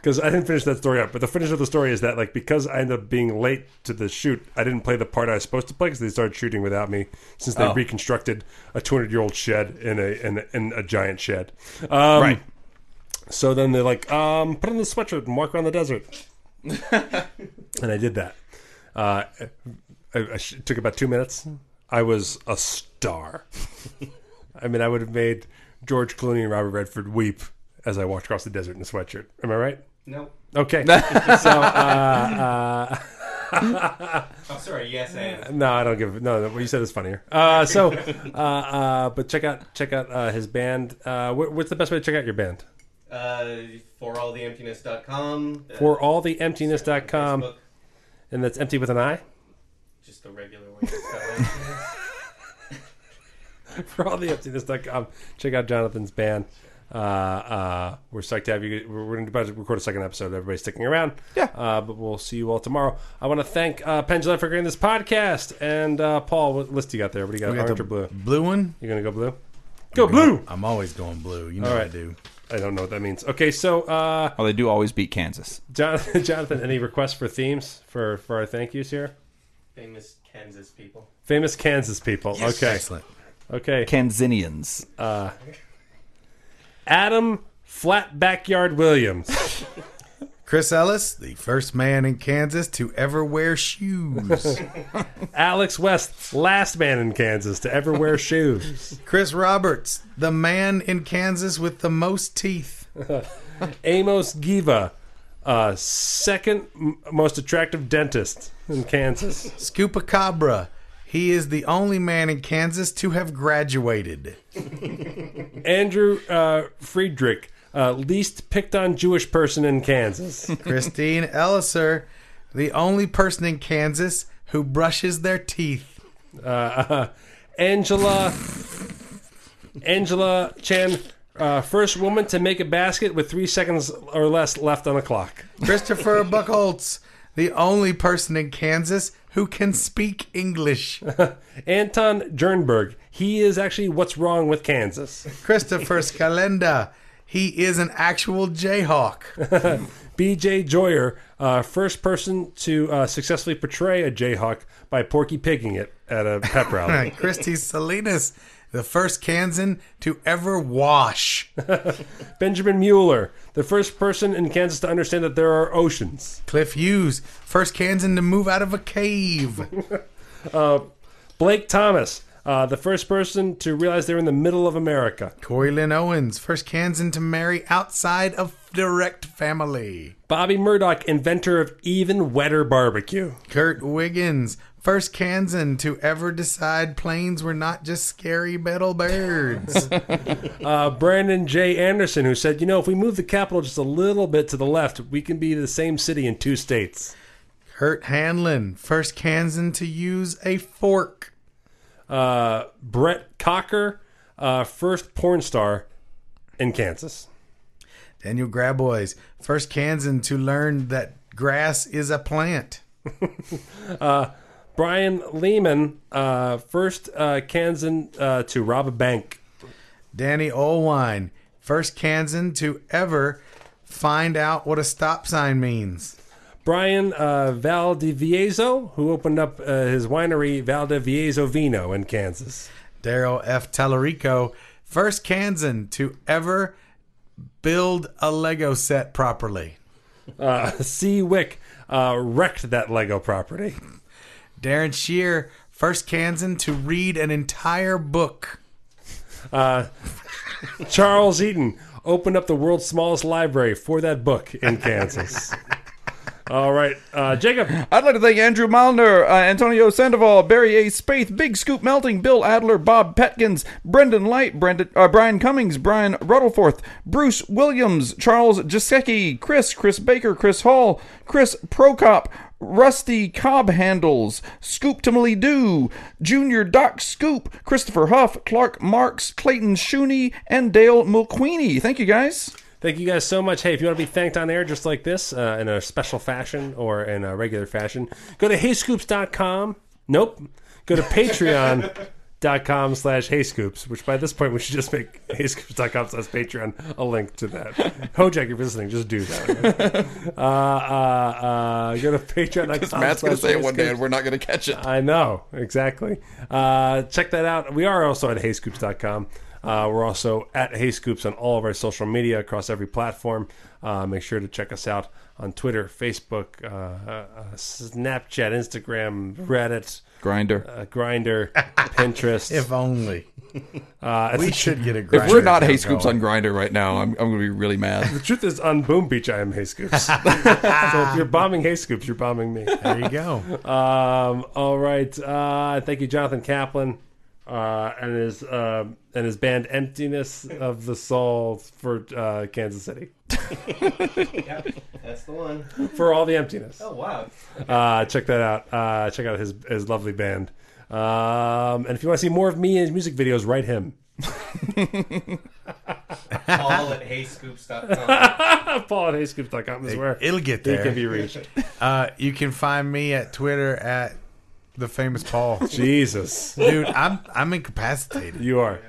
because I didn't finish that story up. But the finish of the story is that like because I ended up being late to the shoot, I didn't play the part I was supposed to play because they started shooting without me since they reconstructed a 200 year old shed in a in a, in a giant shed. Um, right. So then they're like, um, put on the sweatshirt and walk around the desert. and I did that. Uh, I, I sh- took about two minutes. I was a star. I mean, I would have made George Clooney and Robert Redford weep as I walked across the desert in a sweatshirt. Am I right?
No.
Okay. so, uh, uh,
Oh, sorry. Yes, I am.
no, I don't give. No, no, what you said is funnier. Uh, so, uh, uh, but check out check out uh, his band. Uh, wh- what's the best way to check out your band?
Uh, foralltheemptiness.com. Uh,
For um, all the emptiness.com,
Facebook,
and that's empty with an I.
Just the regular way. to spell it.
for all the emptiness.com. um, Check out Jonathan's band. Uh, uh, we're psyched to have you. We're, we're about to record a second episode. Everybody's sticking around.
Yeah.
Uh, but we'll see you all tomorrow. I want to thank uh, Pendula for creating this podcast. And uh, Paul, what list you got there? What do you got?
We got
Orange
the
or blue?
blue one?
You going to go blue? Go blue!
I'm always going blue. You know
right.
I do.
I don't know what that means. Okay, so uh,
Oh, they do always beat Kansas.
John, Jonathan, any requests for themes for, for our thank yous here?
Famous Kansas people.
Famous Kansas people. okay.
Excellent.
Okay.
Kansinians.
Adam Flat Backyard Williams.
Chris Ellis, the first man in Kansas to ever wear shoes.
Alex West, last man in Kansas to ever wear shoes.
Chris Roberts, the man in Kansas with the most teeth.
Amos Giva, uh, second m- most attractive dentist in Kansas.
Scoopacabra, he is the only man in Kansas to have graduated.
Andrew uh, Friedrich, uh, least picked on Jewish person in Kansas.
Christine Elliser, the only person in Kansas who brushes their teeth.
Uh, Angela Angela Chen, uh, first woman to make a basket with three seconds or less left on the clock.
Christopher Buckholz, the only person in Kansas who can speak English.
Anton Jernberg, he is actually what's wrong with Kansas.
Christopher Scalenda, he is an actual Jayhawk.
B.J. Joyer, uh, first person to uh, successfully portray a Jayhawk by Porky Pigging it at a pep rally.
Christy Salinas, the first Kansan to ever wash.
Benjamin Mueller, the first person in Kansas to understand that there are oceans.
Cliff Hughes, first Kansan to move out of a cave.
Blake Thomas, uh, the first person to realize they're in the middle of America.
Corey Lynn Owens, first Kansan to marry outside of direct family.
Bobby Murdoch, inventor of even wetter barbecue.
Kurt Wiggins, first Kansan to ever decide planes were not just scary metal birds.
Uh, Brandon J. Anderson, who said, you know, if we move the capital just a little bit to the left, we can be the same city in two states.
Kurt Hanlon, first Kansan to use a fork.
Uh, Brett Cocker, uh, first porn star in Kansas.
Daniel Grabois, first Kansan to learn that grass is a plant.
Brian Lehman, uh, first uh, Kansan uh, to rob a bank.
Danny Olwine, first Kansan to ever find out what a stop sign means.
Brian uh, Valdivieso, who opened up uh, his winery Valdivieso Vino in Kansas.
Daryl F. Tellerico, first Kansan to ever build a Lego set properly.
Uh, C. Wick uh, wrecked that Lego property.
Darren Shear, first Kansan to read an entire book.
Charles Eaton opened up the world's smallest library for that book in Kansas. All right, uh, Jacob.
I'd like to thank Andrew Malner, uh, Antonio Sandoval, Barry A. Spath, Big Scoop Melting, Bill Adler, Bob Petkins, Brendan Light, Brendan, uh, Brian Cummings, Brian Ruddleforth, Bruce Williams, Charles Jasecki, Chris, Chris Baker, Chris Hall, Chris Prokop, Rusty Cobb Handles, Scoop Tamale Doo, Junior Doc Scoop, Christopher Huff, Clark Marks, Clayton Shooney, and Dale Mulqueeny. Thank you guys.
Thank you guys so much. Hey, if you want to be thanked on air just like this, uh, in a special fashion or in a regular fashion, go to heyscoops.com. Nope. Go to patreon.com slash heyscoops, which by this point we should just make heyscoops.com slash patreon a link to that. Hojack, if you're listening, just do that. uh, uh, uh, go to patreon.com
Matt's going to
slash
say it one day,
heyscoops.
and we're not going to catch it.
I know, exactly. Uh, check that out. We are also at hayscoops.com. Uh, we're also at Hayscoops on all of our social media across every platform. Uh, make sure to check us out on Twitter, Facebook, uh, uh, uh, Snapchat, Instagram, Reddit,
Grinder.
uh, Grinder, Pinterest.
If only.
uh,
We should get a grinder.
if we're not
account
Hey Scoops
going.
on Grinder right now, I'm, I'm going to be really mad.
the truth is, on Boom Beach, I am Hayscoops. so if you're bombing Hayscoops, you're bombing me.
There you go.
Um, all right. Uh, thank you, Jonathan Kaplan, uh, and his um and his band Emptiness of the Soul for uh, Kansas City
That's the one.
for all the emptiness.
Oh wow.
Uh, check that out. Uh, check out his his lovely band. Um, and if you want to see more of me in his music videos, write him.
All at hayscoops.com.
Paul at hayscoops.com is where
It'll get
he
there.
can be reached.
Uh, you can find me at Twitter at the famous Paul.
Jesus,
Dude, I'm I'm incapacitated.
you are.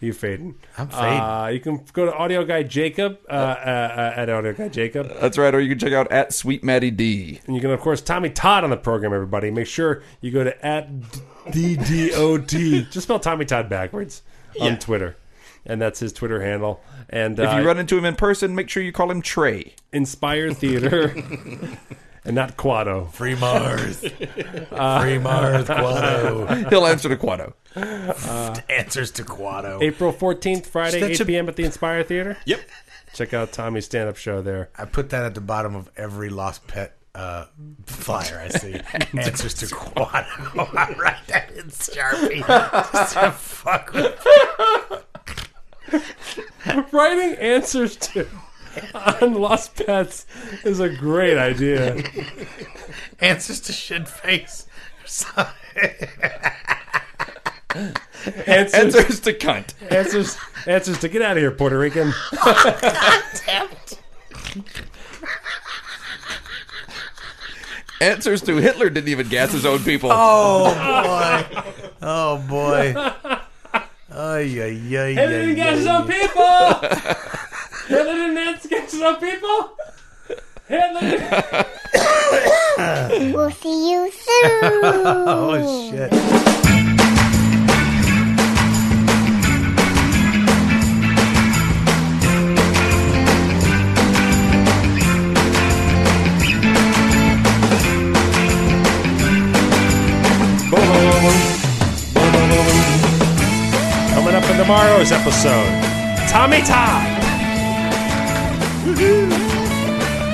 You fading.
I'm fading. Oh.
Uh, you can go to Audio Guy Jacob uh, uh, uh, at Audio Guy Jacob.
That's right. Or you can check out at Sweet Matty D.
And you can, of course, Tommy Todd on the program, everybody. Make sure you go to at DDOT. Just spell Tommy Todd backwards on Twitter. And that's his Twitter handle. And
If
uh,
you run into him in person, make sure you call him Trey.
Inspire Theater and not Quado.
Free Mars. Free Mars Quado.
He'll answer to Quado.
Answers to Quado.
April 14th, Friday,
Such
8
a-
p.m. at the Inspire Theater.
Yep.
Check out Tommy's stand up show there.
I put that at the bottom of every lost pet uh, flyer I see. Answers to Quado. I write that in Sharpie. Just to fuck with
Writing answers to on Lost Pets is a great idea.
Answers to shit face.
answers,
Answers to cunt.
answers, answers to get out of here, Puerto Rican.
Answers to Hitler didn't even gas his own people.
Oh boy. Oh boy. Oh yeah, yeah, yeah.
Everything got his own people. Hitler didn't answer got his own people. Hitler.
We'll see you soon.
Oh shit.
Coming up in tomorrow's episode, Tommy Todd.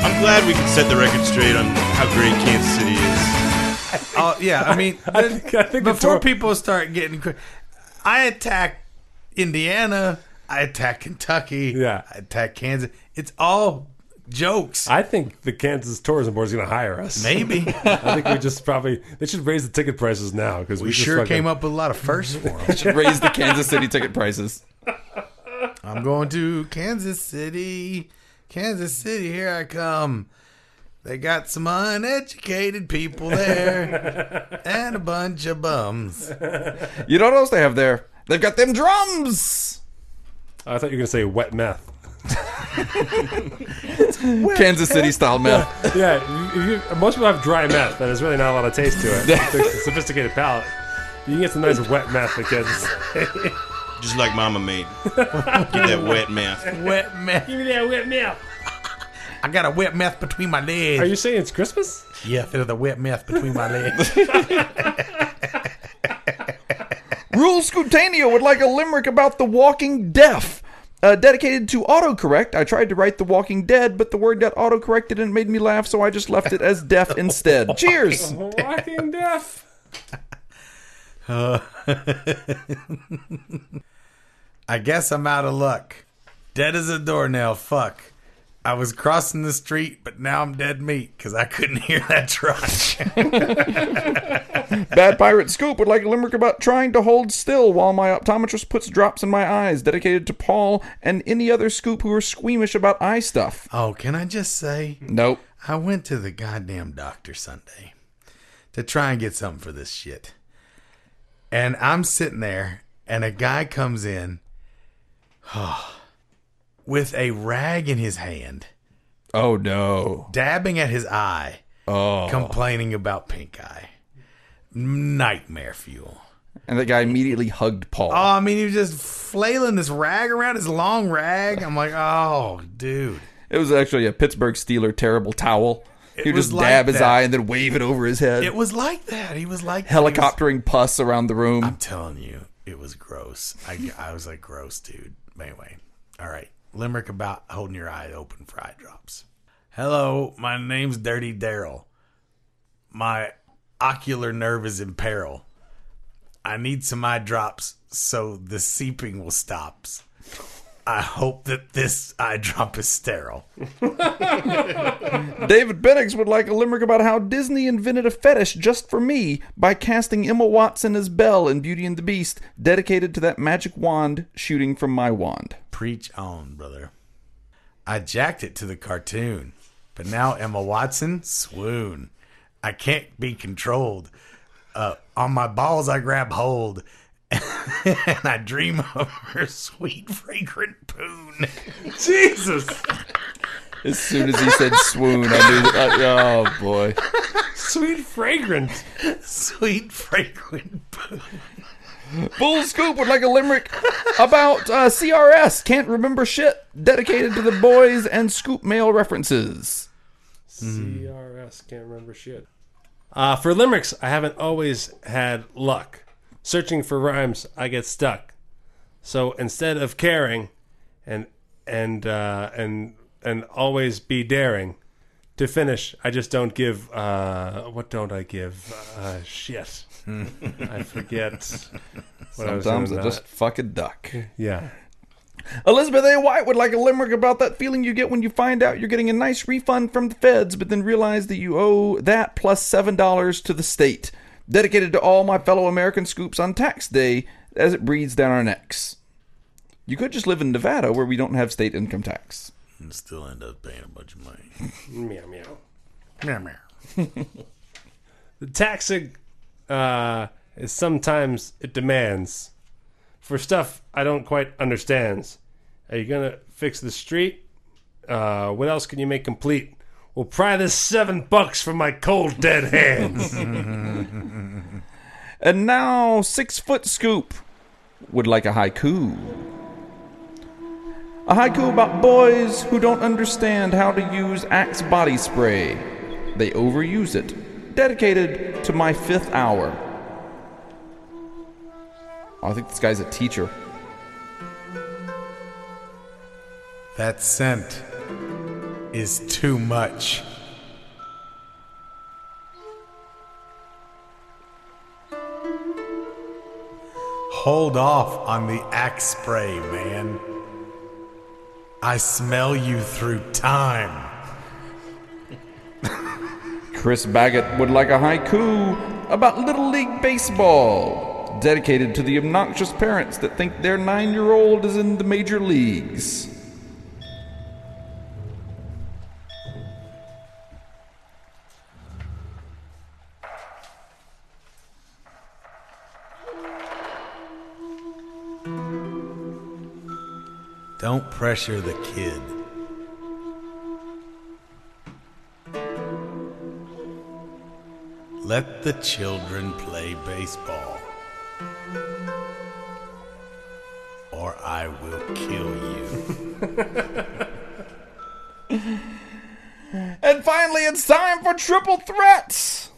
I'm glad we can set the record straight on how great Kansas City is.
Oh yeah, I mean,
think- I think the
before
door-
people start getting, cra- I attack Indiana, I attack Kentucky,
Yeah.
I attack Kansas. It's all jokes,
I think the Kansas Tourism Board is going to hire us.
maybe.
I think we just probably they should raise the ticket prices now because we,
We
just
sure
fucking-
came up with a lot of firsts for 'em.
Raise the Kansas City ticket prices.
I'm going to Kansas City, Kansas City, here I come. They got some uneducated people there and a bunch of bums.
You know what else they have there? They've got them drums.
I thought you were going to say wet meth.
Kansas City style meth.
Yeah, you, you, most people have dry meth, and there's really not a lot of taste to it. It's a sophisticated palate. You can get some nice wet meth because
Just like Mama made. Get that wet mouth.
Wet meth.
give me that wet meth.
I got a wet meth between my legs.
Are you saying it's Christmas?
Yeah, feel the wet meth between my legs.
Rule Scootania would like a limerick about the walking deaf. Uh, dedicated to autocorrect, I tried to write The Walking Dead, but the word got autocorrected and it made me laugh, so I just left it as deaf instead. Cheers!
Walking deaf.
I guess I'm out of luck. Dead as a doornail, fuck. I was crossing the street, but now I'm dead meat because I couldn't hear that truck.
Bad Pirate Scoop would like a limerick about trying to hold still while my optometrist puts drops in my eyes, dedicated to Paul and any other Scoop who are squeamish about eye stuff.
oh, can I just say,
Nope.
I went to the goddamn doctor Sunday to try and get something for this shit. And I'm sitting there, and a guy comes in with a rag in his hand,
Oh, no.
dabbing at his eye,
Oh.
complaining about pink eye. Nightmare fuel.
And the guy immediately hugged Paul.
Oh, I mean, he was just flailing this rag around, his long rag. I'm like, oh, dude.
It was actually a Pittsburgh Steeler terrible towel. He would
was
just
like
dab his
that.
eye and then wave it over his head,
It was like that. He was like
helicoptering pus around the room.
I'm telling you, it was gross. I, I was like, gross, dude. But anyway, all right. Limerick about holding your eye open for eye drops. Hello, my name's Dirty Daryl. My ocular nerve is in peril. I need some eye drops so the seeping will stop. I hope that this eye drop is sterile.
David Bennix would like a limerick about how Disney invented a fetish just for me by casting Emma Watson as Belle in Beauty and the Beast, dedicated to that magic wand shooting from my wand.
Preach on, brother. I jacked it to the cartoon, but now Emma Watson swoon. I can't be controlled. Uh, on my balls, I grab hold, and I dream of her sweet, fragrant poon.
Jesus.
As soon as he said swoon, I knew that. I- oh, boy.
Sweet fragrant.
Sweet, fragrant poon.
Bull Scoop would like a limerick about uh, CRS, can't remember shit, dedicated to the boys and Scoop Mail references.
CRS can't remember shit. Mm-hmm. Uh, for limericks, I haven't always had luck. Searching for rhymes, I get stuck. So instead of caring, and and uh, and and always be daring, to finish, I just don't give. Uh, what don't I give? Uh, shit, I forget. what I was gonna
Sometimes I
not-
just fuck a duck.
yeah.
Elizabeth A. White would like a limerick about that feeling you get when you find out you're getting a nice refund from the feds, but then realize that you owe that plus seven dollars to the state. dedicated to all my fellow American scoops on tax day as it breathes down our necks. You could just live in Nevada where we don't have state income tax.
And still end up paying a bunch of money.
meow meow.
meow, meow.
The taxing uh, is sometimes it demands for stuff I don't quite understand. Are you gonna fix the street? Uh, what else can you make complete? We'll pry this seven bucks from my cold dead hands.
And now, six foot scoop would like a haiku. A haiku about boys who don't understand how to use Axe body spray. They overuse it. Dedicated to my fifth hour. Oh, I think this guy's a teacher.
That scent is too much. Hold off on the axe spray, man. I smell you through time.
Chris Baggett would like a haiku about Little League Baseball, dedicated to the obnoxious parents that think their nine year old is in the major leagues.
Don't pressure the kid. Let the children play baseball. Or I will kill you.
And finally, it's time for triple threats.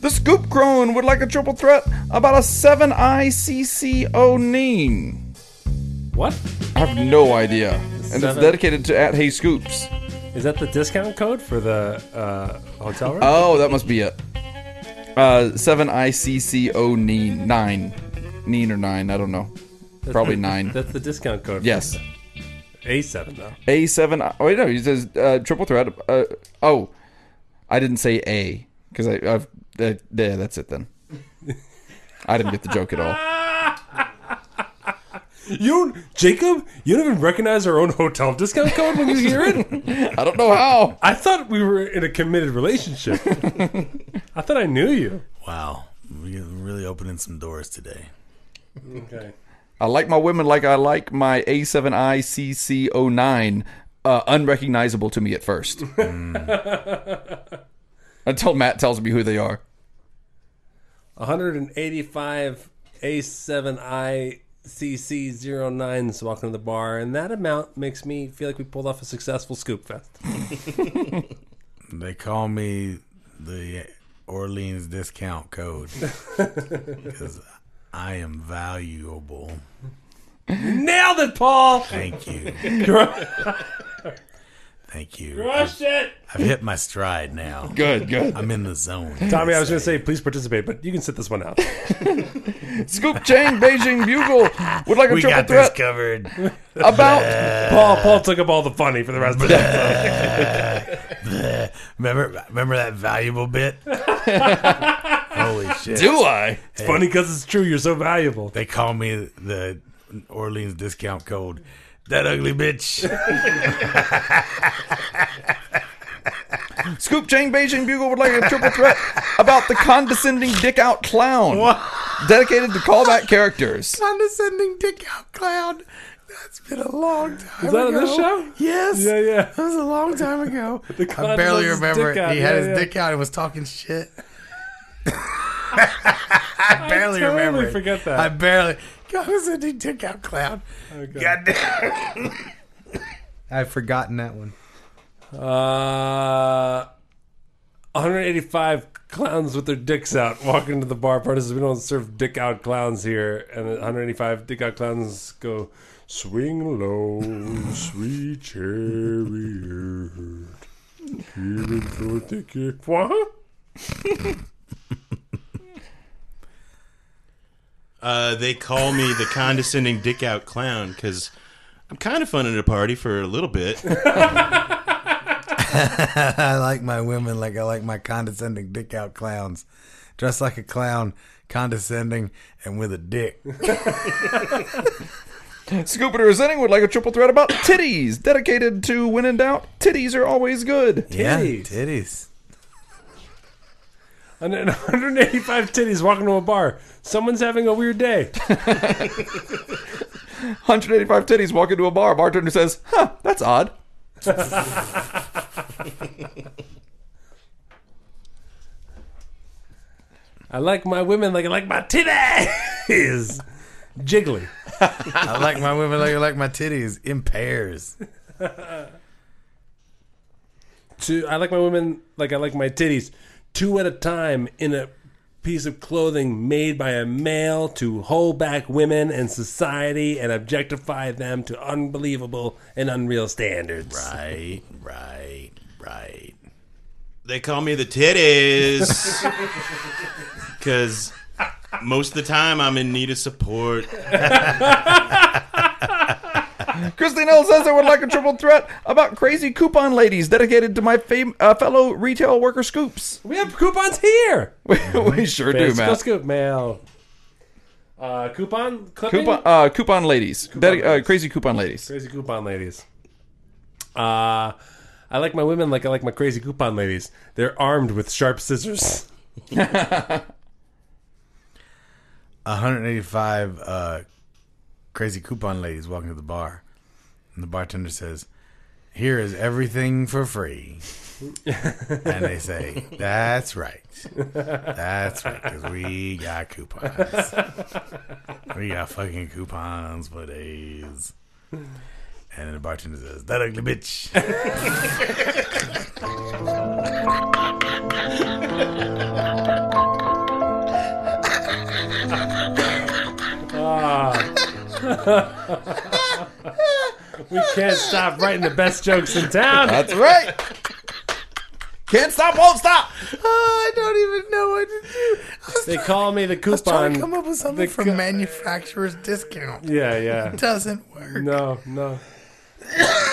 The Scoop Crone would like a triple threat about a 7ICCO name.
what?
I have no idea. And it's
Seven.
dedicated to at Hey Scoops.
Is that the discount code for the uh, hotel room?
Oh, that must be it. Uh, 7ICCO neen. Nine. Neen or nine, I don't know. Probably nine.
That's the discount code. for
Yes.
A7, though.
A7. Oh, wait, no, he says uh, triple threat. Uh, oh, I didn't say A because I, I've. Uh, yeah, that's it then. I didn't get the joke at all.
You, Jacob, you don't even recognize our own hotel discount code when you hear it?
I don't know how.
I thought we were in a committed relationship. I thought I knew you.
Wow, we're really opening some doors today.
Okay.
I like my women like I like my A7ICC09, uh, unrecognizable to me at first. Mm. Until Matt tells me who they are.
185 A7ICC09s walking to the bar, and that amount makes me feel like we pulled off a successful scoop fest.
They call me the Orleans discount code because I am valuable.
Nailed it, Paul!
Thank you. Thank you. I've,
Crush it!
I've hit my stride now.
Good, good.
I'm in the zone.
Tommy, I was going to say, please participate, but you can sit this one out.
Scoop Chain Beijing Bugle would like a
we
triple
got this
threat
covered.
about.
Paul, Paul took up all the funny for the rest of the episode.
Remember, remember that valuable bit? Holy shit!
Do I?
It's funny because it's true. You're so valuable.
They call me the Orleans discount code. That ugly bitch.
Scoop Chang Beijing Bugle would like a triple threat about the condescending dick out clown. Dedicated to callback characters.
condescending dick out clown. That's been a long time.
Is that on
ago.
this show?
Oh Yes.
Yeah, yeah.
That was a long time ago. I
clown
barely
has his
remember.
dick
it.
out.
He had
Yeah,
his
yeah.
dick out and was talking shit. I barely
totally
remember. it.
forget that.
I barely condescending dick out clown. Goddamn.
I've forgotten that one.
Uh, 185 clowns with their dicks out walk into the bar parties. We don't serve dick out clowns here. And 185 dick out clowns go swing low, sweet chariot. Keep it for dicky. What?
Uh, they call me the condescending dick out clown because I'm kind of fun at a party for a little bit.
I like my women like I like my condescending dick out clowns.
dressed like a clown, condescending, and with a dick.
Scoop and Resenting would like a triple threat about titties, dedicated to when in doubt, titties are always good.
Yeah,
Titties.
titties.
And then 185 titties walking to a bar. Someone's having a weird day.
185 titties walk into a bar. Bartender says, huh, that's odd.
I like my women like I like my titties. Jiggly.
I like my women like I like my titties in pairs.
Two, I like my women like I like my titties. Two at a time in a piece of clothing made by a male to hold back women and society and objectify them to unbelievable and unreal standards.
Right, right, right.
They call me the titties because most of the time I'm in need of support.
Christine L says they would like a triple threat about crazy coupon ladies dedicated to my fam- uh, fellow retail worker scoops.
We have coupons here.
we, we sure do,
Let's go
man.
scoop mail. Uh, coupon clipping?
Coupon, uh, coupon ladies. Dedi- uh, crazy coupon ladies.
Crazy coupon ladies. Uh, I like my women like I like my crazy coupon ladies. They're armed with sharp scissors.
185 uh, crazy coupon ladies walking to the bar. And the bartender says, Here is everything for free. and they say, That's right. That's right. Because we got coupons. we got fucking coupons for days. And then the bartender says, That ugly bitch.
We can't stop writing the best jokes in town.
That's right. Can't stop, won't stop.
oh, I don't even know what to do. I was
They call me the
trying to
coupon.
come up with
the
something for
co-
manufacturer's discount.
yeah, yeah.
Doesn't work.
No, no.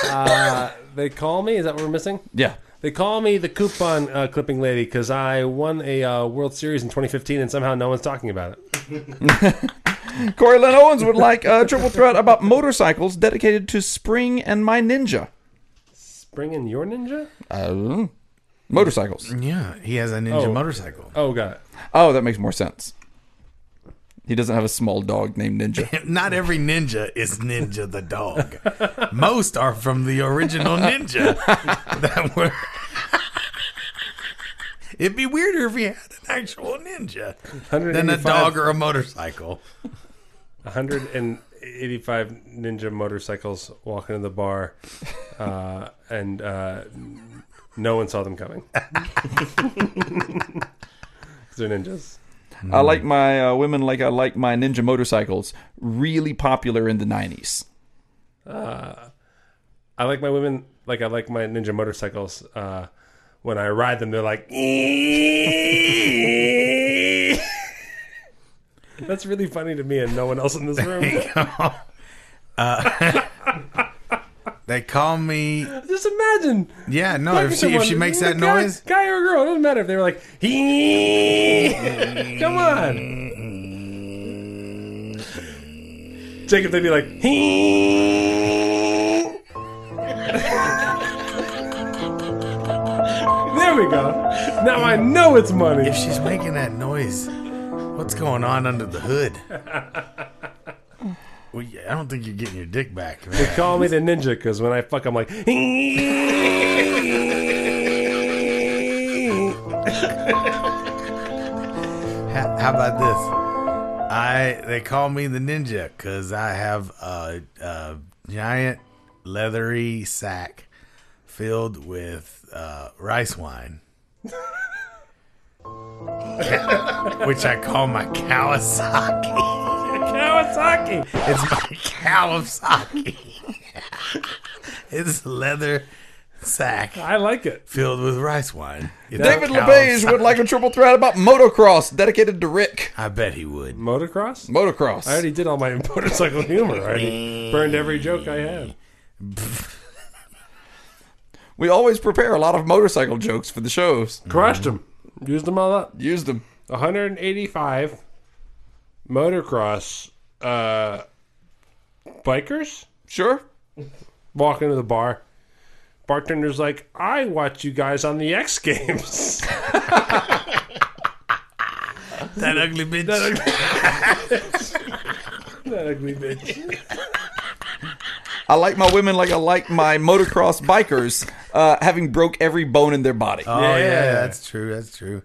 Uh, they call me. Is that what we're missing?
Yeah.
They call me the coupon uh, clipping lady because I won a uh, World Series in 2015 and somehow no one's talking about it.
Corey Lynn Owens would like a triple threat about motorcycles dedicated to Spring and my ninja.
Bring in your ninja?
Uh, motorcycles.
Yeah, he has a ninja
Oh.
motorcycle.
Oh, got it.
Oh, that makes more sense. He doesn't have a small dog named Ninja.
Not every ninja is Ninja the dog. Most are from the original ninja that were. It'd be weirder if he had an actual ninja than a
185
dog or a motorcycle.
185 ninja motorcycles walking in the bar, uh, and uh, no one saw them coming. 'Cause They're ninjas.
I like my uh, women like I like my ninja motorcycles. Really popular in the 90s.
I like my women like I like my ninja motorcycles. Uh, when I ride them, they're like, that's really funny to me and no one else in this room.
They call me.
Just imagine.
Yeah, no,
talking
if
to
she, if she
someone,
makes
the
that
guy-
noise.
guy or girl, it doesn't matter if they were like, come on. Jacob, they'd be like, there we go. Now I know it's money.
If she's making that noise, what's going on under the hood? Well, yeah, I don't think you're getting your dick back. man.
They call me the ninja because when I fuck, I'm like.
Ha- How about this? I they call me the ninja because I have a, a giant leathery sack filled with uh, rice wine, which I call my Kawasaki.
Kawasaki.
It's my Kawasaki. it's a leather sack
I like it.
filled with rice wine. It's
David
a
LeBege would
Kawasaki.
like a triple threat about motocross dedicated to Rick.
I bet he would.
Motocross?
Motocross.
I already did all my motorcycle humor. I already burned every joke I had.
we always prepare a lot of motorcycle jokes for the shows.
Crushed them. Used them all up.
Used them.
185 motocross uh, bikers
Sure.
walk into the bar. Bartender's like, I watch you guys on the X Games.
That ugly bitch.
that ugly bitch.
I like my women like I like my motocross bikers, uh, having broke every bone in their body.
Oh yeah.
Yeah.
that's true. That's true.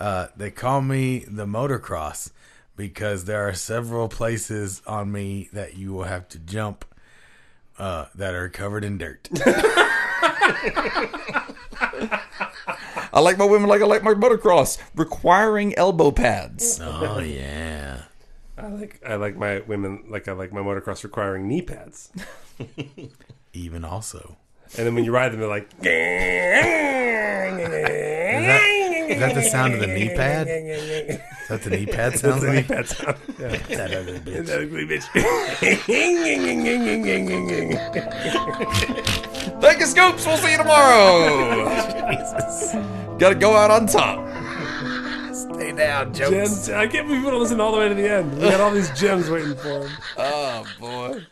Uh, they call me the motocross because there are several places on me that you will have to jump uh, that are covered in dirt.
I like my women like I like my motocross, requiring elbow pads.
oh yeah.
I like I like my women like I like my motocross requiring knee pads.
Even also,
And then when you ride them, they're like,
is that the sound of the knee pad? Is that the knee pad sounds like?
that's how. Yeah.
That ugly bitch.
That ugly bitch.
Thank you, Scoops. We'll see you tomorrow. Gotta go out on top.
Stay down, Joe.
gems. I can't believe people listen all the way to the end. We got all these gems waiting for them.
Oh boy.